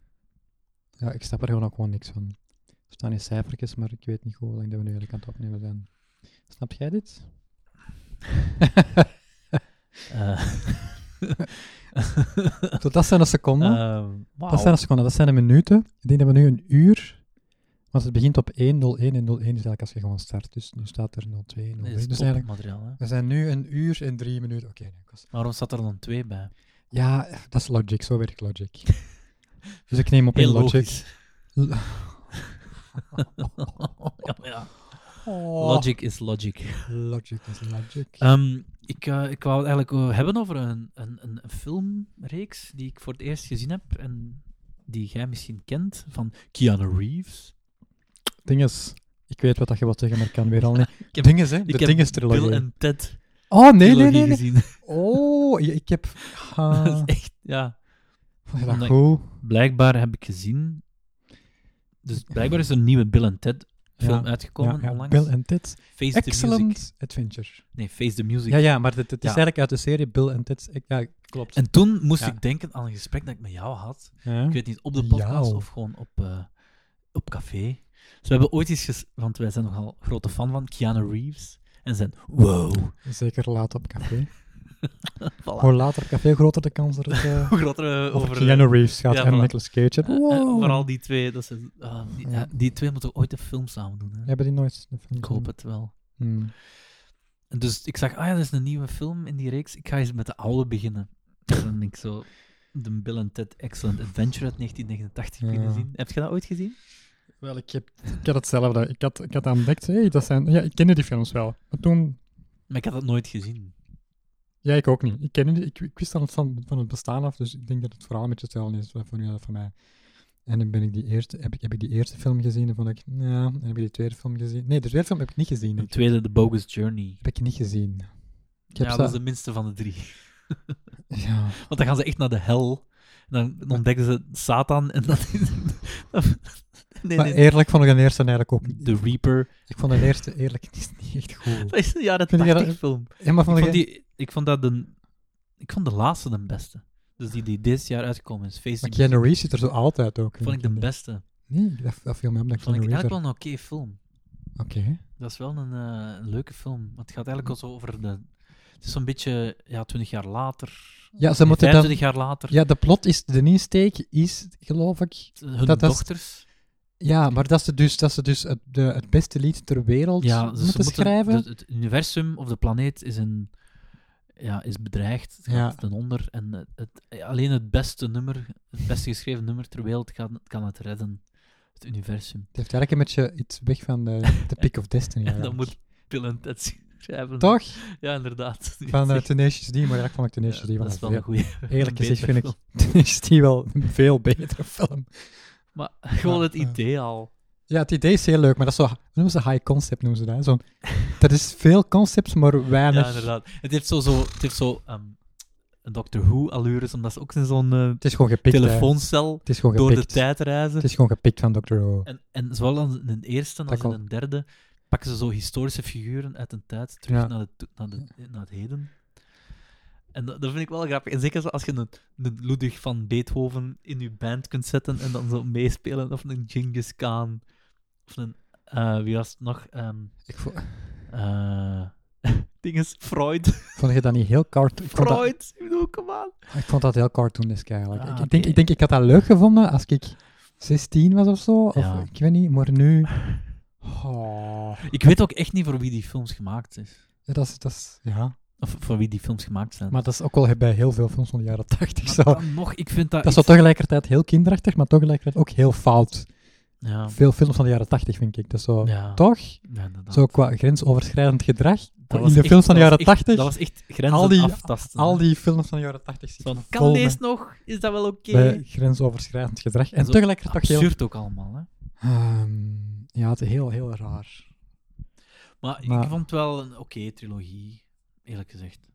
A: Ja, ik snap er gewoon ook gewoon niks van. Er staan hier cijfertjes, maar ik weet niet goed hoe lang dat we nu eigenlijk aan het opnemen zijn. Snap jij dit?
C: Eh,
A: Zo, dat zijn de seconden.
C: ehm, wauw.
A: Dat zijn de seconden, dat zijn de minuten. Ik denk dat we nu een uur... Want het begint op 101 en 01 is eigenlijk als je gewoon start. Dus nu staat er 02, 03.
C: Dit is
A: Dus eigenlijk,
C: topmateriaal, hè.
A: we zijn nu een uur en drie minuten. Oké, nee, ik was-
C: Maar waarom staat er dan twee bij?
A: Ja, dat is logic. Zo werkt logic. dus ik neem op in logic.
C: ja, maar ja.
A: Oh,
C: Logic is logic.
A: Logic is logic.
C: Ehm, ik, eh, ik wou het eigenlijk eh, hebben over een, een, een een filmreeks die ik voor het eerst gezien heb en die jij misschien kent, van Keanu Reeves.
A: Ding is, ik weet wat dat je wilt zeggen, maar ik kan weer al niet.
C: heb-
A: Ding is, hè? De
C: ik heb
A: ding is trilogie.
C: Bill en Ted
A: Oh, nee, nee,
C: trilogie
A: nee. nee.
C: gezien.
A: Oh, ja, ik heb... Ah,
C: Dat is echt, ja.
A: vond je dat
C: omdat-
A: goed?
C: Blijkbaar heb ik gezien... Dus blijkbaar is er een nieuwe Bill en Ted film
A: Ja,
C: uitgekomen
A: ja, ja.
C: onlangs.
A: Bill and Ted's
C: Face the Music.
A: Excellent Adventure.
C: Nee, Face the Music.
A: Ja, ja, maar het, het is
C: Ja.
A: eigenlijk uit de serie Bill and Ted's... ik- Ja, klopt.
C: En toen moest
A: Ja.
C: ik denken aan een gesprek dat ik met jou had.
A: Ja.
C: Ik weet niet, op de podcast
A: Jou.
C: of gewoon op, eh, op café. Dus we hebben ooit eens, ges- want wij zijn nogal grote fan van Keanu Reeves. En zijn, wow.
A: Zeker laat op café.
C: Voilà.
A: Hoe later op café, groter de kans dat het... eh,
C: Hoe groter we
A: over
C: over...
A: Keanu Reeves gaat
C: ja,
A: en
C: voilà.
A: Nicolas Cage.
C: eh, eh,
A: Wow.
C: vooral die twee. Dat zijn, ah, die,
A: Ja.
C: eh, die twee moeten ooit een film samen doen. Hè?
A: Hebben die nooit een film
C: Ik hoop
A: gezien?
C: het wel.
A: Hmm.
C: En dus ik zag, ah ja, dat is een nieuwe film in die reeks. Ik ga eens met de oude beginnen. En dan denk ik zo... De Bill and Ted Excellent Adventure uit 1989 kunnen
A: Ja.
C: zien. Heb je dat ooit gezien?
A: Wel, ik, heb, ik had hetzelfde. Ik had, ik had ontdekt, hey, dat zijn... Ja, ik kende die films wel. Maar toen
C: Maar ik had dat nooit gezien.
A: Ja, ik ook niet. Ik, ken het, ik, ik wist dan van, van het bestaan af, dus ik denk dat het verhaal een beetje hetzelfde is voor nu dat voor mij. En dan ben ik die eerste, heb, ik, heb ik die eerste film gezien en vond ik, ja, en heb ik die tweede film gezien. Nee, de tweede film heb ik niet gezien.
C: De
A: denk ik.
C: tweede, The Bogus Journey.
A: Heb ik niet gezien. Ik heb
C: Ja,
A: ze-
C: dat is de minste van de drie.
A: ja.
C: Want dan gaan ze echt naar de hel. En dan, dan ontdekken ze Satan en dan... nee,
A: maar eh,
C: nee,
A: eerlijk vond ik de eerste eigenlijk ook niet.
C: The Reaper.
A: Ik vond de eerste eerlijk niet, niet echt goed.
C: Dat is een jaren
A: Vind jij dat-
C: 80 film.
A: Ja, maar vond
C: ik,
A: ik,
C: vond die, ik vond dat de... Ik vond de laatste de beste. Dus die die dit jaar uitgekomen is,
A: maar
C: Facing
A: Keanu Reeves zit er zo altijd ook. in.
C: vond ik de beste.
A: Nee, dat, dat viel mij op dat
C: Vond
A: Keanu
C: ik
A: Reeves
C: eigenlijk
A: er...
C: wel een oké film.
A: Oké.
C: Dat is wel een, eh, een leuke film. Want het gaat eigenlijk al zo over de... Het is zo'n beetje, ja, 20 jaar later.
A: Ja, ze moeten dan...
C: 25 jaar later.
A: Ja, de plot is, de insteek is, geloof ik...
C: hun
A: dat is-
C: dochters.
A: Ja, maar dat ze dus, dat ze dus het, de, het beste lied ter wereld
C: ja, dus
A: moeten,
C: ze moeten-
A: schrijven.
C: de- het universum of de planeet is, een, ja, is bedreigd. Het
A: Ja.
C: gaat ten onder. En het, het- alleen het beste nummer, het beste geschreven nummer ter wereld kan, kan het redden. Het universum.
A: Het heeft eigenlijk een beetje iets weg van de, de Peak of Destiny.
C: En dan
A: eigenlijk.
C: moet Bill en Ted schrijven.
A: Toch?
C: Ja, inderdaad.
A: Van uh,
C: Ja,
A: Tenacious D, maar eigenlijk vond ik Tenacious D wel
C: dat
A: een
C: is wel een
A: veel...
C: goede.
A: Eerlijk gezegd
C: betere
A: vind ik
C: film.
A: Tenacious D wel een veel betere film.
C: Maar gewoon
A: Ja,
C: het
A: ja.
C: idee al.
A: Ja, het idee is heel leuk, maar dat is zo... hoe Noemen ze high concept, noemen ze dat. hè? Zo'n, dat is veel concepts, maar weinig...
C: Ja, inderdaad. Het heeft zo, zo, het heeft zo ehm, een Doctor Who-allures, omdat ze ook in zo'n eh,
A: het is gewoon gepikt. hè.
C: telefooncel
A: Het is gewoon
C: door
A: gepikt.
C: de tijd reizen.
A: Het is gewoon gepikt van Dr. Who.
C: En, en zowel als in een eerste
A: Dat
C: als in
A: kan.
C: een derde pakken ze zo historische figuren uit een tijd terug
A: Ja.
C: naar, de, to- naar, de, naar het heden. En dat, dat vind ik wel grappig. En zeker zo als je een, een Ludwig van Beethoven in je band kunt zetten en dan zo meespelen. Of een Genghis Khan. Of een... eh, wie was het nog? Ehm
A: Ik vo-
C: eh, dinges, Freud.
A: vond je dat niet heel cartoon? Ik vond dat-
C: Freud. Ik bedoel, kom aan.
A: Ik vond dat heel cartoonisk eigenlijk.
C: Ah,
A: ik, ik, denk,
C: oké.
A: ik denk, ik had dat leuk gevonden als ik 16 was of zo. Of
C: Ja.
A: ik weet niet, maar nu. Oh.
C: Ik weet ook echt niet voor wie die films gemaakt is.
A: Ja, dat is, dat is, ja.
C: Of voor wie die films gemaakt zijn.
A: Maar dat is ook wel bij heel veel films van de jaren 80
C: Maar
A: zo.
C: dan nog, ik vind dat...
A: Dat is
C: ik
A: wel tegelijkertijd heel kinderachtig, maar tegelijkertijd ook heel fout.
C: vind- ja.
A: Veel films van de jaren 80 vind ik. Dus zo,
C: Ja.
A: Toch?
C: Ja, inderdaad.
A: Zo qua grensoverschrijdend gedrag.
C: Dat
A: in
C: was
A: de
C: echt-
A: films van de
C: dat
A: jaren
C: was echt-
A: 80.
C: Dat was echt grenzen
A: al die-
C: aftasten.
A: Al
C: hè.
A: die films van de jaren 80 zitten
C: Van,
A: vol
C: kan deze
A: met-
C: nog? Is dat wel oké?
A: bij grensoverschrijdend gedrag. En
C: Zo
A: tegelijkertijd toch heel...
C: Absurd ook allemaal, hè?
A: Ehm, ja, het is heel, heel raar.
C: Maar,
A: Maar-
C: ik vond het wel een oké trilogie, eerlijk gezegd.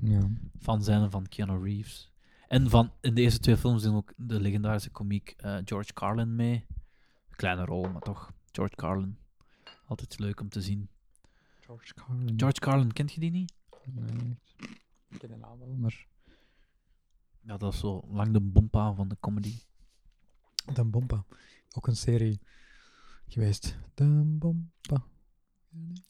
A: Ja.
C: Van zijn en van Keanu Reeves. En van, in de eerste twee films doen ook de legendarische komiek eh, George Carlin mee. Kleine rol, maar toch. George Carlin. Altijd leuk om te zien.
A: George Carlin.
C: George Carlin, kent je die niet?
A: Nee, ik ken de naam wel, maar...
C: Ja, dat is zo lang de bompa van de comedy.
A: Dan Bompa. Ook een serie geweest. Dan Bompa.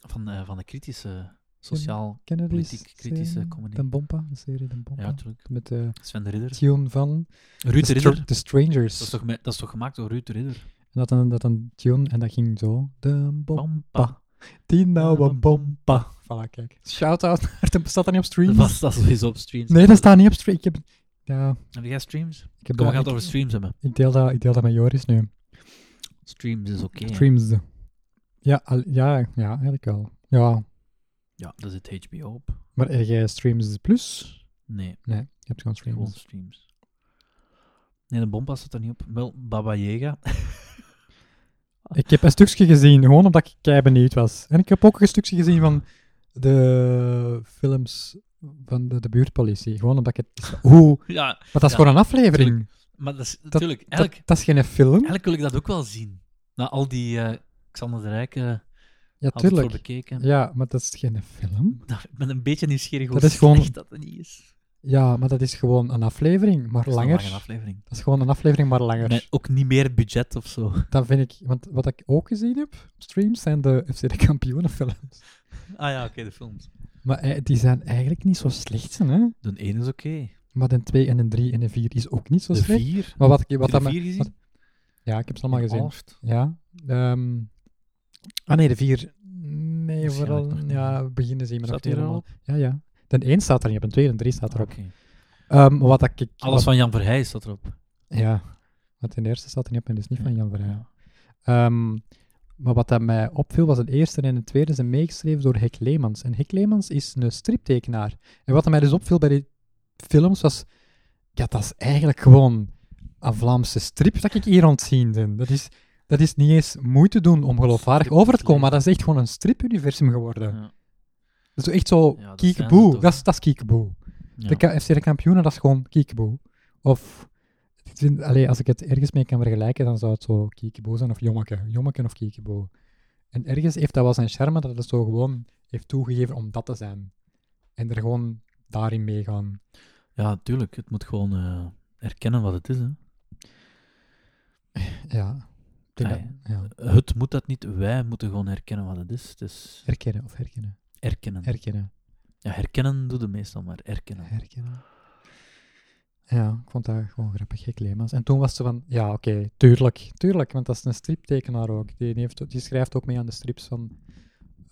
C: Van, eh, van de kritische, sociaal...
A: Kennen die
C: Politiek kritische
A: serie?
C: comedy.
A: Dan Bompa, een serie Dan Bompa.
C: Ja, natuurlijk.
A: Met de
C: Sven de Ridder.
A: tune van...
C: Ruud
A: The
C: de
A: Str-
C: Ridder.
A: The Strangers.
C: Dat is toch, me- dat is toch gemaakt door Ruud de Ridder?
A: En dat een, dat een tune en dat ging zo. Dan Bompa.
C: Pampa.
A: Tina
C: Bam,
A: Bompa. Voilà, kijk. Shout-out naar... de- Staat dat niet op
C: Dat
A: streams?
C: was dat sowieso op streams.
A: Nee, dat staat niet op streams. Ik heb... Ja,
C: Heb jij streams?
A: ik heb
C: Kom,
A: dat...
C: we gaan het
A: ik,
C: over streams hebben.
A: ik deel dat, ik deel dat met Joris nu.
C: Streams is oké. hè.
A: Streams. Ja, al- ja, ja, eigenlijk wel. Ja,
C: Ja, daar zit HBO op.
A: Maar heb jij Streams Plus?
C: Nee,
A: Nee, je hebt gewoon
C: gewoon
A: Streams.
C: streams. Nee, de bompa staat er niet op. Wel, Baba Yaga.
A: Ik heb een stukje gezien, gewoon omdat ik kei benieuwd was. En ik heb ook een stukje gezien van de films van de, de buurtpolitie. Gewoon omdat ik het... Hoe?
C: ja,
A: Maar dat is
C: Ja,
A: gewoon een aflevering.
C: maar dat is natuurlijk...
A: Dat,
C: Eigenlijk,
A: dat is geen film.
C: eigenlijk wil ik dat ook wel zien. Na al die eh, Xander de Rijke had
A: Ja,
C: het voor
A: tuurlijk.
C: bekeken.
A: Ja, maar dat is geen film.
C: Nou, Ik ben een beetje nieuwsgierig hoe
A: Dat is gewoon-
C: slecht dat het niet is.
A: Ja, maar dat is gewoon een aflevering, maar
C: Dat is een
A: langer.
C: lange aflevering.
A: Dat is gewoon een aflevering, maar langer.
C: Met ook niet meer budget of zo.
A: Dan vind ik... Want wat ik ook gezien heb op streams zijn de FC de Kampioenenfilms.
C: Ah ja, oké, de films.
A: Maar eh, die zijn eigenlijk niet zo slecht, hè?
C: De 1 is oké.
A: Maar de 2 en de 3 en de 4 is ook niet zo
C: De
A: slecht.
C: 4.
A: Maar wat, ik- wat
C: Heb
A: dat
C: je
A: me-
C: de 4 gezien? Oh,
A: wat- ja, ik heb ze allemaal gezien.
C: Alft.
A: Ja. ehm, ah nee, de 4. Nee,
C: Waarschijnlijk nog
A: vooral.
C: niet.
A: Ja, beginnen zien maar
C: Staat
A: nog
C: die
A: niet
C: er al
A: helemaal. Ja, ja. De 1 staat er niet op, de 2 en 3 staat erop.
C: Oké.
A: Ehm, wat dat ik.
C: Alles
A: wat-
C: van Jan Verheij staat erop.
A: Ja. Want de eerste staat er niet op en dus niet van Jan Verheij.
C: Ja.
A: Ehm, Maar wat dat mij opviel was het eerste en het tweede zijn meegeschreven door Hek Leemans. En Hek Leemans is een striptekenaar. En wat dat mij dus opviel bij die films was... Ja, dat is eigenlijk gewoon een Vlaamse strip dat ik hier aan het zien ben. Dat is, dat is niet eens moeite doen om geloofwaardig over te komen, maar dat is echt gewoon een stripuniversum geworden.
C: Ja.
A: Dat is echt zo
C: Ja, dat zijn
A: kiekeboe.
C: er
A: Dat,
C: toch.
A: is- dat is kiekeboe.
C: Ja.
A: De ka- FC de kampioenen, dat is gewoon kiekeboe. Of, ik vind- allee, als ik het ergens mee kan vergelijken, dan zou het zo kiekeboe zijn of jommeke. Jommeke of kiekeboe. En ergens heeft dat wel zijn charme dat het zo gewoon heeft toegegeven om dat te zijn. En er gewoon daarin meegaan.
C: ja, tuurlijk. Het moet gewoon eh, erkennen wat het is. Hè.
A: Ja. Ik denk dat-
C: Ah,
A: ja.
C: Het moet dat niet. Wij moeten gewoon herkennen wat het is. Het is
A: Herkennen of herkennen.
C: erkennen.
A: Herkennen.
C: ja, herkennen doe je meestal, maar erkennen.
A: Herkennen. Ja, ik vond dat gewoon grappig, Hek Leemans. En toen was ze van, ja, oké, tuurlijk, tuurlijk, want dat is een striptekenaar ook. Die, heeft, die schrijft ook mee aan de strips van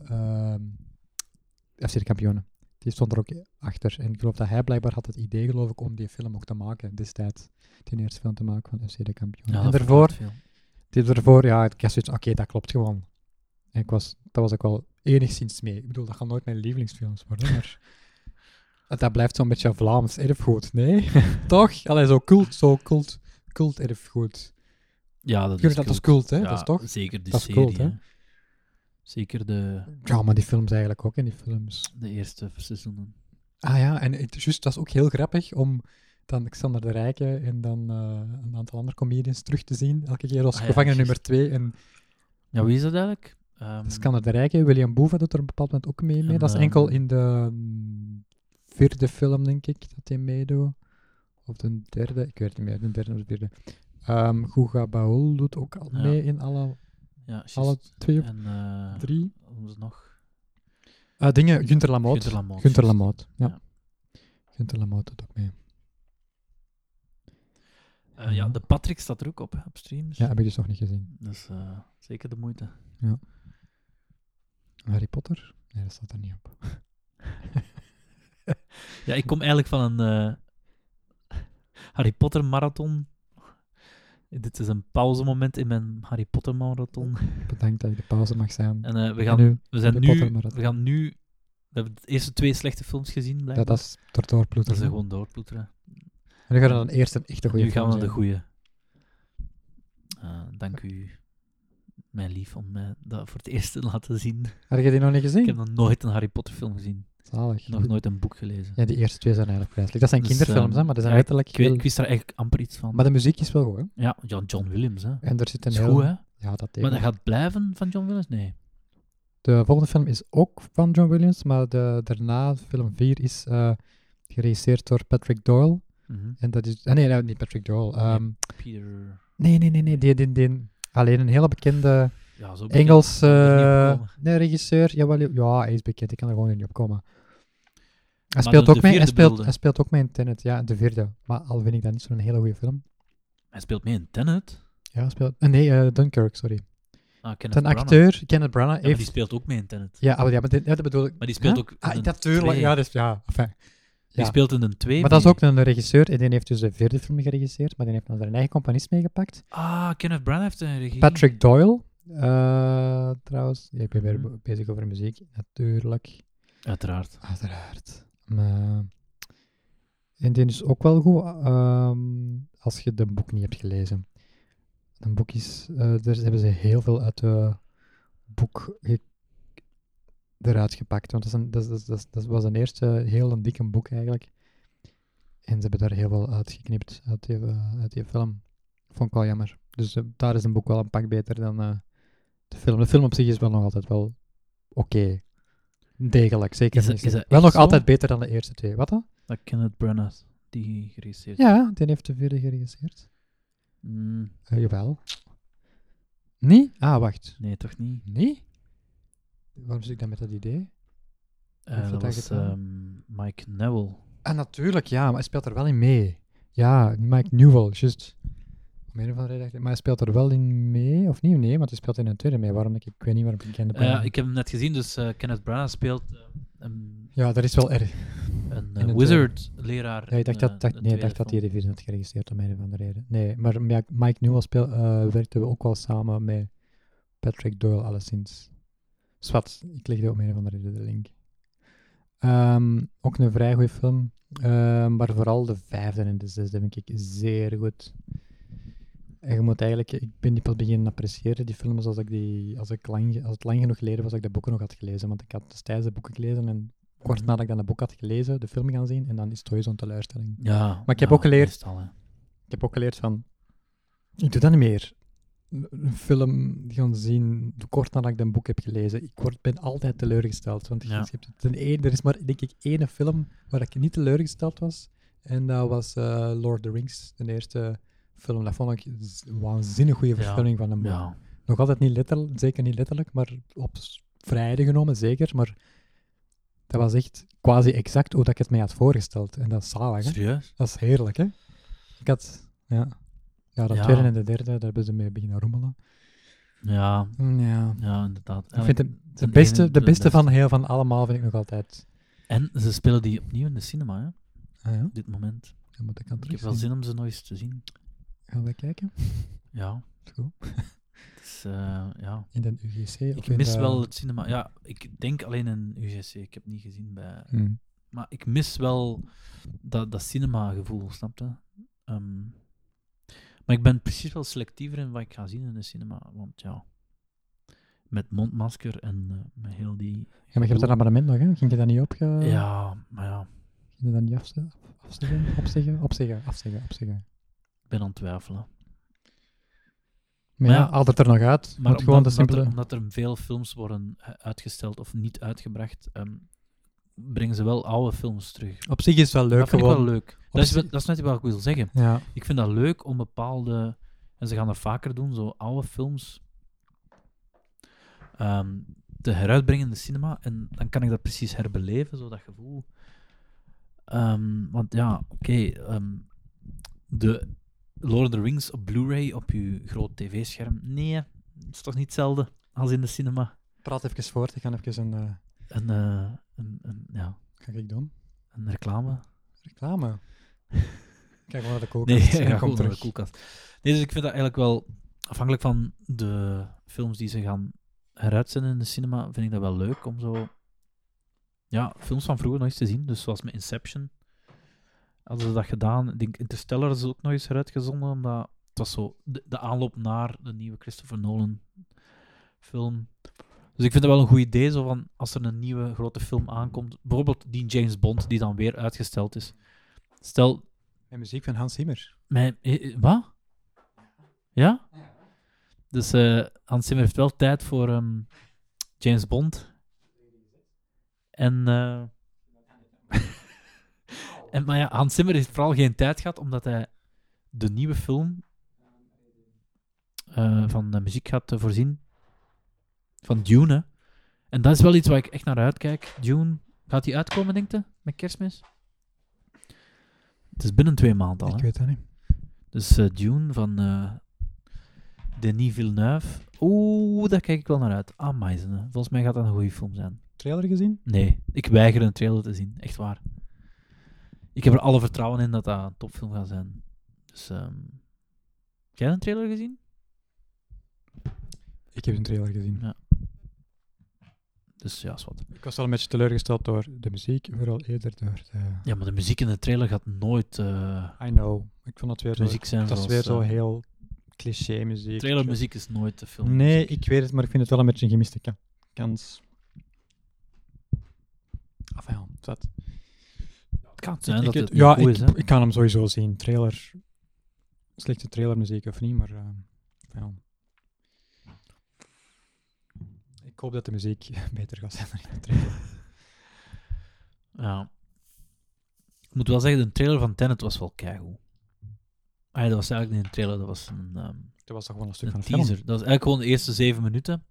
A: ehm, FC de Kampioenen. Die stond er ook achter. En ik geloof dat hij blijkbaar had het idee, geloof ik, om die film ook te maken destijds. Die eerste film te maken van FC de Kampioenen. en
C: dat
A: daarvoor,
C: verklaart veel.
A: die daarvoor, ja, ik had zoiets, oké, dat klopt gewoon. En ik was, dat was ook wel enigszins mee. Ik bedoel, dat gaan nooit mijn lievelingsfilms worden, maar... dat blijft zo'n beetje Vlaams erfgoed, nee? toch? Allee, zo cult, zo cult, cult erfgoed.
C: Ja, dat
A: Jullie,
C: is
A: dat is
C: cult.
A: cult, hè?
C: Ja,
A: dat is toch?
C: Zeker die
A: Dat is
C: serie.
A: cult, hè?
C: hè. Zeker de,
A: Ja, maar die films eigenlijk ook, en die films.
C: de eerste seizoenen.
A: Ah ja, en het, juist, dat is ook heel grappig om dan Xander de Rijke en dan eh, een aantal andere comedians terug te zien. Elke keer als
C: Ah ja,
A: gevangene
C: juist.
A: nummer twee. En
C: Ja, wie is dat eigenlijk? Ehm,
A: Skander de Rijke, William Boeva doet er op een bepaald moment ook mee. mee.
C: En,
A: dat is
C: ehm,
A: enkel in de mm, vierde film, denk ik, dat hij meedoet. Of de derde, ik weet het niet meer, de derde of de vierde. Ehm Guga Baul doet ook al
C: Ja.
A: mee in alle,
C: ja, juist.
A: alle twee of
C: En eh,
A: drie.
C: hoe was het nog?
A: Eh, dingen, Gunther Lamoot.
C: Gunther Lamoot,
A: Gunther
C: juist.
A: Lamoot, ja.
C: Ja.
A: Gunther Lamoot doet ook mee.
C: Eh, ja, de Patrick staat er ook op, hè, op streams.
A: Ja, heb ik dus nog niet gezien.
C: Dus eh, zeker de moeite.
A: Harry Potter? Nee, dat staat er niet op.
C: Ja, ik kom eigenlijk van een eh, Harry Potter marathon. Dit is een pauzemoment in mijn Harry Potter marathon.
A: Bedankt dat ik de pauze mag zijn.
C: En eh, we,
A: En
C: gaan,
A: nu,
C: we zijn
A: Harry
C: nu,
A: Potter marathon.
C: we gaan nu, we hebben de eerste twee slechte films gezien,
A: ja,
C: blijkbaar.
A: dat is door doorploeteren.
C: Dat is er gewoon doorploeteren.
A: En nu gaan we dan eerst een echte goede
C: Nu gaan we naar de
A: film zien.
C: goede. Eh, dank u, mijn lief, om mij dat voor het eerst te laten zien.
A: Had je die nog niet
C: Ik
A: gezien?
C: heb nog nooit een Harry Potter film gezien.
A: Zalig.
C: Nog nooit een boek gelezen.
A: Ja, die eerste twee zijn eigenlijk vreselijk. Dat zijn
C: Dus,
A: kinderfilms,
C: ehm,
A: hè, maar dat zijn
C: ja,
A: letterlijk...
C: Ik, weet,
A: heel-
C: ik wist daar eigenlijk amper iets van.
A: Maar de muziek is wel goed, hè?
C: ja, John, John Williams, hè.
A: En er zit een
C: Is
A: heel...
C: goed, hè.
A: Ja, dat
C: Maar
A: deed
C: dat gaat blijven van John Williams? Nee.
A: De volgende film is ook van John Williams, maar de, daarna, film 4, is eh, geregisseerd door Patrick Doyle. En dat is... Ah, nee, nee, niet Patrick Doyle. ehm,
C: Peter...
A: nee, nee, nee, nee. Die, die, die, alleen een hele bekende
C: Ja, zo begin-
A: Engels
C: er niet
A: eh,
C: op komen.
A: nee, regisseur. Jawel, ja, hij is bekend. Ik kan er gewoon niet op komen. Hij
C: Maar
A: speelt,
C: dus
A: ook
C: de
A: mee, hij, speelt,
C: vierde bedoelde.
A: hij speelt ook mee in Tenet, ja, de vierde. Maar al vind ik dat niet zo'n hele goede film.
C: Hij speelt mee in Tenet.
A: Ja, hij speelt... eh, nee, eh, Dunkirk, sorry.
C: Ah, Kenneth
A: Ten
C: Branagh.
A: acteur, Kenneth Branagh,
C: Ja, maar die
A: heeft...
C: speelt ook mee in Tenet.
A: Ja, maar ja, maar dit- ja, dat bedoel ik.
C: Maar die speelt
A: Huh?
C: ook in
A: Ah,
C: een
A: natuurlijk.
C: twee.
A: Ja, dus, ja, enfin. Ja.
C: Die speelt in een 2
A: Maar dat is ook een regisseur, en die heeft dus de vierde film geregisseerd, maar die heeft dan zijn eigen compagnies meegepakt.
C: Ah, Kenneth Branagh heeft een regie.
A: Patrick Doyle, eh, trouwens. Ja, ik ben weer
C: Mhm.
A: be- bezig over muziek, natuurlijk.
C: Uiteraard.
A: Uiteraard. Maar... En die is ook wel goed ehm, als je de boek niet hebt gelezen. Een boek is... eh daar hebben ze heel veel uit het boek ge- eruit gepakt. Want dat, is een, dat, is- dat, is- dat, is- dat was een eerste heel een dikke boek eigenlijk. En ze hebben daar heel veel uitgeknipt uit die, eh, uit die film. Vond ik wel jammer. Dus eh, daar is een boek wel een pak beter dan eh, de film. De film op zich is wel nog altijd wel oké. Degelijk, zeker.
C: Is dat-
A: niet
C: is
A: slecht.
C: dat
A: wel nog
C: echt zo?
A: altijd beter dan de eerste twee. Wat dan?
C: Dat Kenneth Branagh die geregisseerd
A: Ja, die heeft de vierde geregisseerd.
C: Mm,
A: Eh, jawel. Nee? Ah, wacht.
C: nee, toch niet?
A: Nee? Waarom zit ik dan met dat idee?
C: Eh,
A: heeft
C: dat
A: hij
C: was
A: gedaan?
C: ehm, Mike Newell.
A: Ah, natuurlijk, ja, maar hij speelt er wel in mee. Ja, Mike Newell, juist. Om een of andere reden dacht ik- Maar hij speelt er wel in mee, of niet? Nee, want hij speelt in een tweede mee. Waarom? Ik, ik weet niet waarom ik ken
C: Eh, ja, ik heb hem net gezien, dus eh, Kenneth Branagh speelt eh, een,
A: Ja, dat is wel erg.
C: een eh,
A: In een
C: wizard-leraar.
A: Nee, ik dacht dat, dat, nee, ik dacht dat hij de vierde had geregistreerd om een of andere reden. Nee, maar Mike Mike Newell speel, eh, werkte ook wel samen met Patrick Doyle alleszins. Zwat, ik legde om een of andere reden de link. Ehm, ook een vrij goede film. ehm, maar vooral de vijfde en de zesde vind ik zeer goed. En je moet eigenlijk... Ik ben die pas beginnen appreciëren, die films, als, ik die, als, ik lang, als het lang genoeg geleden was dat ik de boeken nog had gelezen. Want ik had destijds de boeken gelezen en kort nadat ik dan het boek had gelezen, de film gaan zien. En dan is het sowieso een teleurstelling.
C: Ja.
A: Maar ik heb ook geleerd-
C: meestal, hè.
A: Ik heb ook geleerd van, ik doe dat niet meer. Een film gaan zien, kort nadat ik een boek heb gelezen. Ik word, ben altijd teleurgesteld. Want je
C: Ja.
A: hebt ten één, er is maar, denk ik, één film waar ik niet teleurgesteld was. En dat was eh, Lord of the Rings, de eerste film. Dat vond ik een waanzinnig goede
C: Ja.
A: vervulling van een boek.
C: Ja.
A: Nog altijd niet letterlijk, zeker niet letterlijk, maar op s- vrijde genomen zeker. Maar dat was echt quasi exact hoe dat ik het mij had voorgesteld. En dat is zalig, hè?
C: Serieus?
A: Dat is heerlijk, hè? Ik had... Ja. Ja, dat
C: Ja.
A: tweede en de derde, daar hebben ze mee beginnen rommelen.
C: Ja,
A: Ja.
C: Mm, ja inderdaad.
A: Ik vind
C: Eigenlijk
A: de, de
C: ten
A: beste,
C: ene
A: de
C: ten
A: beste
C: beste.
A: van heel van allemaal vind ik nog altijd...
C: En ze spelen die opnieuw in de cinema, hè,
A: Ah ja,
C: op dit moment.
A: dan moet ik aan
C: Ik heb wel
A: terugzien.
C: zin om ze nog eens te zien.
A: Gaan we kijken?
C: Ja.
A: Is goed.
C: Het is, eh, ja.
A: In de UGC
C: Ik mis
A: eh,
C: wel het cinema. Ja, ik denk alleen in UGC. Ik heb het niet gezien bij...
A: Hmm.
C: Maar ik mis wel dat, dat cinema-gevoel, snap je? Ehm, maar ik ben precies wel selectiever in wat ik ga zien in de cinema. Want ja, met mondmasker en eh, met heel die...
A: Ja, maar je hebt een abonnement nog, hè? Ging je dat niet op... Ging
C: Ja, maar ja,
A: je dat niet afze- afzeggen? Opzeggen? Opzeggen, afzeggen, afzeggen.
C: ik ben aan het twijfelen.
A: Maar
C: Maar
A: ja,
C: ja,
A: haal het er nog uit.
C: Maar
A: Maar gewoon de
C: omdat, omdat
A: simpele...
C: er, omdat er veel films worden eh, uitgesteld of niet uitgebracht, ehm, brengen ze wel oude films terug.
A: Op zich is het wel leuk,
C: dat vind ik wel
A: gewoon.
C: leuk. Dat is,
A: zich-
C: wat- dat is net wat ik wil zeggen.
A: Ja.
C: Ik vind dat leuk om bepaalde. En ze gaan dat vaker doen, zo oude films. ehm, te heruitbrengen in de cinema. En dan kan ik dat precies herbeleven, zo dat gevoel. Ehm, want ja, oké. ehm, de Lord of the Rings op Blu-ray op je groot tv-scherm. Nee, het is toch niet hetzelfde als in de cinema.
A: Praat even voort, ik ga even een... eh,
C: Een, eh, een, een, ja,
A: ga ik doen?
C: een reclame.
A: Reclame. Kijk wel naar de koelkast.
C: Nee,
A: Nee,
C: ja,
A: en
C: goed,
A: komt
C: naar de
A: terug.
C: koelkast. Nee, dus ik vind dat eigenlijk wel, afhankelijk van de films die ze gaan heruitzenden in de cinema, vind ik dat wel leuk om zo, ja, films van vroeger nog eens te zien. Dus zoals met Inception hadden ze dat gedaan. Ik denk Interstellar is ook nog eens heruitgezonden, omdat het was zo de, de aanloop naar de nieuwe Christopher Nolan film. Dus ik vind dat wel een goed idee, zo van als er een nieuwe grote film aankomt, bijvoorbeeld die James Bond, die dan weer uitgesteld is. Stel,
A: En muziek van Hans Zimmer.
C: mijn, eh, eh, wat? Ja? Dus eh, Hans Zimmer heeft wel tijd voor ehm, James Bond. En, eh, en, maar ja, Hans Zimmer heeft vooral geen tijd gehad, omdat hij de nieuwe film eh, van de muziek gaat eh, voorzien. Van Dune, hè. En dat is wel iets waar ik echt naar uitkijk. Dune, gaat die uitkomen, denk je? Met kerstmis? Het is binnen twee maanden al,
A: ik
C: hè.
A: weet dat niet.
C: Dus eh, Dune van eh, Denis Villeneuve. Oeh, daar kijk ik wel naar uit. Ah, Amai, zeg, hè. volgens mij gaat dat een goede film zijn.
A: Trailer gezien?
C: Nee, ik weiger een trailer te zien. Echt waar. Ik heb er alle vertrouwen in dat dat een topfilm gaat zijn. Dus, ehm, heb jij een trailer gezien?
A: Ik heb een trailer gezien.
C: Dus ja, is wat.
A: Ik was wel een beetje teleurgesteld door de muziek, vooral eerder door de...
C: Ja, maar de muziek in de trailer gaat nooit eh,
A: I know. Ik vond het weer zo...
C: muziek zijn
A: dat is
C: zoals...
A: weer zo
C: eh,
A: heel cliché muziek.
C: Trailermuziek is nooit de film.
A: Nee, ik weet het, maar ik vind het wel een beetje een gemiste ka- kans. Enfin, ja, zat.
C: Het kan zijn
A: ik,
C: dat
A: ik-
C: het niet
A: ja,
C: goed
A: ik,
C: is, hè.
A: ik kan hem sowieso zien. Trailer... Slechte trailermuziek of niet, maar... eh, ja. Ik hoop dat de muziek beter gaat zijn dan in de trailer.
C: Ja. Ik moet wel zeggen, de trailer van Tenet was wel keigoed. Ah ja, dat was eigenlijk niet een trailer, dat was een, ehm,
A: Dat was toch gewoon een stuk
C: een
A: van de film. Ah,
C: teaser. Dat was eigenlijk gewoon de eerste zeven minuten.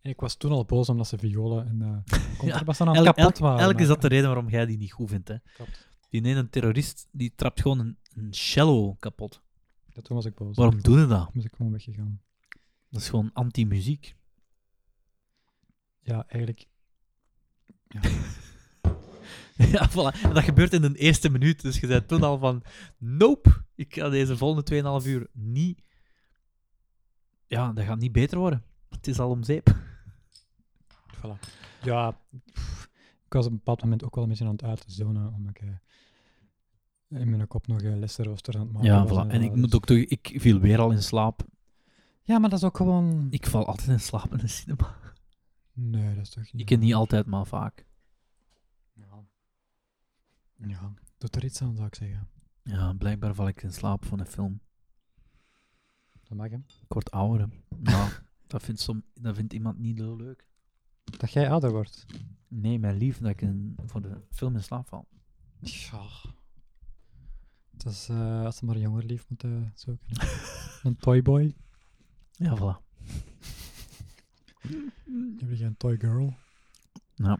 A: En ik was toen al boos omdat ze violen en eh contrabassen aan het
C: Elk,
A: kapot
C: elk,
A: waren.
C: elk is dat de reden waarom jij die niet goed vindt. Hè.
A: Klopt.
C: Die ene terrorist die trapt gewoon een, een cello kapot.
A: Ja, toen was ik boos.
C: Waarom doen ze dat?
A: Toen was ik gewoon weggegaan.
C: Dat is gewoon anti-muziek.
A: Ja, eigenlijk.
C: ja, voilà. En dat gebeurt in de eerste minuut. Dus je zei toen al van, nope, ik ga deze volgende 2,5 uur niet... Ja, dat gaat niet beter worden. Het is al om zeep.
A: Voilà. Ja, pff, ik was op een bepaald moment ook wel een beetje aan het uitzonen, omdat ik eh, in mijn kop nog eh lessenrooster aan het maken
C: Ja,
A: was
C: voilà. En ik
A: dus-
C: moet ook toe, ik viel weer al in slaap.
A: Ja, maar dat is ook gewoon...
C: Ik val altijd in slaap in de cinema.
A: Nee, dat is toch niet...
C: Ik ken niet altijd, maar vaak.
A: Ja. ja, doet er iets aan, zou ik zeggen.
C: Ja, blijkbaar val ik in slaap van een film.
A: Dat mag, hè.
C: Ik word ouder. hè. Maar dat vindt, som, dat vindt iemand niet heel leuk.
A: Dat jij ouder wordt.
C: Nee, mijn lief, dat ik in, voor de film in slaap val.
A: Ja. Dat is eh, als ze maar een jonger lief moeten zoeken. een toyboy.
C: Ja, voilà.
A: Heb je geen toygirl?
C: Ja.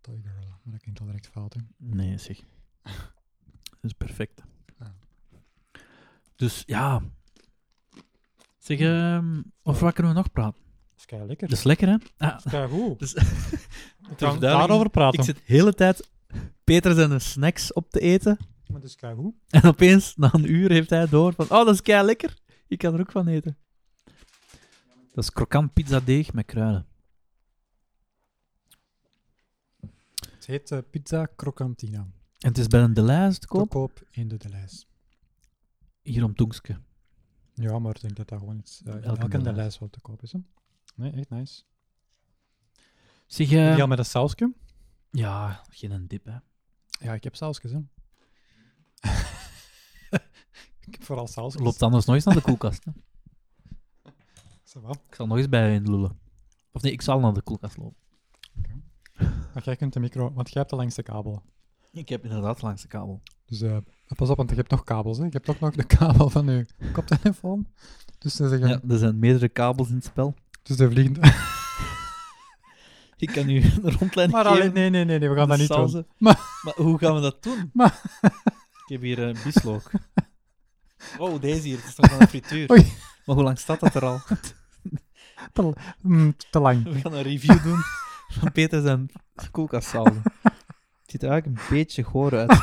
A: Toygirl, maar dat klinkt al direct fout, hè.
C: Nee, zeg. Dat is perfect.
A: Ja.
C: Dus ja. Zeg, ehm over wat kunnen we nog praten?
A: Dat is kei
C: Dat
A: lekker.
C: is lekker, hè? Ah,
A: goed.
C: Dus-
A: we
C: verduidelijking-
A: gaan daarover praten.
C: ik zit de hele tijd Peter zijn snacks op te eten.
A: Maar dat is kei goed.
C: En opeens, na een uur, heeft hij door van... Oh, dat is kei lekker. Ik kan er ook van eten. Dat is krokant pizzadeeg met kruiden.
A: Het heet eh, Pizza Crocantina.
C: En het is bij een Delijs te
A: Koop.
C: koop.
A: koop in de Delijs.
C: Hier om Toenske.
A: Ja, maar ik denk dat dat gewoon iets... eh, in
C: Elke
A: elke
C: Delijs.
A: Delijs wel te koop is, hè. Nee, echt nice.
C: Zeg, eh,
A: Ja,
C: ja.
A: met een sausje.
C: geen een dip, hè.
A: Ja, ik heb sausjes, hè. ik heb vooral sausjes.
C: Loopt anders nooit naar de koelkast, hè.
A: Ça va.
C: Ik zal nog eens bij in lullen. Of nee, ik zal naar de koelkast lopen.
A: Maar jij kunt de micro... Want jij hebt de langste kabel.
C: Ik heb inderdaad langs de kabel.
A: Dus eh, pas op, want je hebt nog kabels, hè. Je hebt toch nog de kabel van je koptelefoon. Dus, ze zeggen,
C: Ja, er zijn meerdere kabels in het spel.
A: dus de vliegende...
C: Ik kan u een rondleiding
A: Maar
C: geven.
A: alleen, nee, nee, nee, nee, we gaan dat niet
C: Salze.
A: doen.
C: Maar... hoe gaan we dat doen?
A: Maar-
C: Ik heb hier een bieslook. Oh, deze hier. Het is nog aan de frituur.
A: Oei.
C: Maar hoe lang staat dat er al?
A: Mm, te lang.
C: We gaan een review doen van Peter zijn koelkastsalve. Het ziet er eigenlijk een beetje goor uit.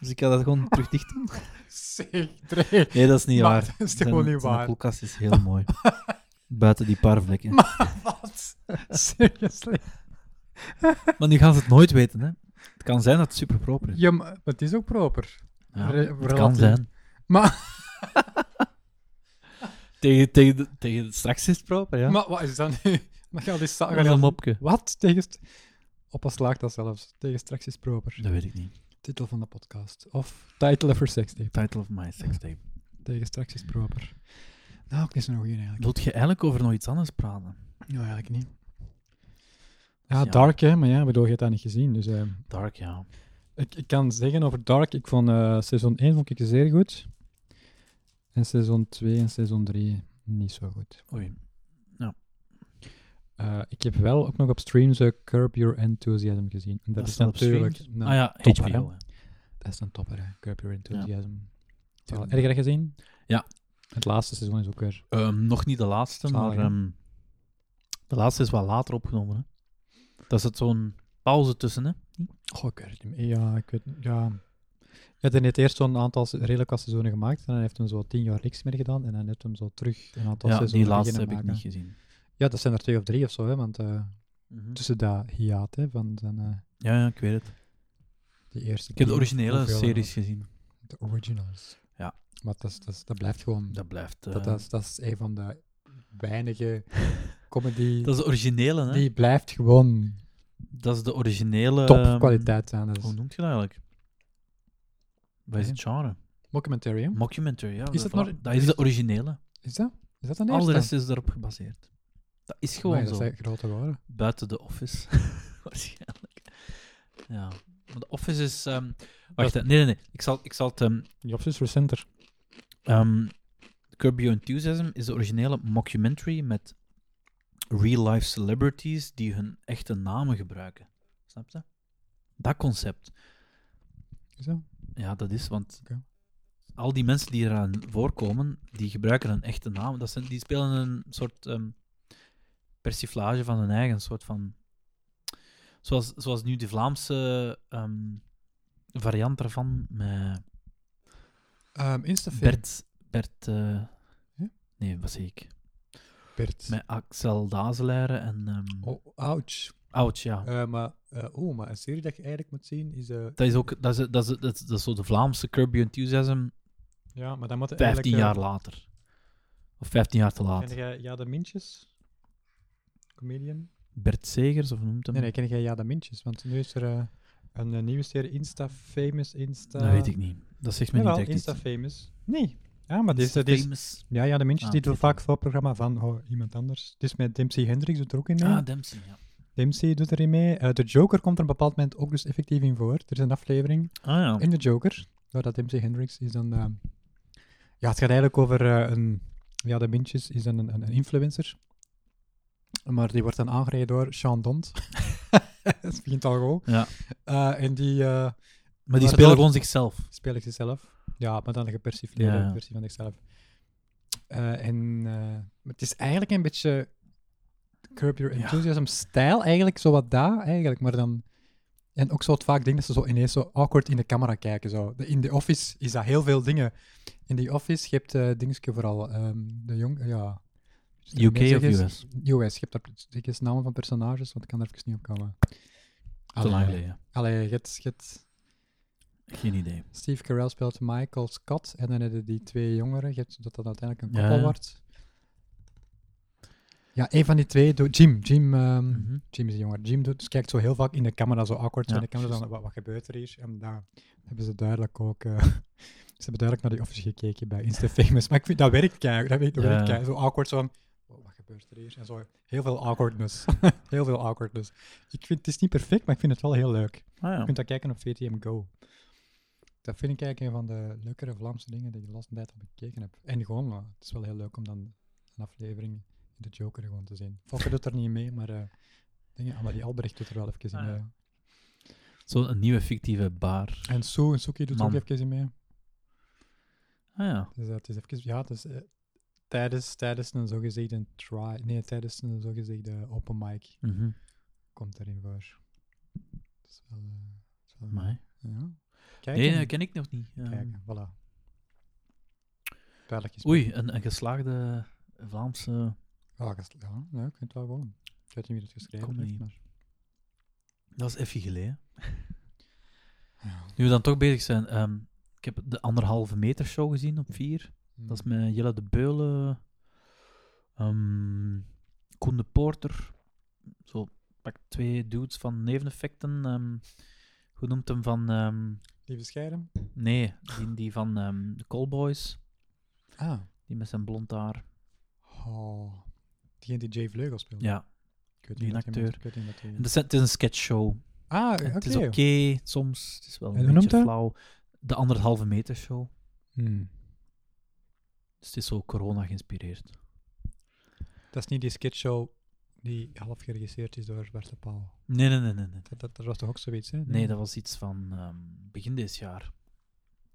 C: Dus ik ga dat gewoon terug dicht doen.
A: Zeg, Dre.
C: Nee, dat is niet
A: Maar
C: waar.
A: dat is
C: Zijn-
A: gewoon niet
C: zijn
A: waar.
C: koelkast is heel mooi. Buiten die paar vlekken.
A: Wat? Seriously?
C: Maar nu gaan ze het nooit weten, hè. Het kan zijn dat het superproper is.
A: Ja, maar het is ook proper.
C: Ja,
A: Re-
C: het kan
A: relatief.
C: zijn.
A: Maar,
C: Tegen, tegen, de- tegen, straks is het proper, ja.
A: maar wat is dat nu? Maar ga die sa-
C: dat
A: ga
C: is
A: die-
C: een mopje.
A: Wat? Tegen... st- Op een slaag dat zelfs. Tegen straks is proper.
C: Dat weet ik niet.
A: Titel van de podcast. Of title for sex tape.
C: Title of my sex tape.
A: Tegen straks is proper. Nou, ook niet zo'n goeie eigenlijk.
C: Wilt je eigenlijk over nog iets anders praten?
A: Nou, eigenlijk niet.
C: is
A: Ja,
C: jammer.
A: Dark, hè. Maar ja, ik bedoel, je hebt dat niet gezien, dus... eh,
C: Dark, ja.
A: Ik, ik kan zeggen over Dark, ik vond eh, seizoen 1 vond ik zeer goed. En seizoen 2 en seizoen 3 niet zo goed.
C: Oei.
A: Eh, ik heb wel ook nog op streams eh, Curb Your Enthusiasm gezien. En dat, is
C: staat op
A: natuurlijk...
C: streams.
A: Een,
C: ah ja,
A: topper,
C: HBO. hè.
A: Dat is een topper, hè. Curb Your Enthusiasm. Heb je al
C: Tuurlijk.
A: erger gezien?
C: Ja.
A: Het laatste seizoen is ook weer...
C: Ehm, nog niet de laatste,
A: Zalig,
C: maar
A: hè?
C: ehm, de laatste is wel later opgenomen. Hè. Daar zit zo'n pauze tussen, hè.
A: Oh, ik weet het niet meer. Ja, ik weet... Ja... Je hebt net eerst zo'n aantal se- redelijk wat seizoenen gemaakt. En dan heeft hem zo tien jaar niks meer gedaan. En dan heeft hem zo terug een aantal
C: ja, die
A: seizoenen
C: laatste heb
A: beginnen
C: ik
A: maken.
C: niet gezien. Dus,
A: Ja, dat zijn er twee of drie of zo, hè, want eh,
C: Mhm.
A: tussen dat hiaat hè, van zijn, eh,
C: Ja, ja, ik weet het.
A: die eerste.
C: Ik heb de
A: tien,
C: originele
A: hoeveel, eh,
C: series gezien.
A: De originals.
C: Ja.
A: Maar dat, is, dat, is- dat blijft gewoon. Dat,
C: Dat blijft... eh,
A: dat, is, dat is een van de weinige comedy.
C: dat is de originele, hè.
A: die blijft gewoon
C: Dat is de originele... ehm,
A: topkwaliteit zijn. Dat is
C: Hoe noemt je dat eigenlijk? Wat is
A: Nee.
C: het genre?
A: mockumentary, hè?
C: Mockumentary, ja.
A: Hm? Is het
C: dat,
A: maar-
C: dat is de originele.
A: Is dat? Is dat een
C: Al
A: eerste?
C: de rest is daarop gebaseerd. Dat is gewoon
A: Amai,
C: zo.
A: dat zijn grote woorden.
C: Buiten de Office, waarschijnlijk. Ja. Maar de Office is... ehm, Wacht, hè. nee, nee, nee. Ik zal, ik zal het... ehm,
A: Jobs is recenter.
C: ehm, Curb Your Enthusiasm is de originele mockumentary met real-life celebrities die hun echte namen gebruiken. Snap je? Dat concept.
A: Is dat?
C: Ja, dat is, want
A: Oké.
C: al die mensen die eraan voorkomen, die gebruiken een echte naam. Dat zijn, die spelen een soort ehm persiflage van hun eigen, soort van... Zoals, zoals nu de Vlaamse ehm, variant daarvan, met
A: Um, Instafilm.
C: Bert... Bert eh,
A: Ja?
C: Nee, wat zeg ik?
A: Bert.
C: Met Axel Dazelaire en... ehm
A: Oh, ouch.
C: Ouch, ja.
A: Eh, maar, eh, oh, maar een serie dat je eigenlijk moet zien is... eh,
C: Dat is ook... Dat is, dat is, dat is, dat is zo de Vlaamse Curb Your Enthusiasm
A: ja, maar dan moet je
C: 15 jaar
A: eigenlijk... eh,
C: later. Of 15 jaar te laat.
A: Ken jij Jada Mintjes? Comedian?
C: Bert Segers, of hoe noemt hem?
A: Nee, nee, ken jij Jada Mintjes? Want nu is er eh, een eh, nieuwe serie, Insta Famous, Insta...
C: Dat Nou, weet ik niet. Dat zegt me
A: eh, Jawel,
C: niet echt
A: Insta
C: iets.
A: Famous. Nee. Ja, maar dit is... dit is-
C: Famous.
A: Ja, ja, de mensen
C: Ah,
A: die doen
C: oké, dan.
A: vaak voor het programma van oh, iemand anders. Het is met Dempsey Hendricks doet er ook in mee.
C: Ah, Dempsey, ja.
A: Dempsey doet erin mee. Eh, de Joker komt er op een bepaald moment ook dus effectief in voor. Er is een aflevering
C: Ah, ja.
A: in de Joker, waar dat Dempsey Hendricks is dan... eh, ja, het gaat eigenlijk over eh, een... Ja, de Mintjes is dan een, een, een influencer. Maar die wordt dan aangereden door Sean Dont. Dat begint al gewoon.
C: Ja.
A: Eh, en die eh,
C: Maar die
A: Maar Ah,
C: spelen
A: dat-
C: gewoon zichzelf.
A: speelt zichzelf. Ja, maar dan een gepersifleerde
C: Ja, ja.
A: versie van zichzelf. Eh, en eh, het is eigenlijk een beetje Curb Your
C: Ja.
A: Enthusiasm stijl, eigenlijk, zo wat daar eigenlijk, maar dan... En ook zo het vaak ding dat ze zo ineens zo awkward in de camera kijken. Zo. De- In The Office is dat heel veel dingen. In The Office, je hebt eh dingetje vooral, ehm, de jong... ja.
C: UK
A: Zeg
C: of
A: eens-
C: US?
A: US, je hebt daar zeg eens namen van personages, want ik kan daar even niet op komen.
C: Te lang
A: Allee,
C: geleden.
A: allee, je hebt- je hebt-
C: Geen idee.
A: Steve Carell speelt Michael Scott. En dan heb je die twee jongeren. Je hebt dat dat uiteindelijk een
C: Ja,
A: koppel
C: ja.
A: wordt. Ja, een van die twee doet Jim. Jim, ehm,
C: Mhm.
A: Jim is een jonger. Jim doet, dus kijkt zo heel vaak in de camera, zo awkward zo
C: Ja,
A: in de camera. Dan,
C: juist.
A: wat, wat gebeurt er hier? En daar hebben ze duidelijk ook... eh, ze hebben duidelijk naar die office gekeken bij Instafamous. Maar ik vind, dat werkt keihard. Dat, werkt- dat
C: Ja.
A: werkt keihard. Zo awkward, zo van, "Wat- Wat gebeurt er hier? En zo, heel veel awkwardness. heel veel awkwardness. Ik vind, het is niet perfect, maar ik vind het wel heel leuk. Je
C: Ah, ja.
A: kunt dat kijken op VTM Go. Dat vind ik eigenlijk een van de leukere Vlaamse dingen die ik de laatste tijd al bekeken heb. En gewoon, eh, het is wel heel leuk om dan een aflevering in de Joker gewoon te zien. Fokker doet er niet mee, maar eh dingen, ah, maar die Albrecht doet er wel even in
C: Ah, ja.
A: mee.
C: Zo'n nieuwe fictieve bar.
A: En Sue en Suki doet er ook
C: Man.
A: even in mee.
C: Ah ja.
A: Dus dat is even, ja, het is eh, tijdens, tijdens een zogezegde try, nee, tijdens een zogezegde open mic
C: Mhm.
A: komt erin voor. Dat is wel, eh, dat is wel-
C: Amai.
A: ja. Kijk,
C: Nee, dat ken ik nog niet. Ja.
A: Kijken, voilà. Duidelijk is
C: Ehm. Oei, een, een geslaagde Vlaamse...
A: Ja, ik is- Ah, ja, ja, ik vind het wel gewoon. Ik weet niet wie dat geschreven
C: Comedy.
A: heeft, maar...
C: Dat is even geleden.
A: Ja.
C: Nu we dan toch bezig zijn. ehm, ik heb de anderhalve meter show gezien op vier. Dat
A: Hmm.
C: is met Jelle de Beulen, ehm Koen de Porter, zo pak twee dudes van neveneffecten. ehm hoe noemt hem van? ehm,
A: Lieve Scheirem?
C: nee, die, die van ehm, de Callboys,
A: Ah.
C: die met zijn blond haar.
A: Oh. Diegene die Jay Vleugel speelt.
C: Ja,
A: Ik weet
C: die
A: niet
C: een
A: dat hij moet-
C: acteur.
A: ik weet niet dat hij-
C: En het is, het is een sketchshow.
A: Ah, oké.
C: Het is oké, soms. Het is wel
A: En
C: een
A: hoe
C: beetje
A: noemt
C: flauw. De anderhalve meter show.
A: Hmm.
C: Dus het is zo corona geïnspireerd.
A: Dat is niet die sketchshow die half geregisseerd is door Bart de Pauw.
C: Nee, nee, nee, nee. nee.
A: Dat, dat, dat was toch ook zoiets, hè?
C: Nee, dat was iets van ehm, begin dit jaar.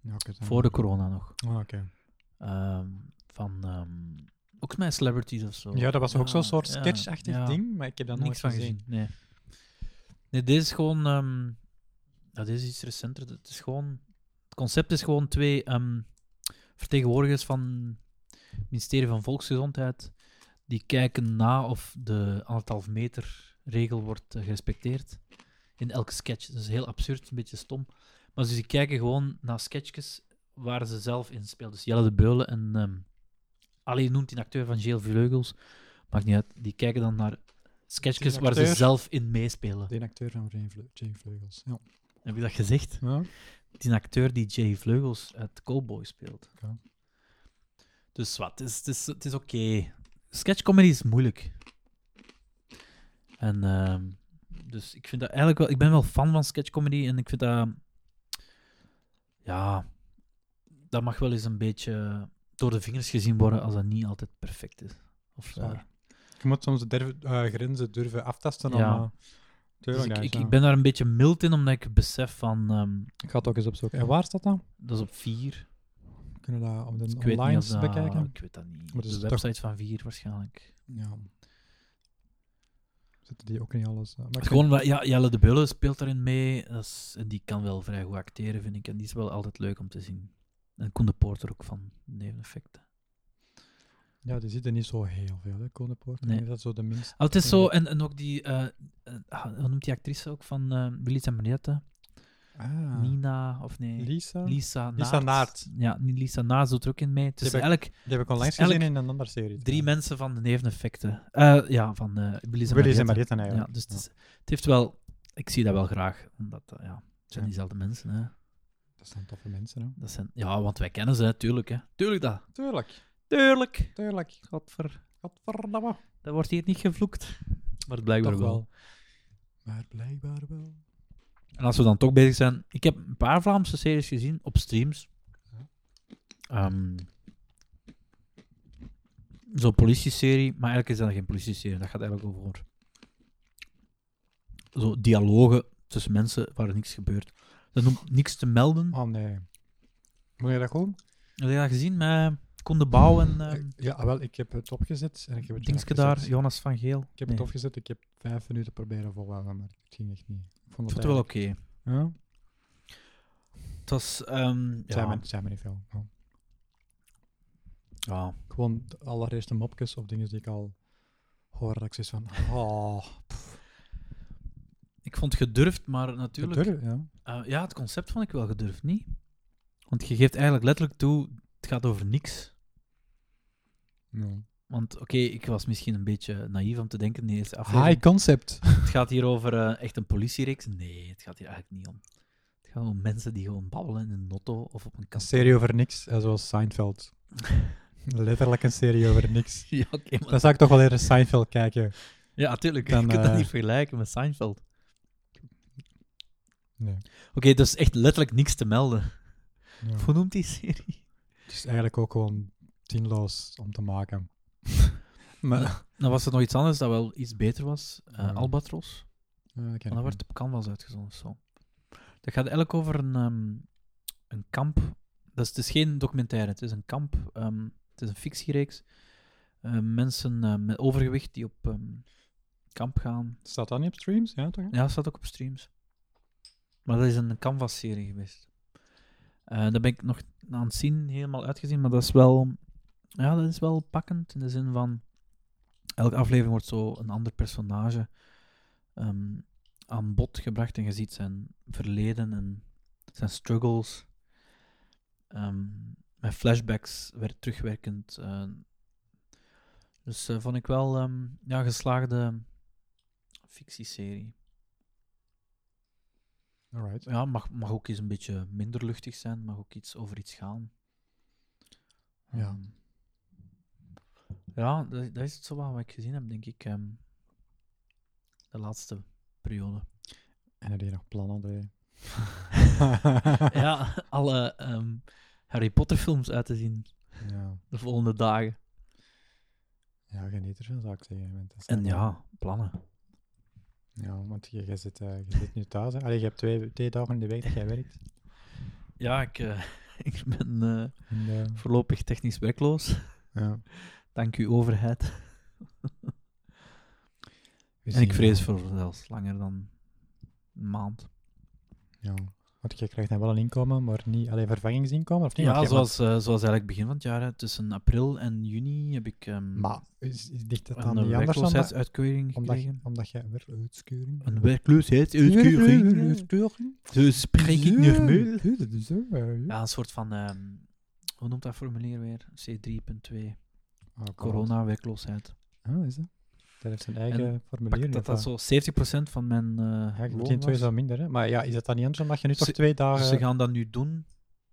A: Ja, oké, dan-
C: Voor de corona nog.
A: Ah, oké.
C: Ehm, van ehm, ook mijn celebrities of zo.
A: Ja, dat was ook zo'n soort
C: ja,
A: sketchachtig
C: ja.
A: ding, maar ik heb dat nooit
C: Niks van gezien. Nee. nee, dit is gewoon. ehm, dat is iets recenter. Het, is gewoon, het concept is gewoon twee ehm, vertegenwoordigers van het ministerie van Volksgezondheid. Die kijken na of de anderhalf meter regel wordt eh, gerespecteerd. In elke sketch. Dat is heel absurd, een beetje stom. Maar dus die kijken gewoon naar sketchjes waar ze zelf in spelen. Dus Jelle de Beulen en... ehm Ali noemt die acteur van Geel Vleugels. Maakt niet uit. Die kijken dan naar sketchjes
A: Die
C: waar ze
A: acteur.
C: zelf in meespelen.
A: De acteur van Jay Vleu- Jay Vleugels. Ja.
C: Heb je dat gezegd?
A: ja.
C: Die acteur die Jay Vleugels uit Cowboy speelt.
A: Oké.
C: Dus wat, het is, het is, het is oké. Sketchcomedy is moeilijk. En ehm, dus ik vind dat eigenlijk wel... Ik ben wel fan van sketchcomedy en ik vind dat... Ja, dat mag wel eens een beetje door de vingers gezien worden als dat niet altijd perfect is. Of, zo.
A: Zwaar. Je moet soms de derf- eh, grenzen durven aftasten. Om,
C: Ja.
A: eh, te-
C: Dus
A: ja,
C: ik, ik,
A: ja.
C: ik ben daar een beetje mild in, omdat ik besef van... ehm,
A: Ik ga het ook eens opzoeken. En waar staat dat?
C: dat is op vier.
A: Kunnen we dat op de
C: Dus ik weet
A: online
C: niet of dat-
A: bekijken?
C: Ik weet dat niet.
A: Maar
C: Op
A: dat is
C: de
A: toch-
C: website van vier waarschijnlijk.
A: Ja. Zitten die ook niet alles? eh, Maar ik
C: Gewoon, wel- ja, Jelle de Beulen speelt daarin mee. Dat is- en die kan wel vrij goed acteren, vind ik. En die is wel altijd leuk om te zien. En Koen de Porter ook van Neveneffecten.
A: vind- Ja, die zitten niet zo heel veel, hè, Konepoort.
C: Nee.
A: Nee. Dat is zo de minst.
C: Ah, het is zo, en, en ook die, eh eh, ah, hoe noemt die actrice ook van eh Willy's en Mariette?
A: Ah,
C: Nina, of nee?
A: Lisa?
C: Lisa Naert.
A: Lisa Naert.
C: Ja, ni- Lisa Naert doet er ook in mee. Het is
A: Die heb
C: eigenlijk
A: Die heb ik onlangs
C: Het is
A: gezien in een andere serie.
C: drie mensen van de neveneffecten. Eh, ja, van eh Willy's en
A: Willy en
C: Mariette.
A: Mariette
C: Ja,
A: eigenlijk.
C: dus het, is- het heeft wel... Ik zie dat wel graag, omdat eh, ja, het zijn
A: Ja.
C: diezelfde mensen. Hè.
A: Dat zijn toffe mensen, hè.
C: Dat zijn, ja, want wij kennen ze, hè, tuurlijk. Hè. Tuurlijk dat.
A: Tuurlijk,
C: Tuurlijk.
A: tuurlijk.
C: Godver.
A: Godverdamme.
C: Dat wordt hier niet gevloekt. Maar het blijkbaar
A: Toch
C: wel.
A: wel. Maar blijkbaar wel.
C: En als we dan toch bezig zijn... Ik heb een paar Vlaamse series gezien op streams.
A: Ja.
C: Ehm, Zo'n politieserie. Maar eigenlijk is dat geen politieserie. Dat gaat eigenlijk over... Zo dialogen tussen mensen waar niks gebeurt. Dat noemt niks te melden.
A: Oh nee. Moet je dat gewoon?
C: Heb je dat gezien met Koen de Bouw en ehm
A: Eh, ja, ah, wel, ik heb het opgezet en ik heb het weer
C: Dingske
A: afgezet.
C: daar, Jonas van Geel?
A: Ik heb het opgezet, ik heb vijf minuten proberen volhouden, maar het ging echt niet. Ik vond
C: Ik
A: het
C: vond het wel
A: eigenlijk-
C: oké.
A: Ja?
C: Het was... ehm,
A: Het Zijn,
C: ja,
A: me, het zijn me niet veel. Ja.
C: ja.
A: Gewoon de allereerste mopjes of dingen die ik al hoor, dat ik zoiets van... Oh,
C: Ik vond het gedurfd, maar natuurlijk...
A: natuurlijk. Ja.
C: Eh, ja, het concept vond ik wel gedurfd, niet? Want je geeft eigenlijk letterlijk toe, het gaat over niks.
A: Ja.
C: Want oké, ik was misschien een beetje naïef om te denken in de eerste aflevering.
A: High concept.
C: Het gaat hier over eh, echt een politiereeks. Nee, het gaat hier eigenlijk niet om. Het gaat om mensen die gewoon babbelen in een auto of op een
A: Een
C: kast.
A: serie over niks, eh, zoals Seinfeld. Letterlijk een serie over niks.
C: Ja, oké, maar...
A: Dan zou ik toch wel eerder Seinfeld kijken.
C: ja, tuurlijk.
A: Dan,
C: je kunt dat
A: eh,
C: niet vergelijken met Seinfeld. Oké,
A: Nee.
C: dus echt letterlijk niks te melden.
A: Ja.
C: Hoe noemt die serie?
A: Het is eigenlijk ook gewoon tienloos om te maken. maar,
C: Nou was er nog iets anders dat wel iets beter was. Eh,
A: Ja.
C: Albatros.
A: ja, dat ken
C: Maar
A: ik
C: dat werd op Canvas uitgezonden of zo. Dat gaat eigenlijk over een, ehm, een kamp. Dat is, het is geen documentaire, het is een kamp. ehm, het is een fictiereeks. Eh, mensen eh, met overgewicht die op ehm, kamp gaan.
A: niet. Staat dat niet op streams? Ja, toch?
C: Ja, dat staat ook op streams. Maar dat is een Canvas-serie geweest. Eh dat ben ik nog aan het zien, helemaal uitgezien. Maar dat is wel, ja, dat is wel pakkend in de zin van. Elke aflevering wordt zo een ander personage ehm, aan bod gebracht. En je ziet zijn verleden en zijn struggles. Ehm, met flashbacks werd terugwerkend. eh. dus eh, vond ik wel ehm ja, geslaagde fictieserie.
A: Alright.
C: Ja, mag, mag ook eens een beetje minder luchtig zijn, mag ook iets over iets gaan.
A: Ja.
C: Ehm, ja, dat, dat is het zo wat wat ik gezien heb, denk ik. ehm, de laatste periode.
A: En heb je nog plannen, André?
C: ja, alle ehm, Harry Potter films uit te zien
A: ja.
C: de volgende dagen.
A: Ja, geniet ervan, zou ik zeggen. want dat zijn
C: En
A: wel-
C: ja, plannen.
A: Ja, want je, je zit, eh, je zit nu thuis. Hè? Allee, je hebt twee, twee dagen in de week dat jij werkt.
C: Ja, ik, eh, ik ben eh,
A: En, eh,
C: voorlopig technisch werkloos.
A: ja.
C: Dank u, overheid.
A: We
C: En ik
A: zien eh,
C: vrees
A: wel.
C: voor zelfs langer dan een maand.
A: Ja. Want je krijgt dan wel een inkomen, maar niet... Allee, vervangingsinkomen of niet?
C: Ja,
A: Want je-
C: zoals, eh, zoals eigenlijk begin van het jaar, hè, tussen april en juni, heb ik ehm
A: Maar is, is- ligt dat dan
C: een
A: niet anders dan dat?
C: werkloosheidsuitkering
A: Omdat, je-
C: gekregen.
A: omdat jij weer uitskeuring...
C: Een werkloosheidsuitkering.
A: Uitkeuring?
C: Zo spreek ik
A: Ja,
C: normaal.
A: ja, dat is zo, ja, ja.
C: Ja, een soort van, ehm, hoe noemt dat formulier weer? C3.2,
A: Ah, God.
C: corona, werkloosheid.
A: Ah, is dat? Dat heeft zijn eigen formulier.
C: Pak
A: nu,
C: dat
A: of
C: dat zo 70% van mijn eh
A: wat? Ja,
C: loon
A: misschien twee
C: was.
A: zou minder, hè? Maar ja, is dat dan niet anders omdat je nu toch
C: Ze-
A: twee
C: Dus ze
A: dagen...
C: gaan dat nu doen,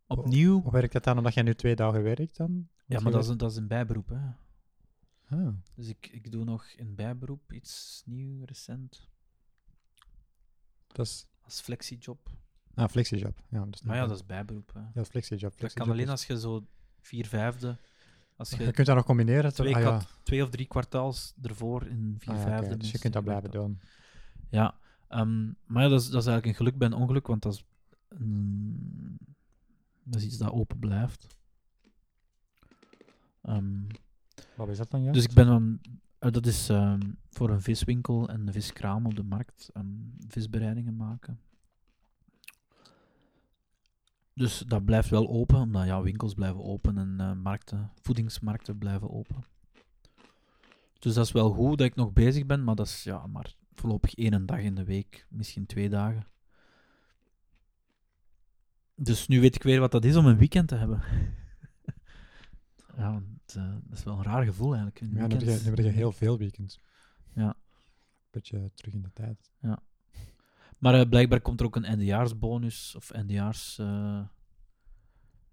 C: opnieuw.
A: Hoe werkt dat dan omdat jij nu twee dagen werkt dan? Want
C: Ja,
A: je
C: maar dat
A: werkt-
C: is een, dat is een bijberoep, hè.
A: Ah,
C: Dus ik, ik doe nog in bijberoep iets nieuw, recent,
A: dat is...
C: als flexiejob.
A: Ah, flexiejob. Ja, dat is
C: Maar ja,
A: nog-
C: dat is bijberoep, hè.
A: Ja, flexiejob.
C: Dat
A: flexiejob
C: kan alleen
A: is-
C: als je zo vier vijfde, als
A: Je
C: je
A: kunt dat nog combineren. toch?
C: twee,
A: ah, ja.
C: kwart- twee of drie kwartaals ervoor in vier
A: Ah, ja, oké,
C: vijfde.
A: Dus je
C: minstens
A: kunt dat
C: een
A: blijven
C: kwartaal.
A: doen.
C: Ja, ehm, maar ja, dat, is, dat is eigenlijk een geluk bij een ongeluk, want dat is, een- dat is iets dat open blijft. Ehm,
A: Wat is dat dan, ja?
C: dus ik ben dan, eh, dat is ehm, voor een viswinkel en een viskraam op de markt, ehm, visbereidingen maken. Dus dat blijft wel open, omdat ja, winkels blijven open en eh, markten, voedingsmarkten blijven open. Dus dat is wel goed dat ik nog bezig ben, maar dat is ja, maar voorlopig één dag in de week, misschien twee dagen. Dus nu weet ik weer wat dat is om een weekend te hebben. ja, want eh, dat is wel een raar gevoel eigenlijk. Een
A: Ja, dan heb, je,
C: weekend.
A: dan heb je heel veel weekends.
C: Ja.
A: Beetje terug in de tijd.
C: Maar eh, blijkbaar komt er ook een eindejaarsbonus of eindejaars. eh,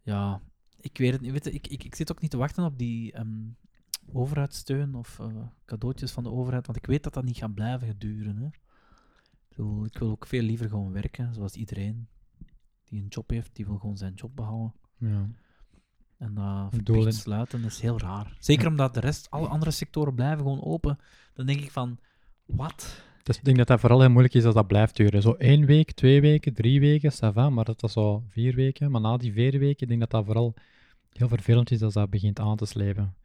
C: ja, ik weet het niet. Weet je, ik, ik, ik zit ook niet te wachten op die ehm, overheidssteun of eh, cadeautjes van de overheid, want ik weet dat dat niet gaat blijven duren. Hè. Ik, bedoel, ik wil ook veel liever gewoon werken, zoals iedereen die een job heeft, die wil gewoon zijn job behouden.
A: Ja.
C: En dat
A: Doelen.
C: verplicht sluiten dat is heel raar. Zeker omdat de rest, alle andere sectoren blijven gewoon open. Dan denk ik van, wat?
D: Dus ik denk dat dat vooral heel moeilijk is als dat blijft duren. Zo één week, twee weken, drie weken, ça va, maar dat dat zo vier weken. Maar na die vier weken, ik denk dat dat vooral heel vervelend is als dat begint aan te slepen.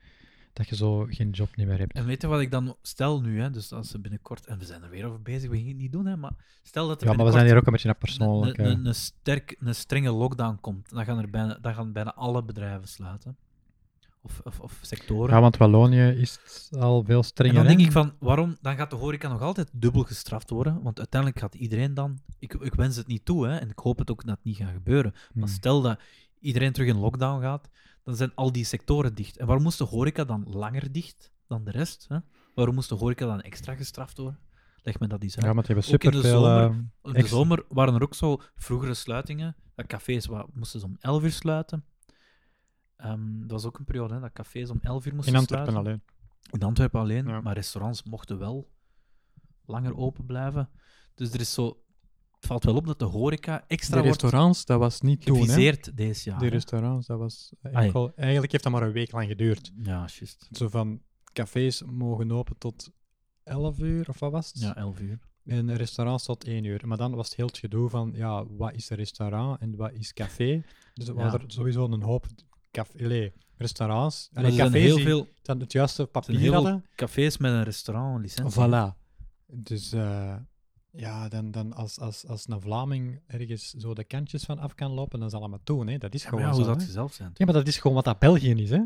D: Dat je zo geen job niet meer hebt.
C: En weet je wat ik dan stel nu, hè? Dus als ze binnenkort, en we zijn er weer over bezig, we gingen het niet doen, hè? Maar stel dat er
D: Ja, maar we zijn hier ook een beetje naar persoonlijk.
C: een,
D: hè.
C: een, een sterk, een strenge lockdown komt. Dan gaan, er bijna, dan gaan bijna alle bedrijven sluiten. Of, of, of sectoren.
D: Ja, want Wallonië is al veel
C: en
D: strenger.
C: dan denk
D: hè?
C: ik van, waarom? Dan gaat de horeca nog altijd dubbel gestraft worden. Want uiteindelijk gaat iedereen dan... Ik, ik wens het niet toe, hè? En ik hoop het ook dat het niet gaat gebeuren. Maar
A: Hmm.
C: stel dat iedereen terug in lockdown gaat, dan zijn al die sectoren dicht. En waarom moest de horeca dan langer dicht dan de rest? Hè? Waarom moest de horeca dan extra gestraft worden? Leg me dat eens uit.
D: Ja, want die hebben
C: Ook in de
D: superveel...
C: zomer-
D: eh,
C: in de
D: extra-
C: zomer waren er ook zo vroegere sluitingen. Dat cafés wa- moesten ze om 11 uur sluiten. Ehm, dat was ook een periode hè, dat cafés om 11 uur moesten
D: in Antwerpen
C: sluiten.
D: alleen.
C: In Antwerpen alleen,
D: Ja.
C: maar restaurants mochten wel langer open blijven. Dus er is zo, het valt wel op dat de horeca
A: De
C: extra wordt
A: restaurants, dat was niet toen, hè.
C: geviseerd deze jaar.
A: Die
C: hè.
A: restaurants, dat was
C: Ah, ja.
A: enkel... Eigenlijk heeft dat maar een week lang geduurd.
C: Ja, juist.
A: Zo van, cafés mogen open tot 11 uur, of wat was het?
C: Ja, 11 uur.
A: En restaurants tot 1 uur. Maar dan was het heel het gedoe van, ja, wat is een restaurant en wat is café? Dus er
C: Ja.
A: waren er sowieso een hoop café, allee, restaurants.
C: Maar
A: En
C: er zijn
A: cafés
C: heel
A: die
C: veel
A: dan het juiste papier
C: zijn heel
A: hadden.
C: cafés met een restaurantlicentie.
A: Voilà. Dus eh, ja, dan, dan als, als, als een Vlaming ergens zo de kantjes van af kan lopen, dan zal hij maar doen. Hè. Dat is
C: Maar
A: gewoon
C: ja,
A: zo.
C: hoe dat
A: hè.
C: ze zelf zijn.
A: Ja, maar dat is gewoon wat dat België is. Hè.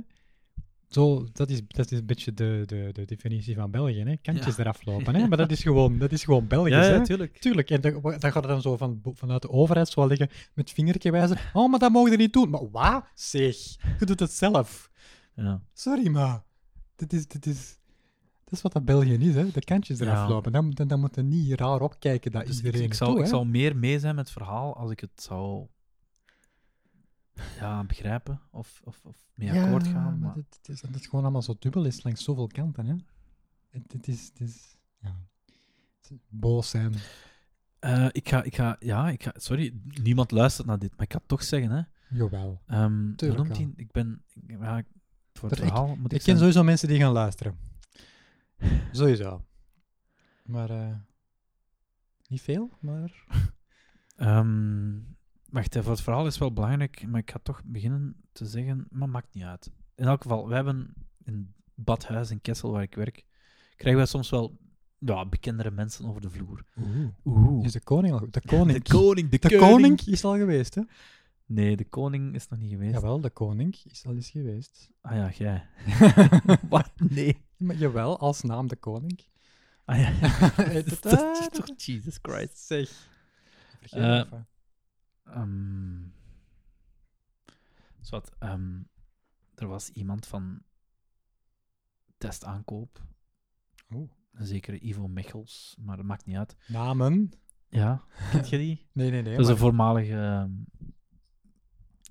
A: Zo, dat, is, dat is een beetje de, de, de definitie van België. Hè. Kantjes
C: Ja.
A: eraf lopen. Hè. Maar dat is gewoon, dat is gewoon Belgisch.
C: Ja,
A: hè.
C: natuurlijk.
A: Tuurlijk, en dan, dan gaat het dan zo van, bo- vanuit de overheid zo liggen met vingertje wijzen. Oh, maar dat mogen we niet doen. Maar wat? Zeg, je doet het zelf.
C: Ja.
A: Sorry, maar dit is, dit is, dit is wat dat België is, hè? De kantjes eraf
C: Ja.
A: lopen. Dan, dan, dan moet je niet raar opkijken dat
C: Dus ik-
A: iedereen
C: ik,
A: het
C: zou,
A: doet,
C: ik
A: hè.
C: zou meer mee zijn met het verhaal als ik het zou ja, begrijpen of, of, of mee
A: Ja,
C: akkoord gaan.
A: maar
C: Maar...
A: dit- dit is, dat het gewoon allemaal zo dubbel is langs zoveel kanten, hè? Het, het is, het is, ja. Het is Boos zijn.
C: Eh, ik, ga, ik, ga, ja, ik ga, sorry, niemand luistert naar dit, maar ik ga het toch zeggen. Hè.
A: Jawel.
C: Ehm, hoe
A: Tuurlijk
C: noemt
A: wel.
C: die? ik ben, ik- ja, ik- voor het
A: Maar ik-
C: verhaal moet ik,
A: Ik ken
C: zijn.
A: sowieso mensen die gaan luisteren. sowieso. Maar, eh, niet veel, maar.
C: Ehm, wacht, hè, voor het verhaal is wel belangrijk, maar ik ga toch beginnen te zeggen, maar maakt niet uit. In elk geval, wij hebben in Badhuis in Kessel, waar ik werk, krijgen wij soms wel ja, bekendere mensen over de vloer. Oeh.
A: Is de koning al goed? De koning.
C: De koning, de,
A: De koning is al geweest, hè?
C: Nee, de koning is nog niet geweest.
A: Jawel, de koning is al eens geweest.
C: Ah ja, jij. Wat? Nee.
A: Maar jawel, als naam de koning.
C: Ah ja.
A: Heet het
C: dat is toch Jesus Christ.
A: Zeg. Vergeet
C: Eh,
A: het even.
C: Ehm, zwart, ehm, er was iemand van testaankoop.
A: Oeh.
C: Een zekere Ivo Mechels, maar dat maakt niet uit.
A: Namen?
C: Ja, kent je die?
A: Nee, nee, nee.
C: dat is een
A: maar-
C: voormalige ehm,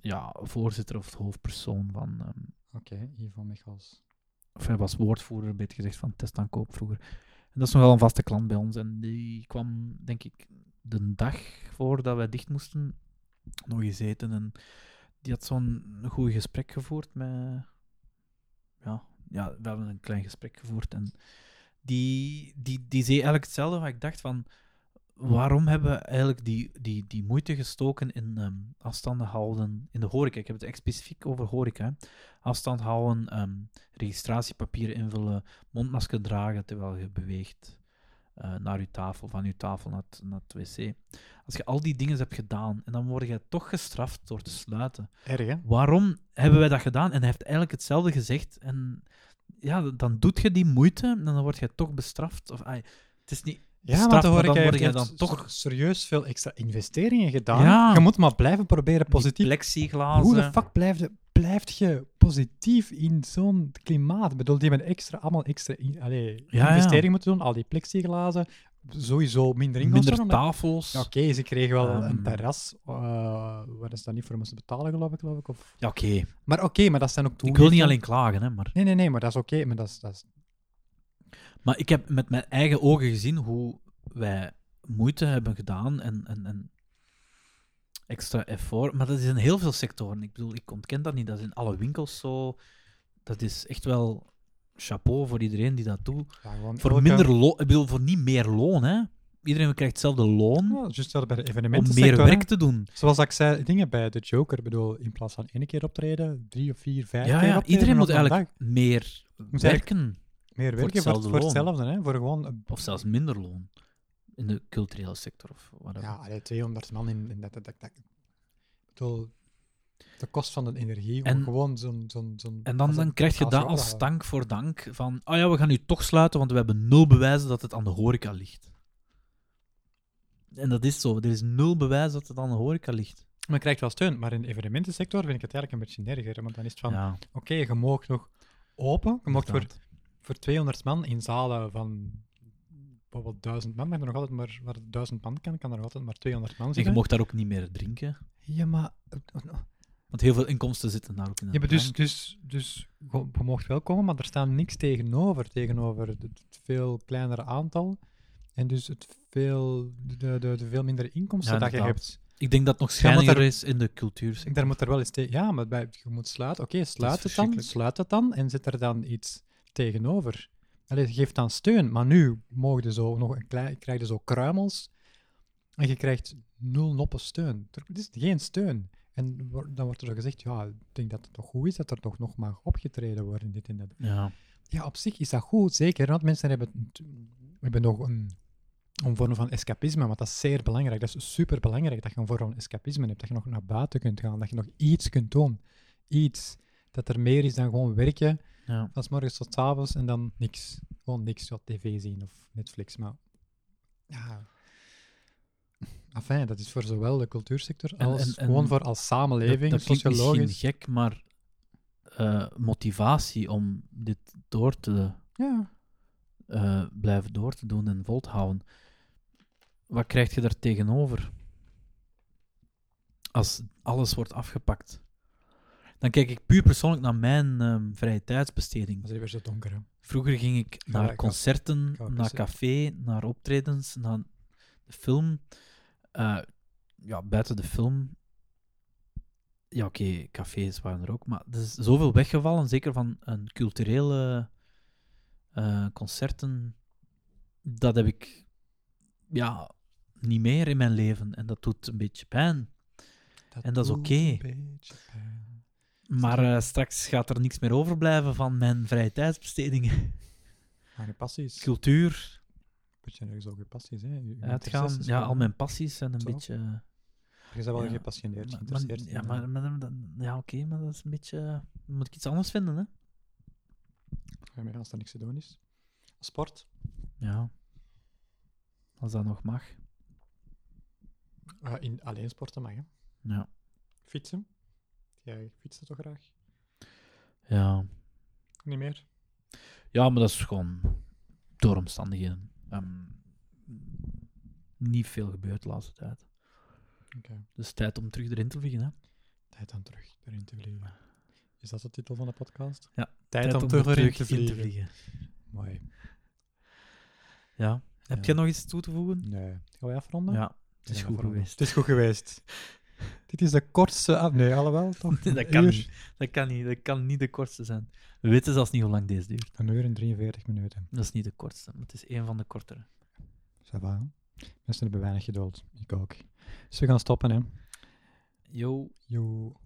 C: ja, voorzitter of hoofdpersoon van ehm,
A: Oké, Ivo Michels.
C: of hij was woordvoerder, beter gezegd, van testaankoop vroeger. En dat is nogal een vaste klant bij ons. En die kwam, denk ik, de dag voordat wij dicht moesten, nog eens eten. En die had zo'n goed gesprek gevoerd met... Ja, ja, we hebben een klein gesprek gevoerd. En die, die, die zei eigenlijk hetzelfde wat ik dacht van... Waarom hebben we eigenlijk die, die, die moeite gestoken in ehm, afstanden houden in de horeca? Ik heb het echt specifiek over horeca. hè. Afstand houden, ehm, registratiepapieren invullen, mondmasker dragen terwijl je beweegt eh, naar je tafel, van je tafel naar het, naar het wc. Als je al die dingen hebt gedaan en dan word je toch gestraft door te sluiten.
A: Erg, hè?
C: Waarom hebben wij dat gedaan? En hij heeft eigenlijk hetzelfde gezegd. En ja, dan doet je die moeite en dan word je toch bestraft. Of, ai, het is niet...
A: Ja,
C: Straf,
A: want dan hoor
C: maar
A: ik
C: dan word
A: eigenlijk
C: jij
A: heeft
C: dan toch-
A: s- serieus veel extra investeringen gedaan.
C: Ja.
A: Je moet maar blijven proberen positief.
C: Plexiglazen.
A: Hoe de fuck blijft, blijft je positief in zo'n klimaat? Ik bedoel, die hebben extra, allemaal extra in, allee,
C: ja.
A: investeringen moeten doen. Al die plexiglazen, sowieso minder inkomsten.
C: Minder
A: omdat-
C: tafels.
A: Ja, Oké, ze kregen wel een
C: Ehm.
A: terras. eh, waar is dat niet voor moesten betalen, geloof ik. Geloof ik of...
C: Ja, oké.
A: Maar oké, maar dat zijn ook
C: Ik
A: toegeven.
C: wil niet alleen klagen, hè, maar...
A: Nee, nee, nee, maar dat is oké. maar dat is, dat is...
C: Maar ik heb met mijn eigen ogen gezien hoe wij moeite hebben gedaan en, en, en extra effort. Maar dat is in heel veel sectoren. Ik bedoel, ik ontken dat niet. Dat is in alle winkels zo. Dat is echt wel chapeau voor iedereen die dat doet.
A: Ja, gewoon
C: Voor
A: elke-
C: minder loon, ik bedoel, voor niet meer loon, hè. Iedereen krijgt hetzelfde loon
A: Ja, juist wel bij de
C: om
A: evenementen.
C: meer werk te doen.
A: Zoals dat ik zei, dingen bij de Joker. Ik bedoel, in plaats van één keer optreden, drie of vier, vijf
C: Ja,
A: keer
C: ja,
A: optreden
C: iedereen
A: op
C: moet
A: een
C: eigenlijk
A: dag.
C: meer
A: Moet
C: werken.
A: Meer werken voor,
C: hetzelfde
A: voor
C: loon.
A: hetzelfde, hè. Voor gewoon...
C: Of zelfs minder loon. In de culturele sector of whatever.
A: Ja, allee, 200 man in, in dat, dat, dat, dat- Ik bedoel, de kost van de energie.
C: En-
A: om gewoon zo'n... zo'n zo'n
C: En dan,
A: als een-
C: dan krijg je
A: als
C: dat
A: een-
C: als dank voor dank. Van, oh ja, we gaan nu toch sluiten, want we hebben nul bewijzen dat het aan de horeca ligt. En dat is zo. Er is nul bewijs dat het aan de horeca ligt.
A: Maar je krijgt wel steun. Maar in de evenementensector vind ik het eigenlijk een beetje nerger. Want dan is het van...
C: ja,
A: Oké, je mag nog open. Je mag voor,
C: inderdaad.
A: voor 200 man in zalen van bijvoorbeeld 1000 man. Maar nog altijd maar, waar 1000 man kan, kan er nog altijd maar 200 man
C: En je
A: zitten.
C: mocht daar ook niet meer drinken.
A: Ja, maar.
C: Want heel veel inkomsten zitten daar ook in.
A: Ja, maar dus, dus, dus je je mocht wel komen, maar er staat niks tegenover. Tegenover het het veel kleinere aantal. En dus het veel, de, de, de veel minder inkomsten
C: Ja,
A: dat je
C: inderdaad.
A: hebt.
C: Ik denk dat het nog
A: Ja, maar
C: schijniger
A: daar-
C: is in de cultuursector.
A: Daar moet er wel eens tegen. Ja, maar bij, je moet sluiten. Oké, sluit het dan.
C: verschrikkelijk.
A: Sluit het dan. En zit er dan iets tegenover. Allee, geef dan steun. Maar nu mogen ze zo nog een klein, krijg je zo kruimels. En je krijgt nul noppen steun. Er het is geen steun. En wo- dan wordt er zo gezegd: ja, ik denk dat het toch goed is dat er toch nog mag opgetreden worden. Dit en dat.
C: Ja.
A: Ja, op zich is dat goed, zeker. Want mensen hebben, hebben nog een, een vorm van escapisme, want dat is zeer belangrijk. Dat is super belangrijk dat je een vorm van escapisme hebt. Dat je nog naar buiten kunt gaan, dat je nog iets kunt doen. Iets. Dat er meer is dan gewoon werken,
C: ja.
A: van 's morgens tot 's avonds en dan niks. Gewoon niks, wat tv zien of Netflix. Maar ja. Enfin, dat is voor zowel de cultuursector
C: En-
A: als
C: en- en
A: gewoon voor als samenleving,
C: dat, dat klinkt
A: sociologisch.
C: misschien gek, maar eh, motivatie om dit door te
A: Ja.
C: eh, blijven door te doen en vol te houden. Wat krijg je daar tegenover? Als alles wordt afgepakt. Dan kijk ik puur persoonlijk naar mijn ehm, vrije tijdsbesteding.
A: Dat is weer zo donker, hè.
C: Vroeger ging ik
A: Ja,
C: naar
A: ik ga-
C: concerten,
A: ik ga
C: naar
A: pissen.
C: café, naar optredens, naar de film. Eh, ja, buiten de film. Ja, oké, cafés waren er ook, maar er is zoveel weggevallen, zeker van een culturele eh, concerten. Dat heb ik ja, niet meer in mijn leven en dat doet een beetje pijn. En dat is
A: doet
C: oké.
A: een beetje pijn.
C: Maar eh, straks gaat er niks meer overblijven van mijn vrije tijdsbestedingen.
A: Maar je passies. Cool.
C: Cultuur,
A: Moet je nergens over je passies, hè? Je- je
C: uitgaan.
A: interesses
C: Ja, al
A: gewoon-
C: mijn passies zijn een
A: Zo.
C: beetje. eh,
A: Je bent wel
C: ja,
A: gepassioneerd,
C: maar-
A: geïnteresseerd. in, eh,
C: maar- ja,
A: hè.
C: maar, maar dan- dan- ja, oké, maar dat is een beetje. eh, dan moet ik iets anders vinden, hè?
A: Ja, maar als er niks te doen is. Sport.
C: Ja. Als dat nog mag.
A: Ah, in, alleen sporten mag, hè.
C: Ja.
A: Fietsen. Jij fietst toch graag?
C: Ja,
A: Niet meer?
C: ja maar dat is gewoon door omstandigheden. Ehm, niet veel gebeurd de laatste tijd.
A: Oké.
C: Dus tijd om terug erin te vliegen, hè?
A: Tijd dan terug erin te vliegen. Is dat de titel van de podcast?
C: Ja,
A: Tijd, om,
C: er
A: terug erin te
C: in
A: vliegen. Mooi.
C: Ja. Heb
A: Ja.
C: jij nog iets toe te voegen?
A: Nee. Gaan wij afronden?
C: Ja, het is
A: Ja,
C: goed
A: afronden.
C: geweest.
A: Het is goed geweest. Dit is de kortste... af- Nee, alhoewel, toch?
C: Nee, dat
A: Een
C: kan
A: uur.
C: niet. Dat kan niet. Dat kan niet de kortste zijn. We weten zelfs niet hoe lang deze duurt.
A: Een uur en 43 minuten.
C: Dat is niet de kortste, maar het is één van de kortere.
A: Ça va. hè? Mensen hebben weinig geduld. Ik ook. Dus we gaan stoppen, hè.
C: Yo.
A: Joe.